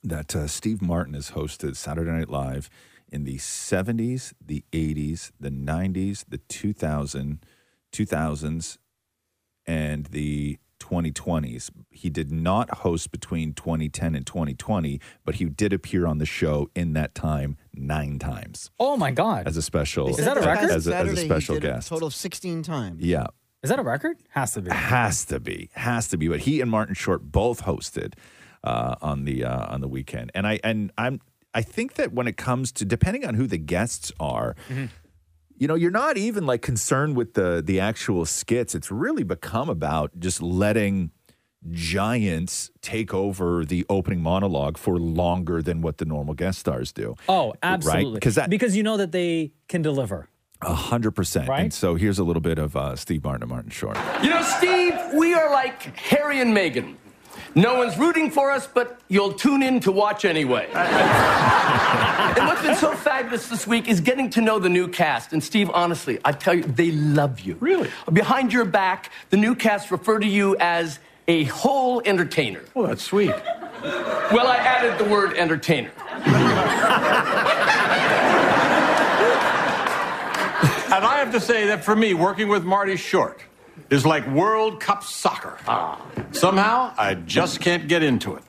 S5: that uh, Steve Martin has hosted Saturday Night Live in the 70s, the 80s, the 90s, the 2000, 2000s, and the 2020s. He did not host between 2010 and 2020, but he did appear on the show in that time nine times
S1: Oh my God.
S5: as a special.
S35: They said this
S5: as
S35: past
S5: As a, as a
S35: Saturday he
S5: special
S35: did a
S5: guest.
S35: total of 16 times.
S5: Yeah. Ah.
S1: Is that a record? Has to be.
S5: Has to be. Has to be. But he and Martin Short both hosted uh, on the uh, on the weekend, and I and I'm I think that when it comes to depending on who the guests are. You know, you're not even like concerned with the the actual skits. It's really become about just letting giants take over the opening monologue for longer than what the normal guest stars do.
S1: Oh, absolutely.
S5: Because that
S1: because you know that they can deliver.
S5: a hundred percent.
S1: Right?
S5: And so here's a little bit of uh, Steve Martin and Martin Short.
S37: You know, Steve, we are like Harry and Meghan. No one's rooting for us, but you'll tune in to watch anyway. and what's been so fabulous this week is getting to know the new cast. And Steve, honestly, I tell you, they love you. Really? Behind your back, the new cast refer to you as a whole entertainer.
S5: Oh,
S37: Well, that's sweet. Well, I added the word entertainer.
S3: And I have to say that for me, working with Marty Short is like World Cup soccer. Somehow, I just can't get into it.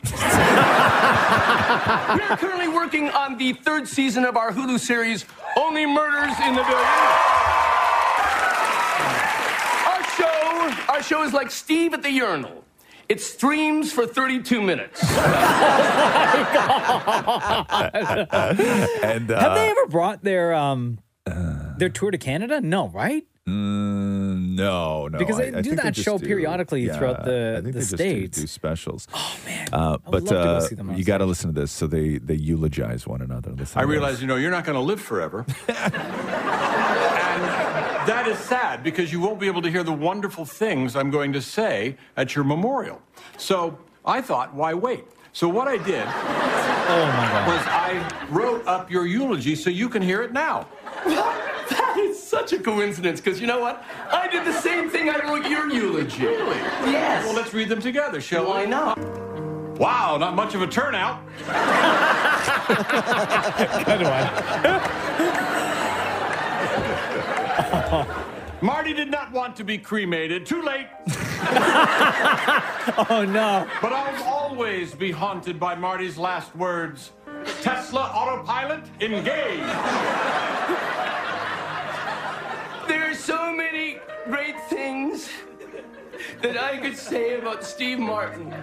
S37: We're currently working on the third season of our Hulu series, Only Murders in the Building. Our show, our show is like Steve at the urinal. It streams for 32 minutes.
S5: and uh,
S1: Have they ever brought their um their tour to Canada? No, right?
S5: Mm, no, no.
S1: Because they do
S5: think
S1: that
S5: just
S1: show periodically throughout the-
S5: I think they
S1: the
S5: just do-
S1: States.
S5: do, specials. Oh man! Uh,
S3: I
S5: but
S3: would love to go
S5: uh,
S3: see them
S5: you got to listen to this. So they they eulogize one another. Listen
S3: I
S5: to this.
S3: realize, you know, you're not going to live forever. and that is sad because you won't be able to hear the wonderful things I'm going to say at your memorial. So I thought, why wait? So what I did was I wrote up your eulogy so you can hear it now.
S37: that is such a coincidence, because you know what? I did the same thing I wrote your eulogy. Really? Yes.
S3: Well, let's read them together, shall
S37: Why
S3: we?
S37: not?
S3: Wow, not much of a turnout.
S1: Good one.
S3: Marty did not want to be cremated. Too late.
S1: oh, no.
S3: But I'll always be haunted by Marty's last words Tesla autopilot, engage.
S37: There are so many great things that I could say about Steve Martin,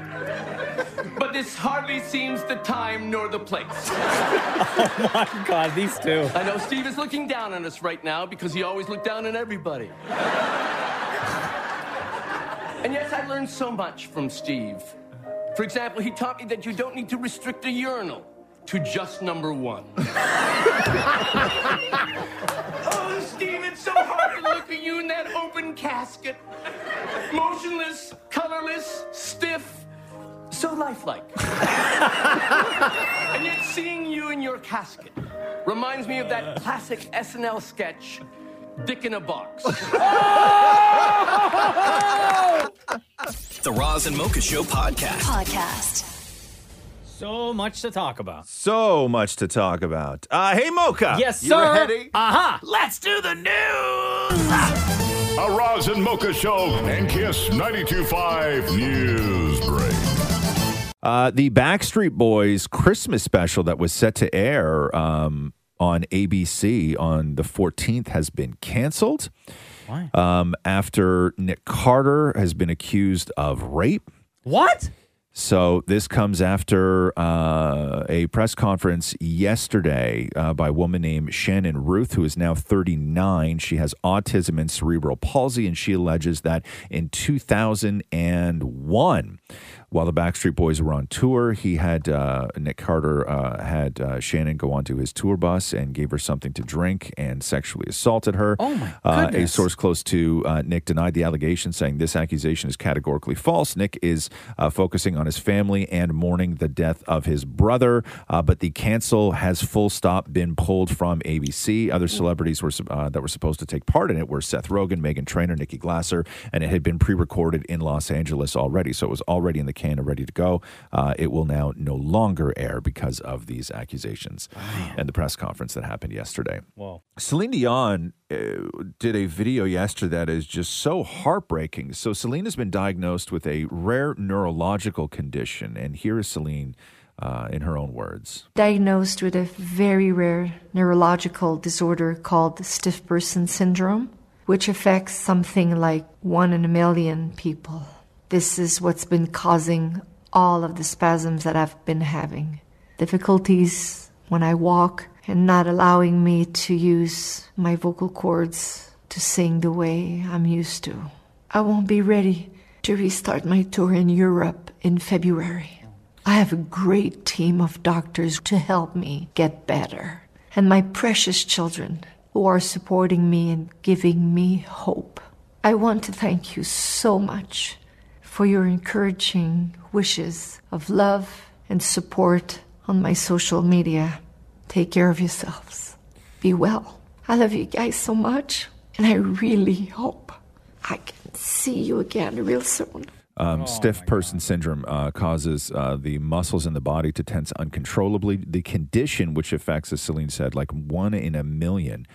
S37: but this hardly seems the time nor the place.
S1: Oh my God, these two.
S37: I know Steve is looking down on us right now because he always looked down on everybody. and yes, I learned so much from Steve. For example, he taught me that you don't need to restrict a urinal to just number one. oh, Steve, it's so hard to look at you in that open casket. Motionless, colorless, stiff, so lifelike. and yet, seeing you in your casket reminds me of that classic SNL sketch, Dick in a Box.
S2: The Roz and Mocha Show podcast.
S1: Podcast. So much to talk about.
S5: So much to talk about. Uh, hey, Mocha.
S1: Yes,
S5: You
S1: sir. Uh-huh.
S5: ready?
S1: Aha.
S10: Let's do the news! A Roz and Mocha Show and Kiss 92.5 News Break.
S5: Uh, the Backstreet Boys Christmas special that was set to air um, on ABC on the 14th has been canceled.
S1: Why?
S5: Um, after Nick Carter has been accused of rape.
S1: What?
S5: So this comes after uh, a press conference yesterday uh, by a woman named Shannon Ruth, who is now 39. She has autism and cerebral palsy, and she alleges that in 2001, while the Backstreet Boys were on tour, he had uh, Nick Carter uh, had uh, Shannon go onto his tour bus and gave her something to drink and sexually assaulted her. Oh my uh, a source close to uh, Nick denied the allegation, saying this accusation is categorically false. Nick is uh, focusing on his family and mourning the death of his brother, uh, but the cancel has full stop been pulled from ABC. Other celebrities were uh, that were supposed to take part in it were Seth Rogen, Megan Trainor, Nikki Glasser, and it had been pre-recorded in Los Angeles already, so it was already in the can and ready to go. Uh, it will now no longer air because of these accusations and the press conference that happened yesterday.
S1: Whoa.
S5: Celine Dion uh, did a video yesterday that is just so heartbreaking. So Celine has been diagnosed with a rare neurological condition, and here is Celine uh, in her own words.
S18: diagnosed with a very rare neurological disorder called stiff person syndrome, which affects something like one in a million people. This is what's been causing all of the spasms that I've been having. Difficulties when I walk and not allowing me to use my vocal cords to sing the way I'm used to. I won't be ready to restart my tour in Europe in February. I have a great team of doctors to help me get better, and my precious children who are supporting me and giving me hope. I want to thank you so much for your encouraging wishes of love and support on my social media. Take care of yourselves. Be well. I love you guys so much, and I really hope I can see you again real soon.
S5: Um, stiff person syndrome uh, causes uh, the muscles in the body to tense uncontrollably. The condition, which affects, as Celine said, like one in a 1000000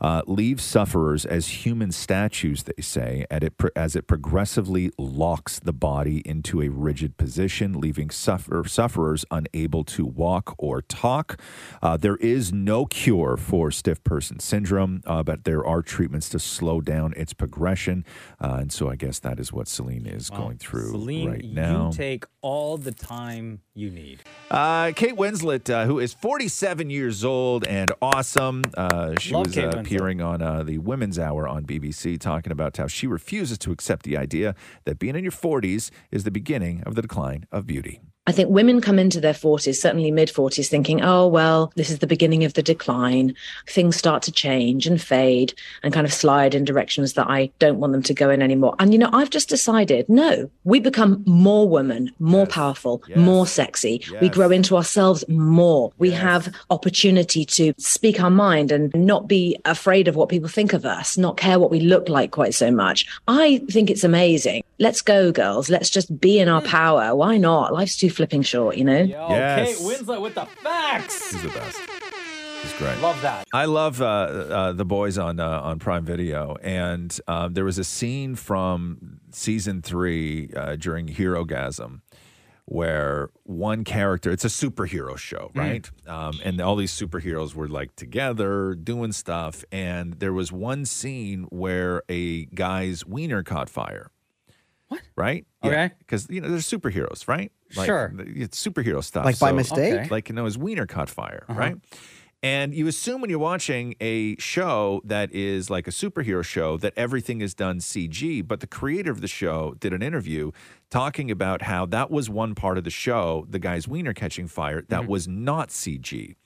S5: uh, leaves sufferers as human statues, they say, at it pro- as it progressively locks the body into a rigid position, leaving suffer- sufferers unable to walk or talk. Uh, there is no cure for stiff person syndrome, uh, but there are treatments to slow down its progression. Uh, and so I guess that is what Celine is going through
S1: Celine,
S5: right
S1: you
S5: now.
S1: take all the time you need.
S5: Uh, Kate Winslet, uh, who is 47 years old and awesome, uh, she
S1: Love
S5: was
S1: Kate
S5: uh,
S1: Winslet.
S5: appearing on uh, the Women's Hour on BBC, talking about how she refuses to accept the idea that being in your 40s is the beginning of the decline of beauty.
S38: I think women come into their 40s, certainly mid 40s, thinking, oh, well, this is the beginning of the decline. Things start to change and fade and kind of slide in directions that I don't want them to go in anymore. And, you know, I've just decided no, we become more women, more powerful, more sexy. We
S17: Yes.
S38: grow into ourselves more. We have opportunity to speak our mind and not be afraid of what people think of us, not care what we look like quite so much. I think it's amazing. Let's go, girls. Let's just be in our power. Why not? Life's too flipping short, you know?
S1: Yo, Kate Winslet with the facts.
S5: She's the best.
S39: It's great.
S1: Love that.
S5: I love uh, uh, the boys on uh, on Prime Video, and um, there was a scene from season three uh, during Hero Gasm where one character it's a superhero show
S1: Mm.
S5: right um, and all these superheroes were like together doing stuff and there was one scene where a guy's wiener caught fire what right okay because you know they're superheroes right
S1: Sure.
S5: th- it's superhero stuff
S6: Like by mistake? Okay.
S5: like you know his wiener caught fire
S6: Uh-huh.
S5: right and you assume when you're watching a show that is like a superhero show that everything is done CG, but the creator of the show did an interview talking about how that was one part of the show, the guy's wiener catching fire, that
S1: Mm-hmm.
S5: was not CG.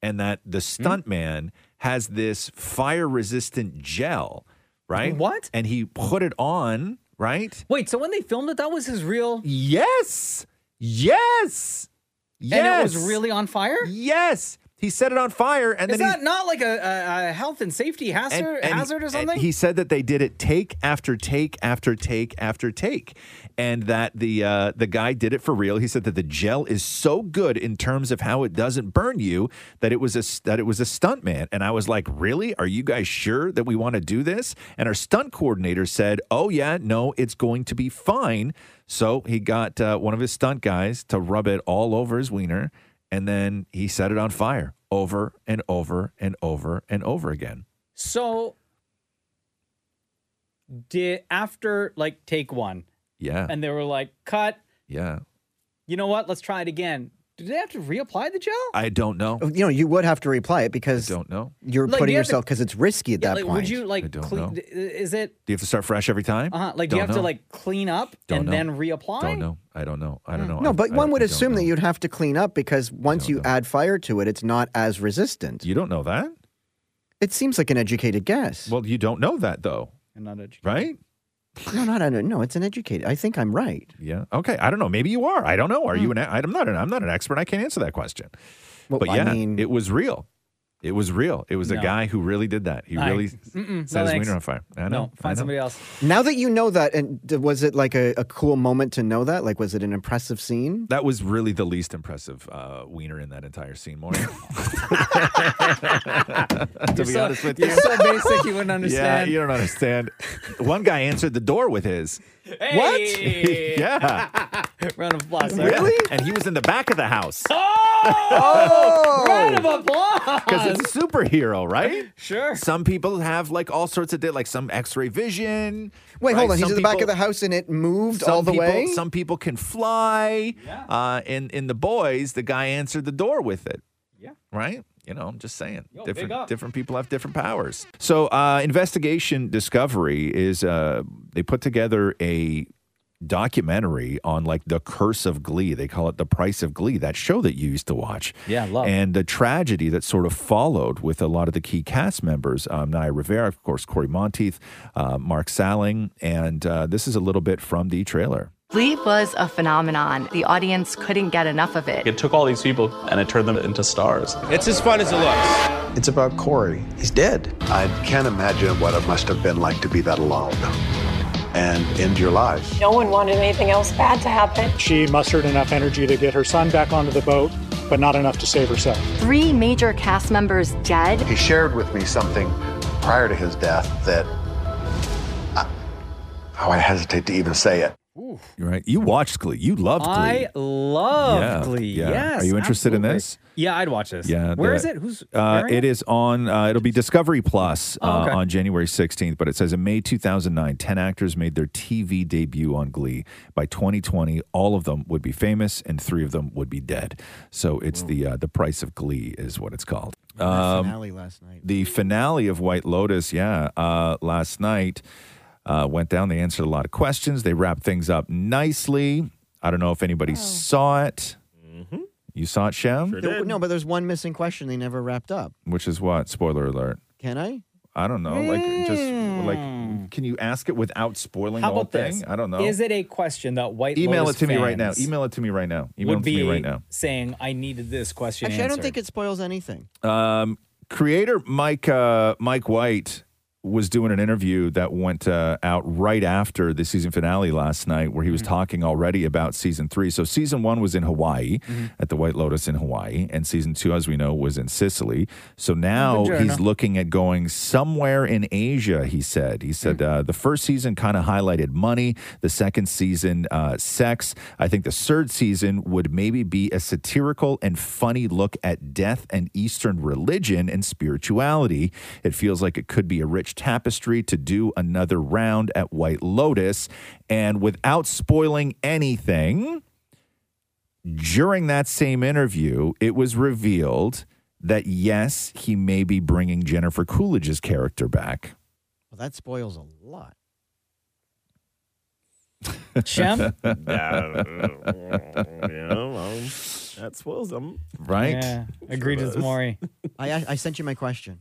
S5: And that the
S1: Hmm?
S5: stuntman has this fire resistant gel, right? What? And he put it on, right?
S1: Wait, so when they filmed it, that was his real.
S5: Yes. Yes. Yes.
S1: And it was really on fire?
S5: Yes. He set it on fire and
S1: Is
S5: then he-
S1: that not like a, a, a health and safety hazard,
S5: and-
S1: hazard or
S5: and
S1: something?
S5: he said that they did it take after take after take after take, and that the uh, the guy did it for real. He said that the gel is so good in terms of how it doesn't burn you that it was a that it was a stunt man. And I was like, really? Are you guys sure that we want to do this? And our stunt coordinator said, oh yeah, no, it's going to be fine. So he got uh, one of his stunt guys to rub it all over his wiener, and then he set it on fire over and over and over and over again.
S1: so, did after like take one,
S5: Yeah.
S1: and they were like, cut,
S5: Yeah.
S1: you know what? Let's try it again. Did they have to reapply the gel?
S5: I don't know.
S6: Oh, You know, you would have to reply it because
S5: don't know.
S6: You're
S1: Like, do
S6: putting
S1: you have to-
S6: yourself because it's risky at
S1: Yeah,
S6: that
S1: like,
S6: point.
S1: Would you like
S5: don't
S1: clean?
S5: know.
S1: d- Is it
S5: Do you have to start fresh every time?
S6: Uh-huh,
S1: uh huh? Like, do you
S5: Don't
S1: have to
S5: know.
S1: like clean up
S5: Don't
S1: and
S5: know.
S1: then reapply?
S5: Don't know. I don't know. I don't know.
S6: No,
S5: I-
S6: but
S5: I-
S6: one would
S5: I don't
S6: assume that you'd have to clean up because once you add fire to it, it's not as resistant.
S5: You don't know that.
S6: It seems like an educated guess.
S5: Well, you don't know that though,
S1: And not educated.
S5: right?
S6: No, not under, no. It's an educated. I think I'm right.
S5: Yeah. Okay. I don't know. Maybe you are. I don't know. Are
S6: Mm.
S5: you an? I'm not an. I'm not an expert. I can't answer that question.
S6: Well,
S5: but
S6: I
S5: yeah,
S6: mean-
S5: it was real. It was real. It was a
S6: No.
S5: guy who really did that. He
S6: I-
S5: really
S6: Mm-mm.
S5: set
S6: No,
S5: his
S6: thanks.
S5: wiener on fire. I know. I
S6: No,
S5: know.
S6: find somebody
S1: else.
S6: Now that you know that, and d- was it like a, a cool moment to know that? Like, was it an impressive scene?
S5: That was really the least impressive uh, wiener in that entire scene, Maureen. to
S1: You're
S5: be
S1: so-
S5: honest with you,
S1: you're so basic you wouldn't understand.
S5: Yeah, you don't understand. One guy answered the door with his.
S1: Hey!
S5: What? yeah.
S1: Round of applause. sir.
S5: And he was in the back of the house
S1: Oh! Round of applause.
S5: because it's a superhero, right?
S1: Sure.
S5: Some people have like all sorts of di- like some X-ray vision.
S6: Wait,
S5: right?
S6: hold on. He's
S5: Some
S6: in the back of
S5: people-
S6: the house and it moved
S5: some
S6: all the
S5: people,
S6: way.
S5: Some people can fly. Uh, in in the boys, the guy answered the door with it.
S1: Yeah.
S5: Right. You know, I'm just saying.
S1: Yo, big
S5: different
S1: up.
S5: different people have different powers. So, uh, investigation discovery is uh, they put together a documentary on like the curse of Glee. They call it the price of Glee. That show that you used to watch.
S1: Yeah, love.
S5: And the tragedy that sort of followed with a lot of the key cast members um, Naya Rivera, of course, Corey Monteith, uh, Mark Salling. And uh, this is a little bit from the trailer.
S40: Glee was a phenomenon. The audience couldn't get enough of it.
S41: It took all these people and it turned them into stars.
S10: It's as fun as it looks. It's about Corey. He's dead. I can't imagine what it must have been like to be that alone and end your life.
S11: No one wanted anything else bad to happen.
S26: She mustered enough energy to get her son back onto the boat, but not enough to save herself.
S40: Three major cast members dead.
S10: He shared with me something prior to his death that. I- oh, I hesitate to even say it.
S5: You're right. You watched Glee. You loved Glee.
S1: I love
S5: Yeah,
S1: Glee.
S5: yeah.
S1: Yes.
S5: Are you interested in this?
S1: Yeah, I'd watch this.
S5: Yeah.
S1: Where
S5: the-
S1: is it? Who's?
S5: Uh,
S1: airing
S5: it is on. Uh, it'll be Discovery Plus
S1: Oh, okay.
S5: uh, on January 16th. But it says in May 2009, 10 actors made their TV debut on Glee. By 2020, all of them would be famous, and three of them would be dead. So it's the uh, the price of Glee is what it's called. Um,
S6: finale last night.
S5: The finale of White Lotus, yeah, uh, last night uh, went down. They answered a lot of questions. They wrapped things up nicely. I don't know if anybody
S1: Oh.
S5: saw it.
S1: Mm-hmm.
S5: You saw it, Shem?
S6: There- no, but there's one missing question they never wrapped up.
S5: Which is what? Spoiler alert.
S6: Can I?
S5: I don't know. Like, just like, can you ask it without spoiling
S1: Hmm. How
S5: the whole
S1: about
S5: thing?
S1: this?
S5: I don't know.
S1: Is it a question that White
S5: Email it
S1: Lotus
S5: to me right now.
S1: fans
S5: Email it to me right now. Email
S1: would
S5: it to me
S1: be
S5: right now.
S1: Saying I needed this question.
S6: Actually, I don't
S1: answered.
S6: think it spoils anything.
S5: Um, creator Mike uh, Mike White was doing an interview that went uh, out right after the season finale last night, where he
S1: Mm-hmm.
S5: was talking already about season three. So season one was in Hawaii
S1: Mm-hmm.
S5: at the White Lotus in Hawaii, and season two, as we know, was in Sicily. So now
S18: Buongiorno.
S5: he's looking at going somewhere in Asia. He said. He said uh, the first season kind of highlighted money. The second season, uh, sex. I think the third season would maybe be a satirical and funny look at death and Eastern religion and spirituality. It feels like it could be a rich tapestry to do another round at White Lotus. And without spoiling anything, during that same interview, it was revealed that yes, he may be bringing Jennifer Coolidge's character back.
S6: Well, that spoils a lot.
S1: Shem?
S10: Uh,
S4: that spoils them.
S5: Right? Yeah, agreed with Maury.
S6: I, I, I sent you my question.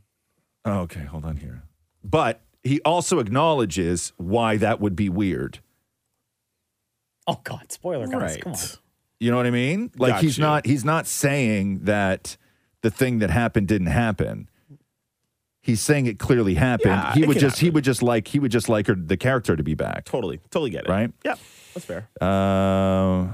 S5: Oh, Okay, hold on here. But he also acknowledges why that would be weird.
S1: Oh God, spoiler guys, come on.
S5: You know what I mean? Like
S1: Got
S5: he's
S1: you.
S5: not he's not saying that the thing that happened didn't happen. He's saying it clearly happened.
S4: Yeah,
S5: he
S4: it
S5: would
S4: can
S5: just he would just like he would just like her the character to be back.
S4: Totally, totally get it.
S5: Right?
S4: Yeah, that's fair.
S5: Uh,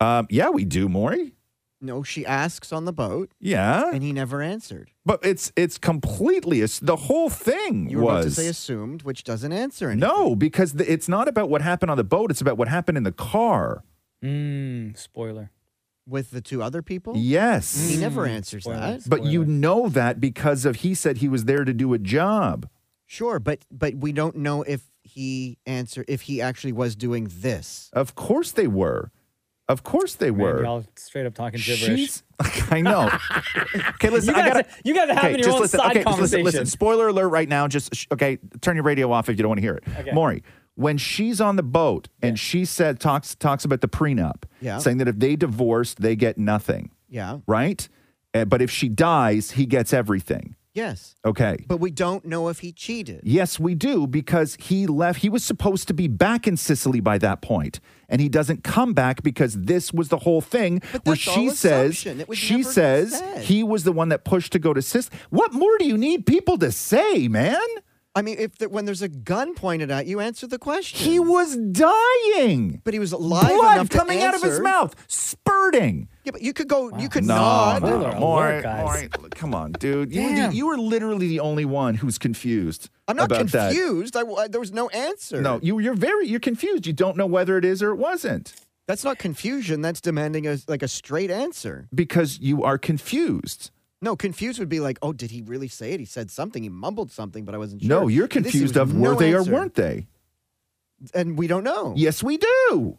S5: um, yeah, we do, Maury.
S6: No, she asks on the boat.
S5: Yeah.
S6: And he never answered.
S5: But it's it's completely it's, the whole thing
S6: You were about to
S5: was
S6: say assumed, which doesn't answer anything.
S5: no because the, it's not about what happened on the boat. It's about what happened in the car.
S1: Mm, spoiler.
S6: With the two other people?
S5: Yes.
S6: He never answers that.
S5: But you know that because of he said he was there to do a job.
S6: Sure, but but we don't know if he answer if he actually was doing this.
S5: Of course they were. Of course they
S1: Man,
S5: were.
S1: y'all straight up talking gibberish.
S5: She's- I know. Okay, listen.
S1: You
S5: I
S1: guys-
S5: gotta,
S1: you guys are having your
S5: just
S1: own
S5: listen.
S1: side
S5: okay, just Listen, listen,
S1: conversation.
S5: spoiler alert right now. Just sh- okay. Turn your radio off if you don't want to hear it.
S1: Okay.
S5: Maury, when she's on the boat and she said talks talks about the prenup,
S6: Yeah.
S5: saying that if they divorce, they get nothing,
S6: Yeah.
S5: right? Uh, but if she dies, he gets everything.
S6: Yes.
S5: Okay.
S6: But we don't know if he cheated.
S5: Yes, we do, because he left. He was supposed to be back in Sicily by that point, and he doesn't come back because this was the whole thing where
S6: all
S5: she says
S6: assumption. It was
S5: she
S6: never
S5: says
S6: said.
S5: he was the one that pushed to go to Sicily. What more do you need people to say, man?
S6: I mean, if there, when there's a gun pointed at you, answer the question.
S5: He was dying,
S6: but he was alive
S5: blood
S6: enough to
S5: coming out of his
S6: answer.
S5: mouth, spurting.
S6: Yeah, but you could go. You could
S5: no,
S6: nod.
S5: no, no, Maury, Maury, come on, dude. You, were
S6: Damn.
S5: the, you were literally the only one who's confused.
S6: I'm not
S5: about that.
S6: confused. I, I- there was no answer.
S5: No, you, you're very you're confused. You don't know whether it is or it wasn't.
S6: that's not confusion. That's demanding a like a straight answer.
S5: because you are confused.
S6: No, confused would be like, oh, did he really say it? He said something. He mumbled something, but I wasn't sure.
S5: No, you're
S6: This, there
S5: confused
S6: was
S5: of were
S6: no
S5: they
S6: answer.
S5: or weren't they?
S6: And we don't
S4: Oh.
S6: know.
S5: Yes, we do.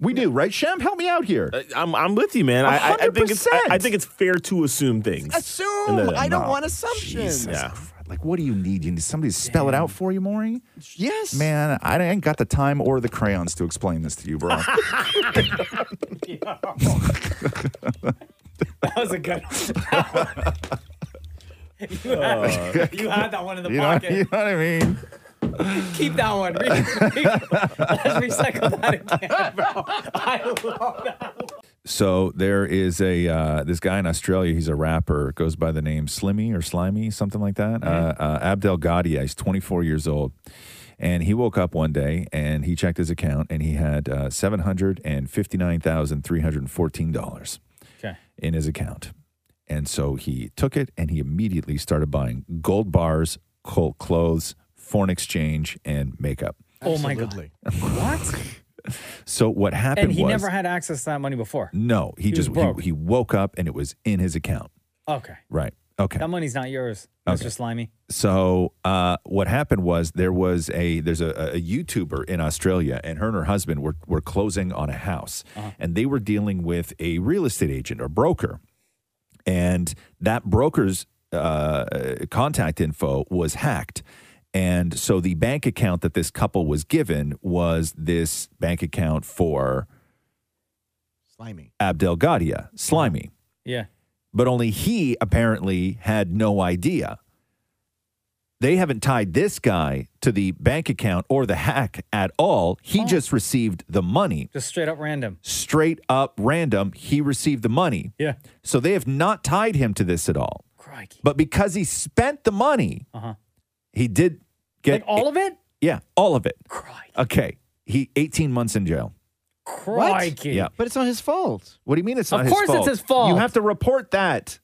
S5: We do, right, Sham? Help me out here.
S4: Uh, I'm I'm with you, man. I, I, I think it's I, I
S5: 100%.
S4: think it's fair to assume things.
S6: Assume.
S4: No, no,
S6: I don't
S4: no.
S6: want assumptions.
S4: Yeah.
S5: Like, what do you need? You need somebody to spell it out for you, Maury?
S6: Yes.
S5: Man, I ain't got the time or the crayons to explain this to you, bro.
S1: That was a good one. you, had, you had that one in the
S5: Oh. you, know,
S1: pocket.
S5: you know what I mean?
S1: Keep that one. Re- re- Let's recycle that again, bro. I love that.
S5: So there is a uh, this guy in Australia. He's a rapper, goes by the name Slimmy or Slimy, something like that.
S1: Mm-hmm.
S5: Uh, uh, Abdel Ghadia. He's 24 years old, and he woke up one day and he checked his account and he had uh, seven hundred and fifty nine thousand three hundred fourteen dollars
S1: Okay.
S5: in his account. And so he took it and he immediately started buying gold bars, cult clothes, foreign exchange, and makeup.
S1: Oh my god. What?
S5: So what happened
S1: And he
S5: was
S1: never had access to that money before.
S5: no, he,
S1: He was
S5: just
S1: broke.
S5: he, he woke up and it was in his account.
S1: Okay.
S5: Right. Okay.
S1: That money's not yours,
S5: Okay.
S1: Mr. Slimy.
S5: So uh, what happened was there was a there's a, a YouTuber in Australia, and her and her husband were were closing on a house, and they were dealing with a real estate agent or broker, and that broker's uh, contact info was hacked. And so the bank account that this couple was given was this bank account for
S6: Slimy.
S5: Abdel Ghadia, Slimy
S1: Yeah.
S5: but only he apparently had no idea. They haven't tied this guy to the bank account or the hack at all. He just received the money.
S1: Oh. Just straight up random.
S5: Straight up random, he received the money.
S1: Yeah.
S5: So they have not tied him to this at all. But because he spent the money,
S1: Uh huh.
S5: He did get
S1: Like all of it?
S5: Yeah, all of it. Okay. He 18 months in jail.
S1: Crikey.
S5: Yeah.
S6: But it's not his fault.
S5: What do you mean it's
S1: Of
S5: not his
S1: course
S5: fault?
S1: it's his fault.
S5: You have to report that.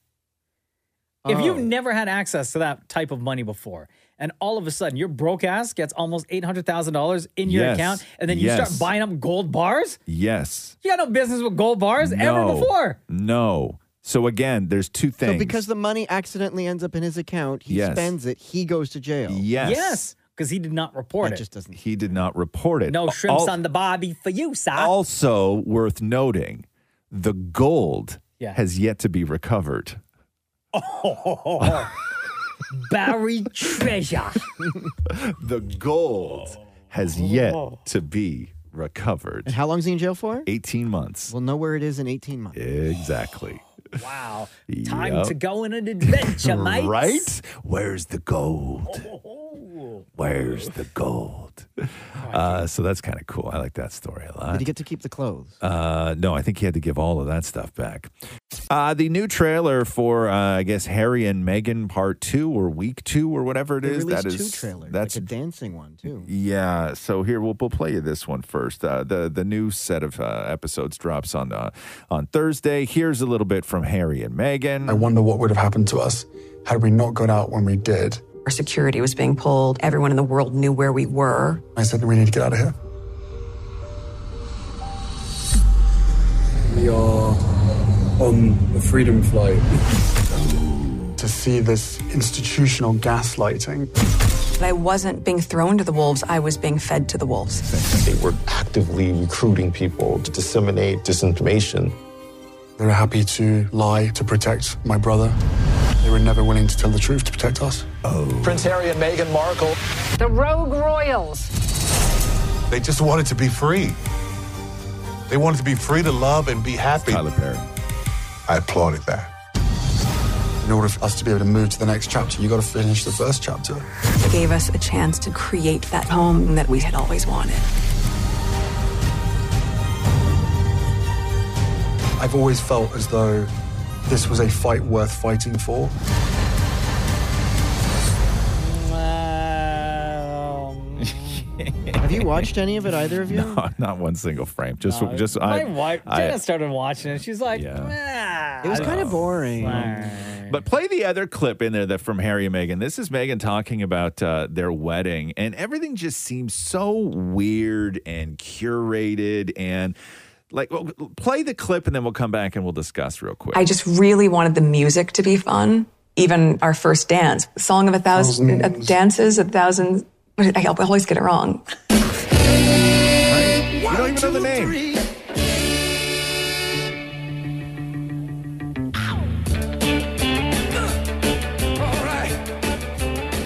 S1: If you've
S5: Oh.
S1: never had access to that type of money before, and all of a sudden your broke ass gets almost eight hundred thousand dollars in your
S5: Yes.
S1: account, and then you
S5: Yes.
S1: start buying up gold bars,
S5: Yes.
S1: you got no business with gold bars ever
S5: No.
S1: before.
S5: No. So again, there's two things.
S6: So because the money accidentally ends up in his account, he
S5: Yes.
S6: spends it, he goes to jail.
S5: Yes. Yes,
S1: because he did not report
S6: it. just doesn't.
S5: he did not report it.
S1: No shrimps
S5: Al-
S1: on the bobby for you, sir.
S5: Also worth noting, the gold
S1: Yeah.
S5: has yet to be recovered.
S1: Oh, buried treasure.
S5: The gold has yet
S1: Oh.
S5: to be recovered.
S6: And how long's he in jail for?
S5: 18 months.
S6: We'll know where it is in 18 months.
S5: Exactly.
S1: Wow. Time
S5: Yep.
S1: to go on an adventure, mate.
S5: Right? Where's the gold?
S1: Oh.
S5: Where's the gold? Uh, so that's kind of cool. I like that story a lot.
S6: Did he get to keep the clothes?
S5: Uh, no, I think he had to give all of that stuff back. Uh, the new trailer for, uh, I guess, Harry and Meghan Part Two or Week Two or whatever it
S6: They
S5: is. That
S6: released
S5: is
S6: two trailers,
S5: That's
S6: a dancing one too.
S5: yeah. So here we'll, we'll play you this one first. Uh, the the new set of uh, episodes drops on uh, on Thursday. Here's a little bit from Harry and Meghan.
S10: I wonder what would have happened to us had we not got out when we did.
S42: Our security was being pulled. Everyone in the world knew where we were.
S10: I said, we need to get out of here. We are on the freedom flight. To see this institutional gaslighting.
S42: But I wasn't being thrown to the wolves, I was being fed to the wolves.
S4: They were actively recruiting people to disseminate disinformation.
S10: They were happy to lie to protect my brother. They were never willing to tell the truth to protect us.
S43: Prince Harry and Meghan Markle.
S27: The Rogue Royals.
S44: They just wanted to be free. They wanted to be free to love and be happy. Tyler
S5: Perry.
S10: I applauded that. In order for us to be able to move to the next chapter, you got to finish the first chapter.
S42: It gave us a chance to create that home that we had always wanted.
S10: I've always felt as though this was a fight worth fighting for.
S6: Have you watched any of it, either of you?
S5: No, not one single frame. Just,
S1: No,
S5: just
S1: my
S5: I,
S1: wife
S5: I-
S1: Jenna started watching it. She's like,
S6: It was kind of boring.
S5: But play the other clip in there that from Harry and Meghan. This is Meghan talking about uh, their wedding, and everything just seems so weird and curated. And like, well, play the clip, and then we'll come back and we'll discuss real quick.
S42: I just really wanted the music to be fun. Even our first dance, Song of a Thousand uh, Dances, a Thousand. I always get it wrong.
S5: you don't even know the name.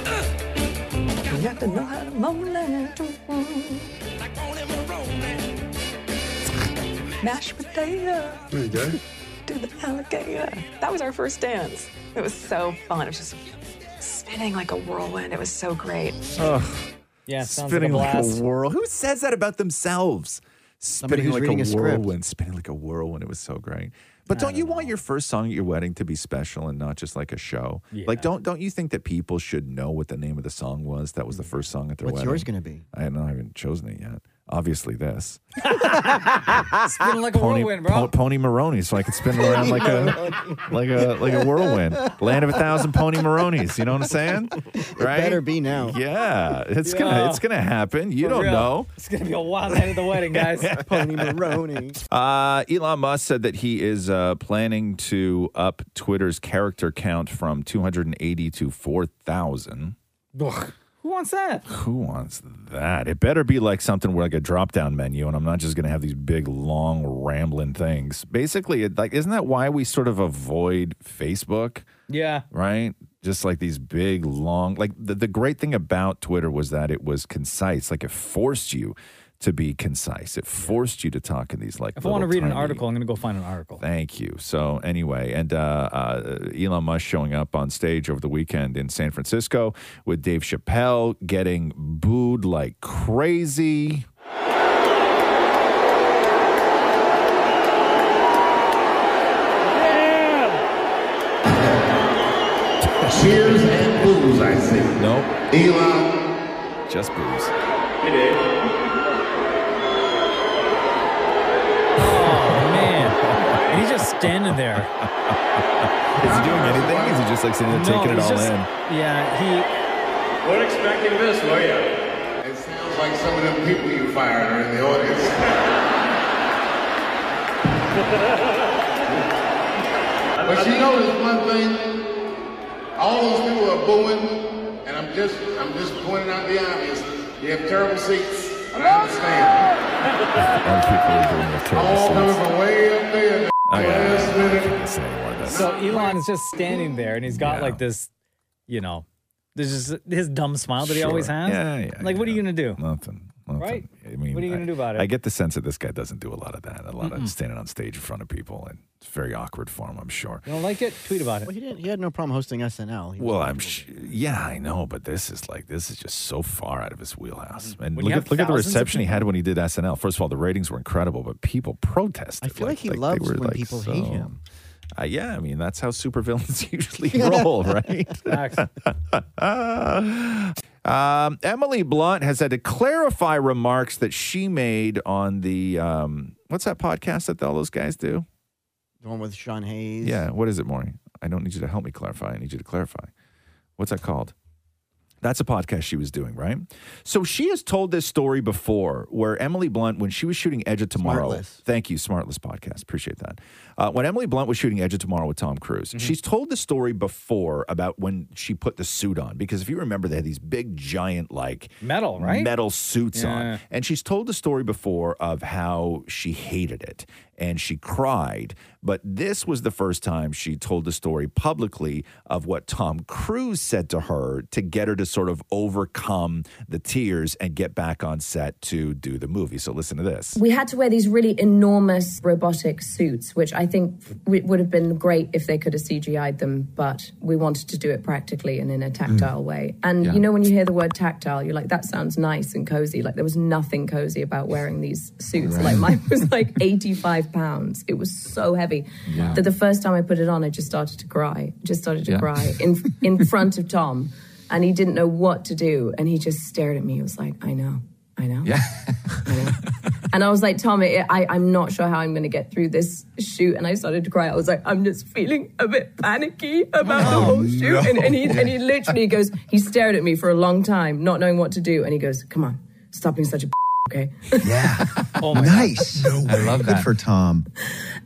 S42: You have to know how to moan and to groan. Mashed potato.
S10: There you go.
S42: Do the alligator. That was our first dance. It was so fun. It was just spinning like a whirlwind. It was so great.
S1: Yeah, sounds like a
S5: spinning like a
S1: blast.
S5: whirl. Who says that about themselves?
S6: Somebody
S5: spinning
S6: who's
S5: like
S6: reading a script.
S5: whirlwind, spinning like a whirlwind. It was so great. But don't, you want your first song at your wedding to be special and not just like a show? Like, don't don't you think that people should know what the name of the song was? That was the first song at their
S6: Mm. What's
S5: wedding.
S6: yours going to be?
S5: I haven't, I haven't chosen it yet. Obviously, this
S1: Spinning like a whirlwind, bro.
S5: po- pony Maroney, so I could spin around like a like a like a whirlwind. Land of a thousand pony Maronis. You know what I'm saying? Right?
S6: better be now.
S5: Yeah, it's gonna
S1: Yeah.
S5: it's gonna happen. You
S1: For
S5: don't
S1: real.
S5: know.
S1: It's gonna be a wild night at the wedding, guys.
S6: Pony Maroney.
S5: Uh, Elon Musk said that he is uh, planning to up Twitter's character count from 280 to 4,000.
S1: Who wants that?
S5: Who wants that? It better be like something where like a drop down menu, and I'm not just going to have these big, long, rambling things. Basically, it, like isn't that why we sort of avoid Facebook?
S1: Yeah.
S5: right? Just like these big, long, like the, the great thing about Twitter was that it was concise. Like it forced you to be concise. It forced you to talk in these like.
S1: If I want to
S5: little
S1: read an
S5: tiny-
S1: article, I'm gonna go find an article.
S5: Thank you. So anyway, and uh, uh, Elon Musk showing up on stage over the weekend in San Francisco with Dave Chappelle getting booed like crazy.
S45: Cheers and boo.
S8: nipples I see.
S5: Nope.
S8: Elon.
S5: Just boobs.
S8: Hey, Dave.
S1: Oh, Man, and he's just standing there.
S5: Is he doing anything? Is he just like sitting there
S1: No,
S5: taking it all
S1: he's just-
S5: in?
S1: Yeah,
S8: Weren't expecting this, were you? It sounds like some of them people you fired are in the audience. but you notice one thing: all those people are booing, and I'm just, I'm just pointing out the obvious. You have terrible seats. I don't understand.
S5: Other people are doing their
S8: all
S5: terrible
S8: coming
S5: scenes.
S8: from way up there.
S5: I got it.
S8: Last minute.
S1: he. So Elon is just standing there, and he's got like this, you know, there's just his dumb smile that he
S5: Sure.
S1: always has.
S5: Yeah, yeah,
S1: like, what are you gonna do?
S5: Nothing. nothing.
S1: Right?
S5: I mean,
S1: what are you gonna do about it?
S5: I get the sense that this guy doesn't do a lot of that. A lot
S1: Mm-mm.
S5: of standing on stage in front of people, and it's very awkward for him, I'm sure.
S1: You don't like it? Tweet about it.
S6: Well, he didn't. He had no problem hosting SNL. He was
S5: Well, I'm sh- yeah, I know, but this is like this is just so far out of his wheelhouse. And
S6: Mm-hmm. When
S5: look
S6: you
S5: at
S6: have
S5: look at the
S6: thousands of
S5: reception he had when he did SNL. First of all, the ratings were incredible, but people protested. I
S6: feel like he loves when people hate him.
S5: Uh, yeah, I mean that's how supervillains usually roll, right? um, Emily Blunt has had to clarify remarks that she made on the um, what's that podcast that all those guys do?
S6: the one with Sean Hayes.
S5: Yeah, what is it, Maury? I don't need you to help me clarify. I need you to clarify. What's that called? That's a podcast she was doing, right? So she has told this story before where Emily Blunt, when she was shooting Edge of Tomorrow.
S6: Smartless.
S5: Thank you, Smartless Podcast. Appreciate that. Uh, when Emily Blunt was shooting Edge of Tomorrow with Tom Cruise, she's told the story before about when she put the suit on. Because if you remember, they had these big, giant, like
S1: Metal, right?
S5: Metal suits
S1: Yeah.
S5: on. And she's told the story before of how she hated it and she cried. But this was the first time she told the story publicly of what Tom Cruise said to her to get her to sort of overcome the tears and get back on set to do the movie. So listen to this.
S7: We had to wear these really enormous robotic suits, which I think w- would have been great if they could have CGI'd them, but we wanted to do it practically and in a tactile way. And
S3: Mm. Yeah.
S7: you know, when you hear the word tactile, you're like, that sounds nice and cozy. Like, there was nothing cozy about wearing these suits.
S3: Right.
S7: Like, mine was like 85 pounds. It was so heavy
S3: Yeah.
S7: that the first time I put it on, I just started to cry. Just started to
S3: Yeah.
S7: cry in, in front of Tom. And he didn't know what to do. And he just stared at me. He was like, I know. I know. Yeah. And I was like, Tom, it, I, I'm not sure how I'm going to get through this shoot. And I started to cry. I was like, I'm just feeling a bit panicky about the whole shoot.
S3: no.
S7: And, and, he, and he literally goes, he stared at me for a long time, not knowing what to do. And he goes, Come on, stop being such a okay?
S21: nice. Oh I love that. Good for Tom.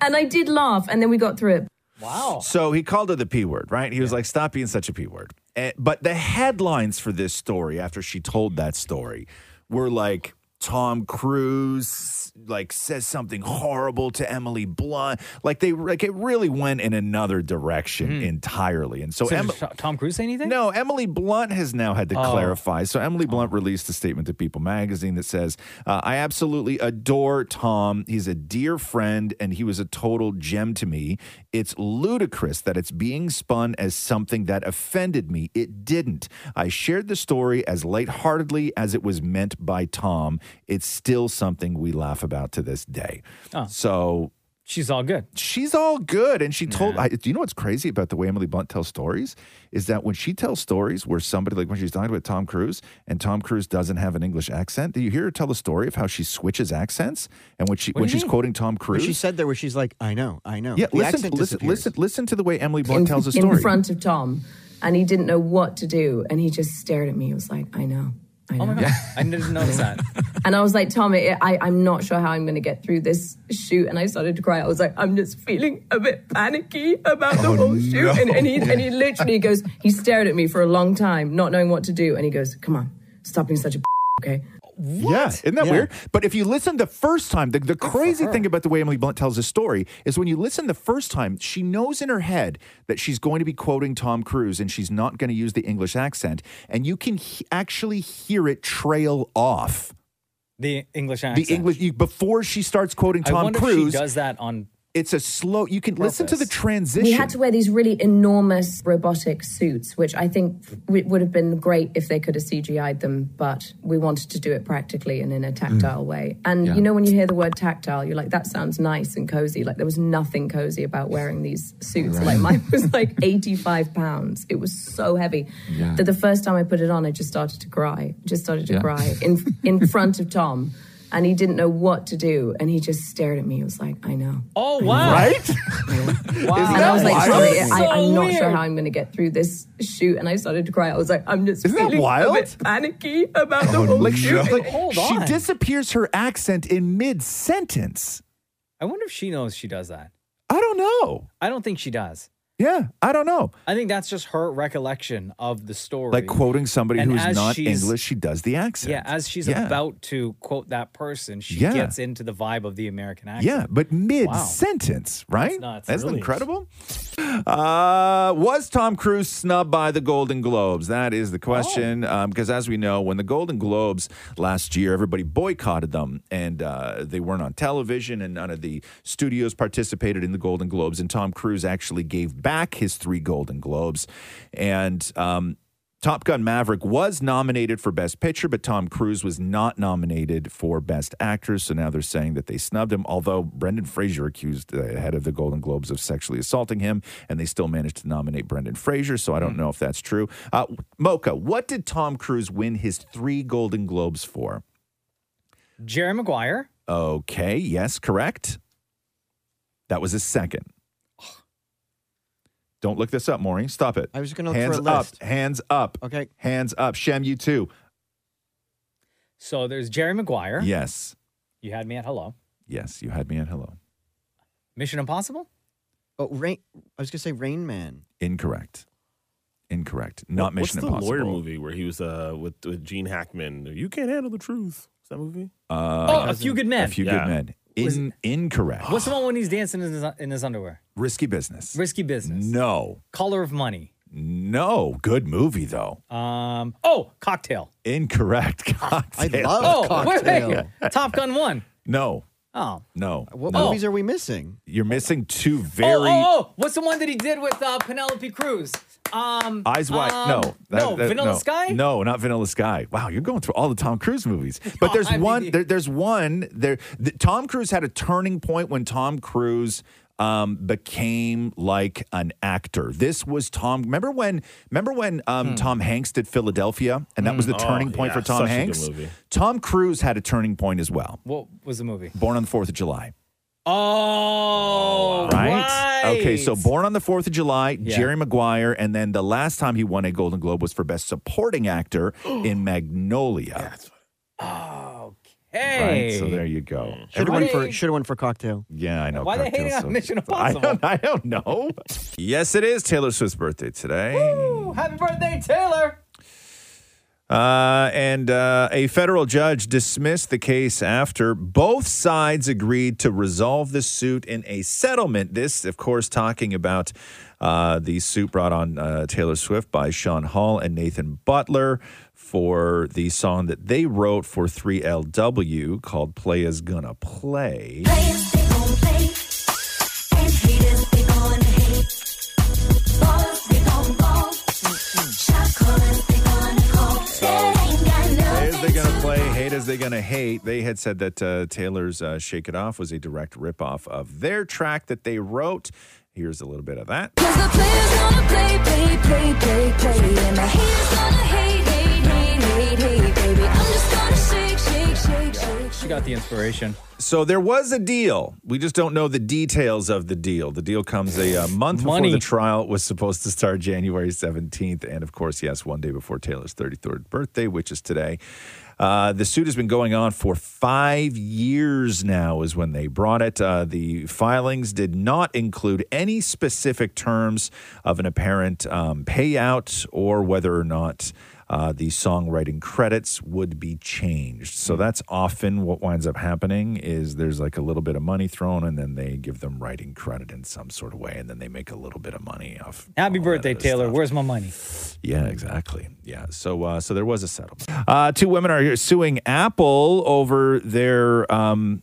S7: And I did laugh. And then we got through it.
S1: Wow.
S5: So he called her the P word, right? He was like, stop being such a P word. Eh, But the headlines for this story, after she told that story, were like, Tom Cruise like says something horrible to Emily Blunt. Like they like it really went in another direction entirely. And so,
S1: Hmm. So,
S5: Emily.
S1: did Tom Cruise say anything?
S5: No, Emily Blunt has now had to
S1: Oh.
S5: clarify. So Emily Blunt released a statement to People Magazine that says, uh, "I absolutely adore Tom. He's a dear friend, and he was a total gem to me. It's ludicrous that it's being spun as something that offended me. It didn't. I shared the story as lightheartedly as it was meant by Tom. It's still something we laugh about to this day.
S1: Oh.
S5: So."
S1: She's all good.
S5: She's all good. And she told, I, do you know what's crazy about the way Emily Blunt tells stories? Is that when she tells stories where somebody, like when she's talking about Tom Cruise and Tom Cruise doesn't have an English accent, do you hear her tell the story of how she switches accents? And when, she,
S6: What do
S5: when
S6: you
S5: she's
S6: mean?
S5: quoting Tom
S6: But
S5: Cruise.
S6: she said there where she's like, I know, I know.
S5: yeah,
S6: the
S5: listen,
S6: accent
S5: listen,
S6: disappears.
S5: listen, listen to the way Emily Blunt
S7: in,
S5: tells a
S7: in
S5: story.
S7: front of Tom. And he didn't know what to do. And he just stared at me. He was like, I know. I know.
S1: Oh my god, I didn't notice that.
S7: And I was like, Tom, it, I, I'm not sure how I'm going to get through this shoot. And I started to cry. I was like, I'm just feeling a bit panicky about the whole shoot.
S3: no.
S7: And, and, he, and he literally goes, he stared at me for a long time, not knowing what to do. And he goes, Come on, stop being such a okay?
S5: Yeah, isn't that
S7: Yeah.
S5: weird? But if you listen the first time, the, the crazy thing about the way Emily Blunt tells this story is when you listen the first time, she knows in her head that she's going to be quoting Tom Cruise and she's not going to use the English accent. And you can he- actually hear it trail off
S1: The English accent.
S5: the English you, before she starts quoting
S1: I
S5: Tom
S1: wonder
S5: Cruise.
S1: if she does that on
S5: It's a slow. You can listen to the transition.
S7: We had to wear these really enormous robotic suits, which I think w- would have been great if they could have CGI'd them, but we wanted to do it practically and in a tactile way. And
S9: Yeah.
S7: you know, when you hear the word tactile, you're like, that sounds nice and cozy. Like there was nothing cozy about wearing these suits.
S9: Right.
S7: Like mine was like 85 pounds. It was so heavy
S9: Yeah.
S7: that the first time I put it on, I just started to cry. Just started to
S9: Yeah.
S7: cry in in front of Tom. And he didn't know what to do, and he just stared at me. He was like, "I know."
S1: Oh wow!
S7: Right?
S1: Wow.
S7: And I was like,
S1: That's
S7: sorry, I,
S1: so
S7: I'm not sure
S1: weird.
S7: how I'm going to get through this shoot. And I started to cry. I was like, I'm just feeling
S5: wild?
S7: a bit panicky about the whole
S5: like she,
S7: shoot.
S5: like, she disappears her accent in mid sentence.
S1: I wonder if she knows she does that.
S5: I don't know.
S1: I don't think she does.
S5: Yeah, I don't know.
S1: I think that's just her recollection of the story.
S5: Like quoting somebody
S1: And
S5: who's
S1: as
S5: not
S1: she's-
S5: English, she does the accent.
S1: Yeah, as she's
S5: Yeah.
S1: about to quote that person, she
S5: Yeah.
S1: gets into the vibe of the American accent.
S5: Yeah, but mid
S1: Wow.
S5: sentence, right?
S1: That's nuts,
S5: That's
S1: really.
S5: incredible. Uh, was Tom Cruise snubbed by the Golden Globes? That is the question.
S1: Oh.
S5: Because as we know, when the Golden Globes last year, everybody boycotted them and uh, they weren't on television, and none of the studios participated in the Golden Globes. And Tom Cruise actually gave back his three Golden Globes. And. Um, Top Gun Maverick was nominated for Best Picture, but Tom Cruise was not nominated for Best Actor. So now they're saying that they snubbed him, although Brendan Fraser accused the head of the Golden Globes of sexually assaulting him, and they still managed to nominate Brendan Fraser. So I don't
S1: Hmm.
S5: know if that's true. Uh, Mocha, what did Tom Cruise win his three Golden Globes for?
S1: Jerry Maguire.
S5: Okay, yes, correct. That was his second. Don't look this up, Maureen. Stop it. I was
S6: gonna look for
S5: hands
S6: a list.
S5: up, hands up.
S6: Okay.
S5: hands up. Shem, you too.
S1: So there's Jerry Maguire.
S5: Yes,
S1: You had me at hello.
S5: yes, you had me at hello.
S1: Mission Impossible?
S6: Oh, Rain. I was gonna say Rain Man.
S5: Incorrect. Incorrect. Not
S4: What's
S5: Mission
S4: the
S5: Impossible.
S4: lawyer movie where he was uh, with with Gene Hackman? You can't handle the truth. Is that movie?
S5: Uh,
S1: Oh, A Few Good Men.
S5: A few
S4: Yeah.
S5: good men. In, incorrect.
S1: What's the one when he's dancing in his, in his underwear?
S5: Risky business.
S1: Risky business.
S5: No.
S1: Color of money.
S5: No. Good movie though.
S1: Um. Oh, cocktail.
S5: Incorrect. Cocktail.
S1: oh, wait, wait. Top Gun one.
S5: No.
S1: Oh.
S5: No.
S6: What
S5: no.
S6: movies are we missing?
S5: You're missing two very.
S1: Oh, oh, oh, what's the one that he did with uh, Penelope Cruz? Um,
S5: Eyes wide.
S1: um,
S5: no. That-
S1: no,
S5: that-
S1: Vanilla
S5: no.
S1: Sky.
S5: No, not Vanilla Sky. Wow, you're going through all the Tom Cruise movies. But there's one. There, there's one. There. The, Tom Cruise had a turning point when Tom Cruise. Um, became like an actor. This was Tom. Remember when? Remember when um, Tom Hanks did Philadelphia, and that was the
S4: Hmm. Oh,
S5: turning point
S4: yeah,
S5: for Tom
S4: such a good
S5: Hanks.
S4: movie.
S5: Tom Cruise had a turning point as well.
S1: What was the movie?
S5: Born on the Fourth of July.
S1: Oh,
S5: Right? Okay, so
S1: right.
S5: born on the 4th of July, Jerry Maguire, and then the last time he won a Golden Globe was for Best Supporting Actor in Magnolia.
S1: Hey.
S5: Right? So there you go.
S6: Should have won for should have won for Cocktail.
S5: Yeah, I know.
S6: Why they hating
S5: cocktails so-
S6: on Mission
S5: I
S6: Impossible?
S5: don't, I don't know. yes, it is Taylor Swift's birthday today.
S1: Ooh, happy birthday, Taylor.
S5: Uh, and uh, a federal judge dismissed the case after both sides agreed to resolve the suit in a settlement. This, of course, talking about uh, the suit brought on uh, Taylor Swift by Sean Hall and Nathan Butler for the song that they wrote for 3LW called Play Is Gonna Play. Play as they gonna play, hate as they gonna hate. They had said that uh, Taylor's uh, "Shake It Off" was a direct ripoff of their track that they wrote. Here's a little bit of that.
S1: She got the inspiration.
S5: So there was a deal. We just don't know the details of the deal. The deal comes a uh, month
S1: Money.
S5: before the trial was supposed to start January 17th. And of course, yes, one day before Taylor's 33rd birthday, which is today. Uh, the suit has been going on for five years now, is when they brought it. Uh, the filings did not include any specific terms of an apparent um, payout or whether or not uh, the songwriting credits would be changed. So that's often what winds up happening is there's like a little bit of money thrown, and then they give them writing credit in some sort of way, and then they make a little bit of money off.
S1: Happy birthday, Taylor. Where's my money?
S5: Yeah, exactly. Yeah. So uh, so there was a settlement. Uh, two women are suing Apple over their um,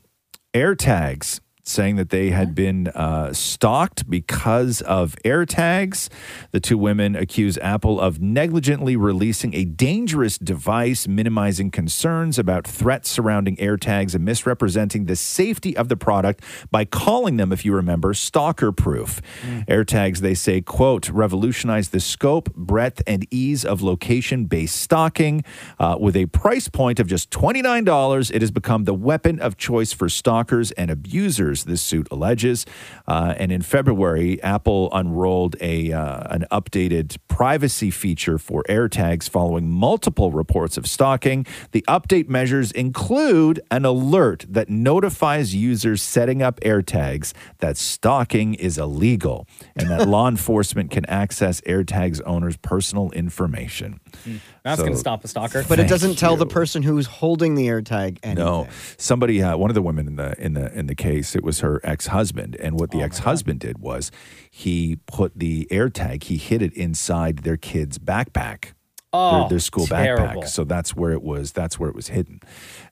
S5: AirTags. saying that they had been uh, stalked because of AirTags. The two women accuse Apple of negligently releasing a dangerous device, minimizing concerns about threats surrounding AirTags and misrepresenting the safety of the product by calling them, if you remember, stalker proof. AirTags, they say, quote, revolutionized the scope, breadth, and ease of location based stalking. Uh, with a price point of just $29, it has become the weapon of choice for stalkers and abusers, this suit alleges. Uh, and in February, Apple unrolled a, uh, an updated privacy feature for AirTags following multiple reports of stalking. The update measures include an alert that notifies users setting up AirTags that stalking is illegal and that law enforcement can access AirTags owners' personal information.
S1: Hmm. That's
S5: So-
S1: gonna stop a stalker.
S6: But it
S5: Thank
S6: doesn't tell the person who's holding the air tag anything.
S5: No, somebody, uh, one of the women in the in the in the case, it was her ex husband, and
S6: Oh
S5: what the ex husband did was he put the air tag, he hid it inside their kid's backpack.
S1: Oh,
S5: their, their school
S1: terrible.
S5: backpack. So that's where it was. That's where it was hidden.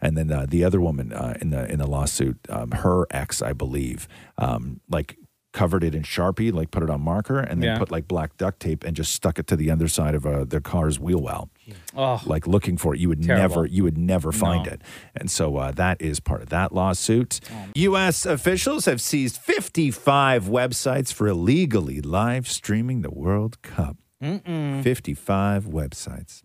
S5: And then uh, the other woman uh, in the in the lawsuit, um, her ex, I believe, um, like covered it in sharpie, like put it on marker, and then
S1: Yeah.
S5: put like black duct tape and just stuck it to the underside of uh, their car's wheel well
S1: Oh,
S5: like looking for it. You would
S1: Terrible.
S5: never, you would never find
S1: No.
S5: it. And so uh, that is part of that lawsuit.
S1: Um,
S5: U.S. officials have seized 55 websites for illegally live streaming the World Cup.
S24: Mm-hmm.
S5: 55 websites.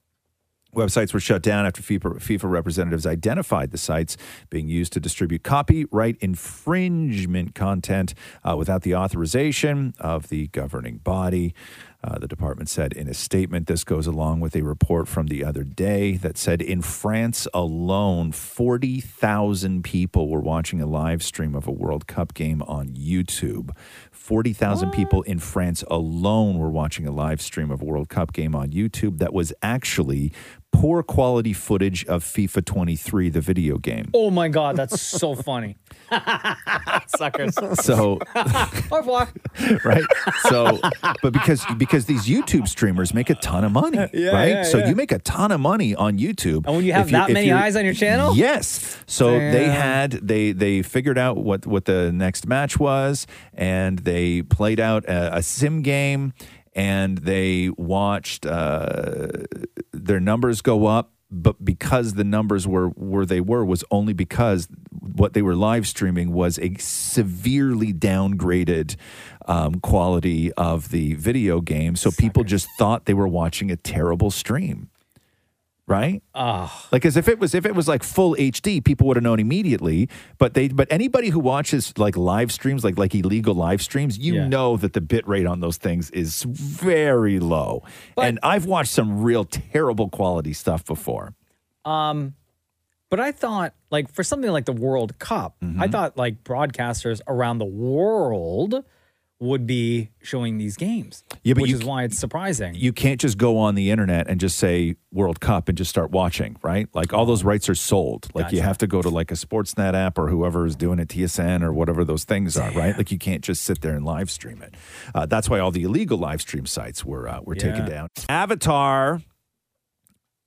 S5: Websites were shut down after FIFA, FIFA representatives identified the sites being used to distribute copyright infringement content uh, without the authorization of the governing body. Uh, the department said in a statement this goes along with a report from the other day that said in France alone, 40,000 people were watching a live stream of a World Cup game on YouTube. 40,000 people in France alone were watching a live stream of a World Cup game on YouTube that was actually poor quality footage of FIFA 23, the video game.
S1: Oh my god, that's so funny. Suckers.
S5: So-
S1: Au revoir.
S5: right? So, but because because these YouTube streamers make a ton of money,
S1: Yeah,
S5: right?
S1: yeah,
S5: so
S1: yeah.
S5: you make a ton of money on YouTube, and when
S1: you have that many eyes on your channel?
S5: yes. So they
S1: Damn.
S5: had they they figured out what what the next match was, and they played out a, a sim game, and they watched uh, their numbers go up. But because the numbers were where they were was only because what they were live streaming was a severely downgraded um, quality of the video game. So people just thought they were watching a terrible stream, right?
S1: Oh,
S5: Like as if it was if it was like full HD, people would have known immediately. But they but anybody who watches like live streams, like like illegal live streams, you know that the bit rate on those things is very low. and I've watched some real terrible quality stuff before.
S1: um, but I thought like for something like the World Cup, I
S5: Mm-hmm.
S1: thought like broadcasters around the world would be showing these games.
S5: Yeah, but
S1: which
S5: you
S1: is why it's surprising.
S5: You can't just go on the internet and just say World Cup and just start watching, right? Like all those rights are sold. Like you have to go to like a Sportsnet app or whoever is doing it, TSN or whatever those things are, right? Like you can't just sit there and live stream it. Uh, that's why all the illegal live stream sites were uh, were taken
S18: Yeah.
S5: down. Avatar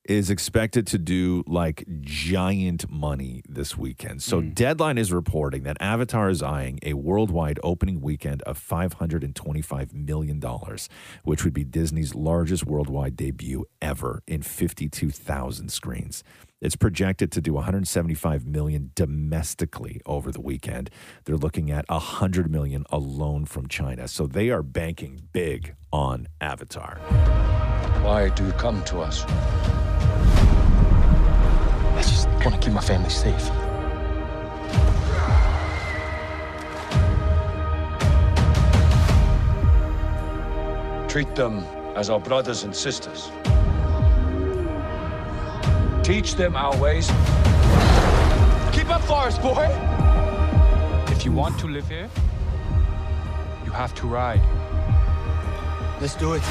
S5: is expected to do like giant money this weekend. So Deadline is reporting that Avatar is eyeing a worldwide opening weekend of 525 million dollars, which would be Disney's largest worldwide debut ever in 52,000 screens. It's projected to do 175 million domestically over the weekend. They're looking at 100 million alone from China. So they are banking big on Avatar.
S20: Why do you come to us? I just want to keep my family safe.
S9: Treat them as our brothers and sisters. Teach them our ways. Keep up, Forest Boy! If you want to live here, you have to ride. Let's do it.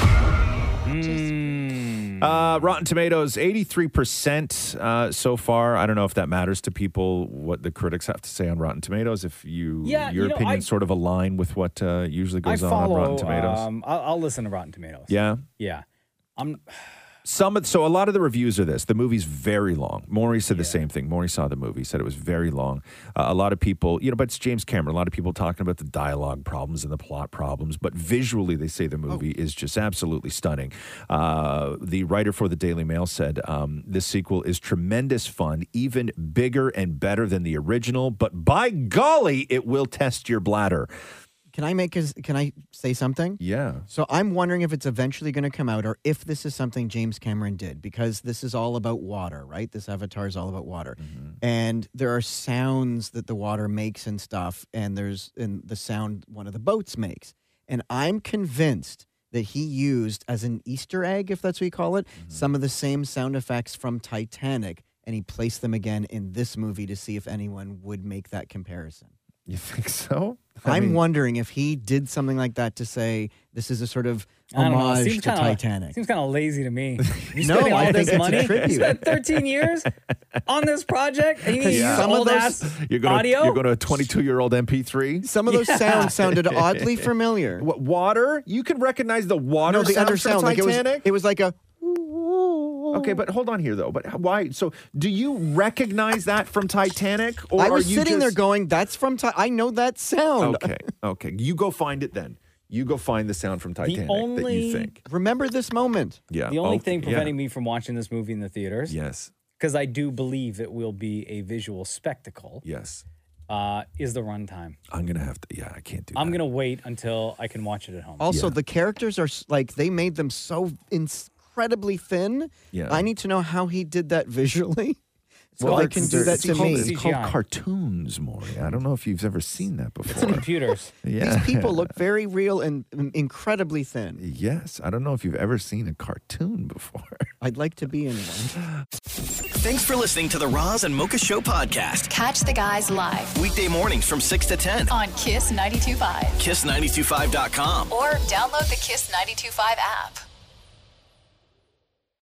S5: Uh, Rotten Tomatoes, 83% uh, so far. I don't know if that matters to people, what the critics have to say on Rotten Tomatoes, if you
S1: Yeah,
S5: your
S1: you know,
S5: opinions
S1: I-
S5: sort of align with what uh, usually
S1: I
S5: goes on on
S1: follow.
S5: Rotten Tomatoes.
S1: Um, I'll, I'll listen to Rotten Tomatoes.
S5: yeah.
S1: Yeah, I'm.
S5: Some of, so a lot of the reviews are this. The movie's very long. Maury said the same thing. Maury saw the movie, said it was very long. Uh, a lot of people, you know, but it's James Cameron. A lot of people talking about the dialogue problems and the plot problems, but visually they say the movie is just absolutely stunning. Uh, the writer for the Daily Mail said um, this sequel is tremendous fun, even bigger and better than the original. But by golly, it will test your bladder.
S6: Can I make? His, can I say something?
S5: Yeah.
S6: So I'm wondering if it's eventually going to come out, or if this is something James Cameron did, because this is all about water, right? This Avatar is all about water,
S5: Mm-hmm.
S6: and there are sounds that the water makes and stuff, and there's and the sound one of the boats makes, and I'm convinced that he used as an Easter egg, if that's what you call it,
S5: Mm-hmm.
S6: some of the same sound effects from Titanic, and he placed them again in this movie to see if anyone would make that comparison.
S5: You think so? I
S6: I'm
S5: mean-
S6: wondering if he did something like that to say this is a sort of
S1: I don't know. It
S6: homage
S1: seems
S6: to
S1: kinda-
S6: Titanic.
S1: Seems kind of lazy to me. You
S6: No,
S1: spending all
S6: I think
S1: this
S6: it's a
S1: money.
S6: tribute.
S1: Spent 13 years on this project, and you need
S5: Yeah.
S1: some old ass
S5: you're going
S1: audio.
S5: To, you're going to a 22 year old MP3.
S6: Some of those sounds sounded oddly familiar.
S5: What water? You can recognize the water
S6: No, the
S5: sound
S6: other
S5: from
S6: sound, like it was-
S5: Titanic.
S6: it was like a.
S5: Okay, but hold on here though. But why? So, do you recognize that from Titanic,
S6: I was
S5: are you
S6: sitting there
S5: just-
S6: going, "That's from Ti- I know that sound."
S5: Okay, okay. You go find it then. You go find the sound from Titanic that you think.
S6: Remember this moment.
S5: Yeah.
S1: The only
S5: Oh,
S1: thing
S5: yeah.
S1: preventing me from watching this movie in the theaters.
S5: Yes.
S1: Because I do believe it will be a visual spectacle.
S5: Yes.
S1: Uh, is the runtime.
S5: I'm gonna have to. Yeah, I can't do.
S1: I'm gonna wait until I can watch it at home.
S6: Also, the characters are s- like they made them so incredibly thin.
S1: Yeah.
S6: I need to know how he did that visually, so
S5: Well,
S6: I
S5: it's-
S6: can do that
S5: it's
S6: to
S5: called-
S6: me.
S5: It's called cartoons, Maury. I don't know if you've ever seen that before.
S1: computers.
S5: Yeah.
S6: These people look very real and um, incredibly thin.
S5: Yes, I don't know if you've ever seen a cartoon before.
S6: I'd like to be in one.
S3: Thanks for listening to the Roz and Mocha Show podcast.
S29: Catch the guys live
S3: Weekday mornings from 6 to 10 on
S29: on Kiss 92.5
S3: kiss925.com.
S29: or download the Kiss 92.5 app.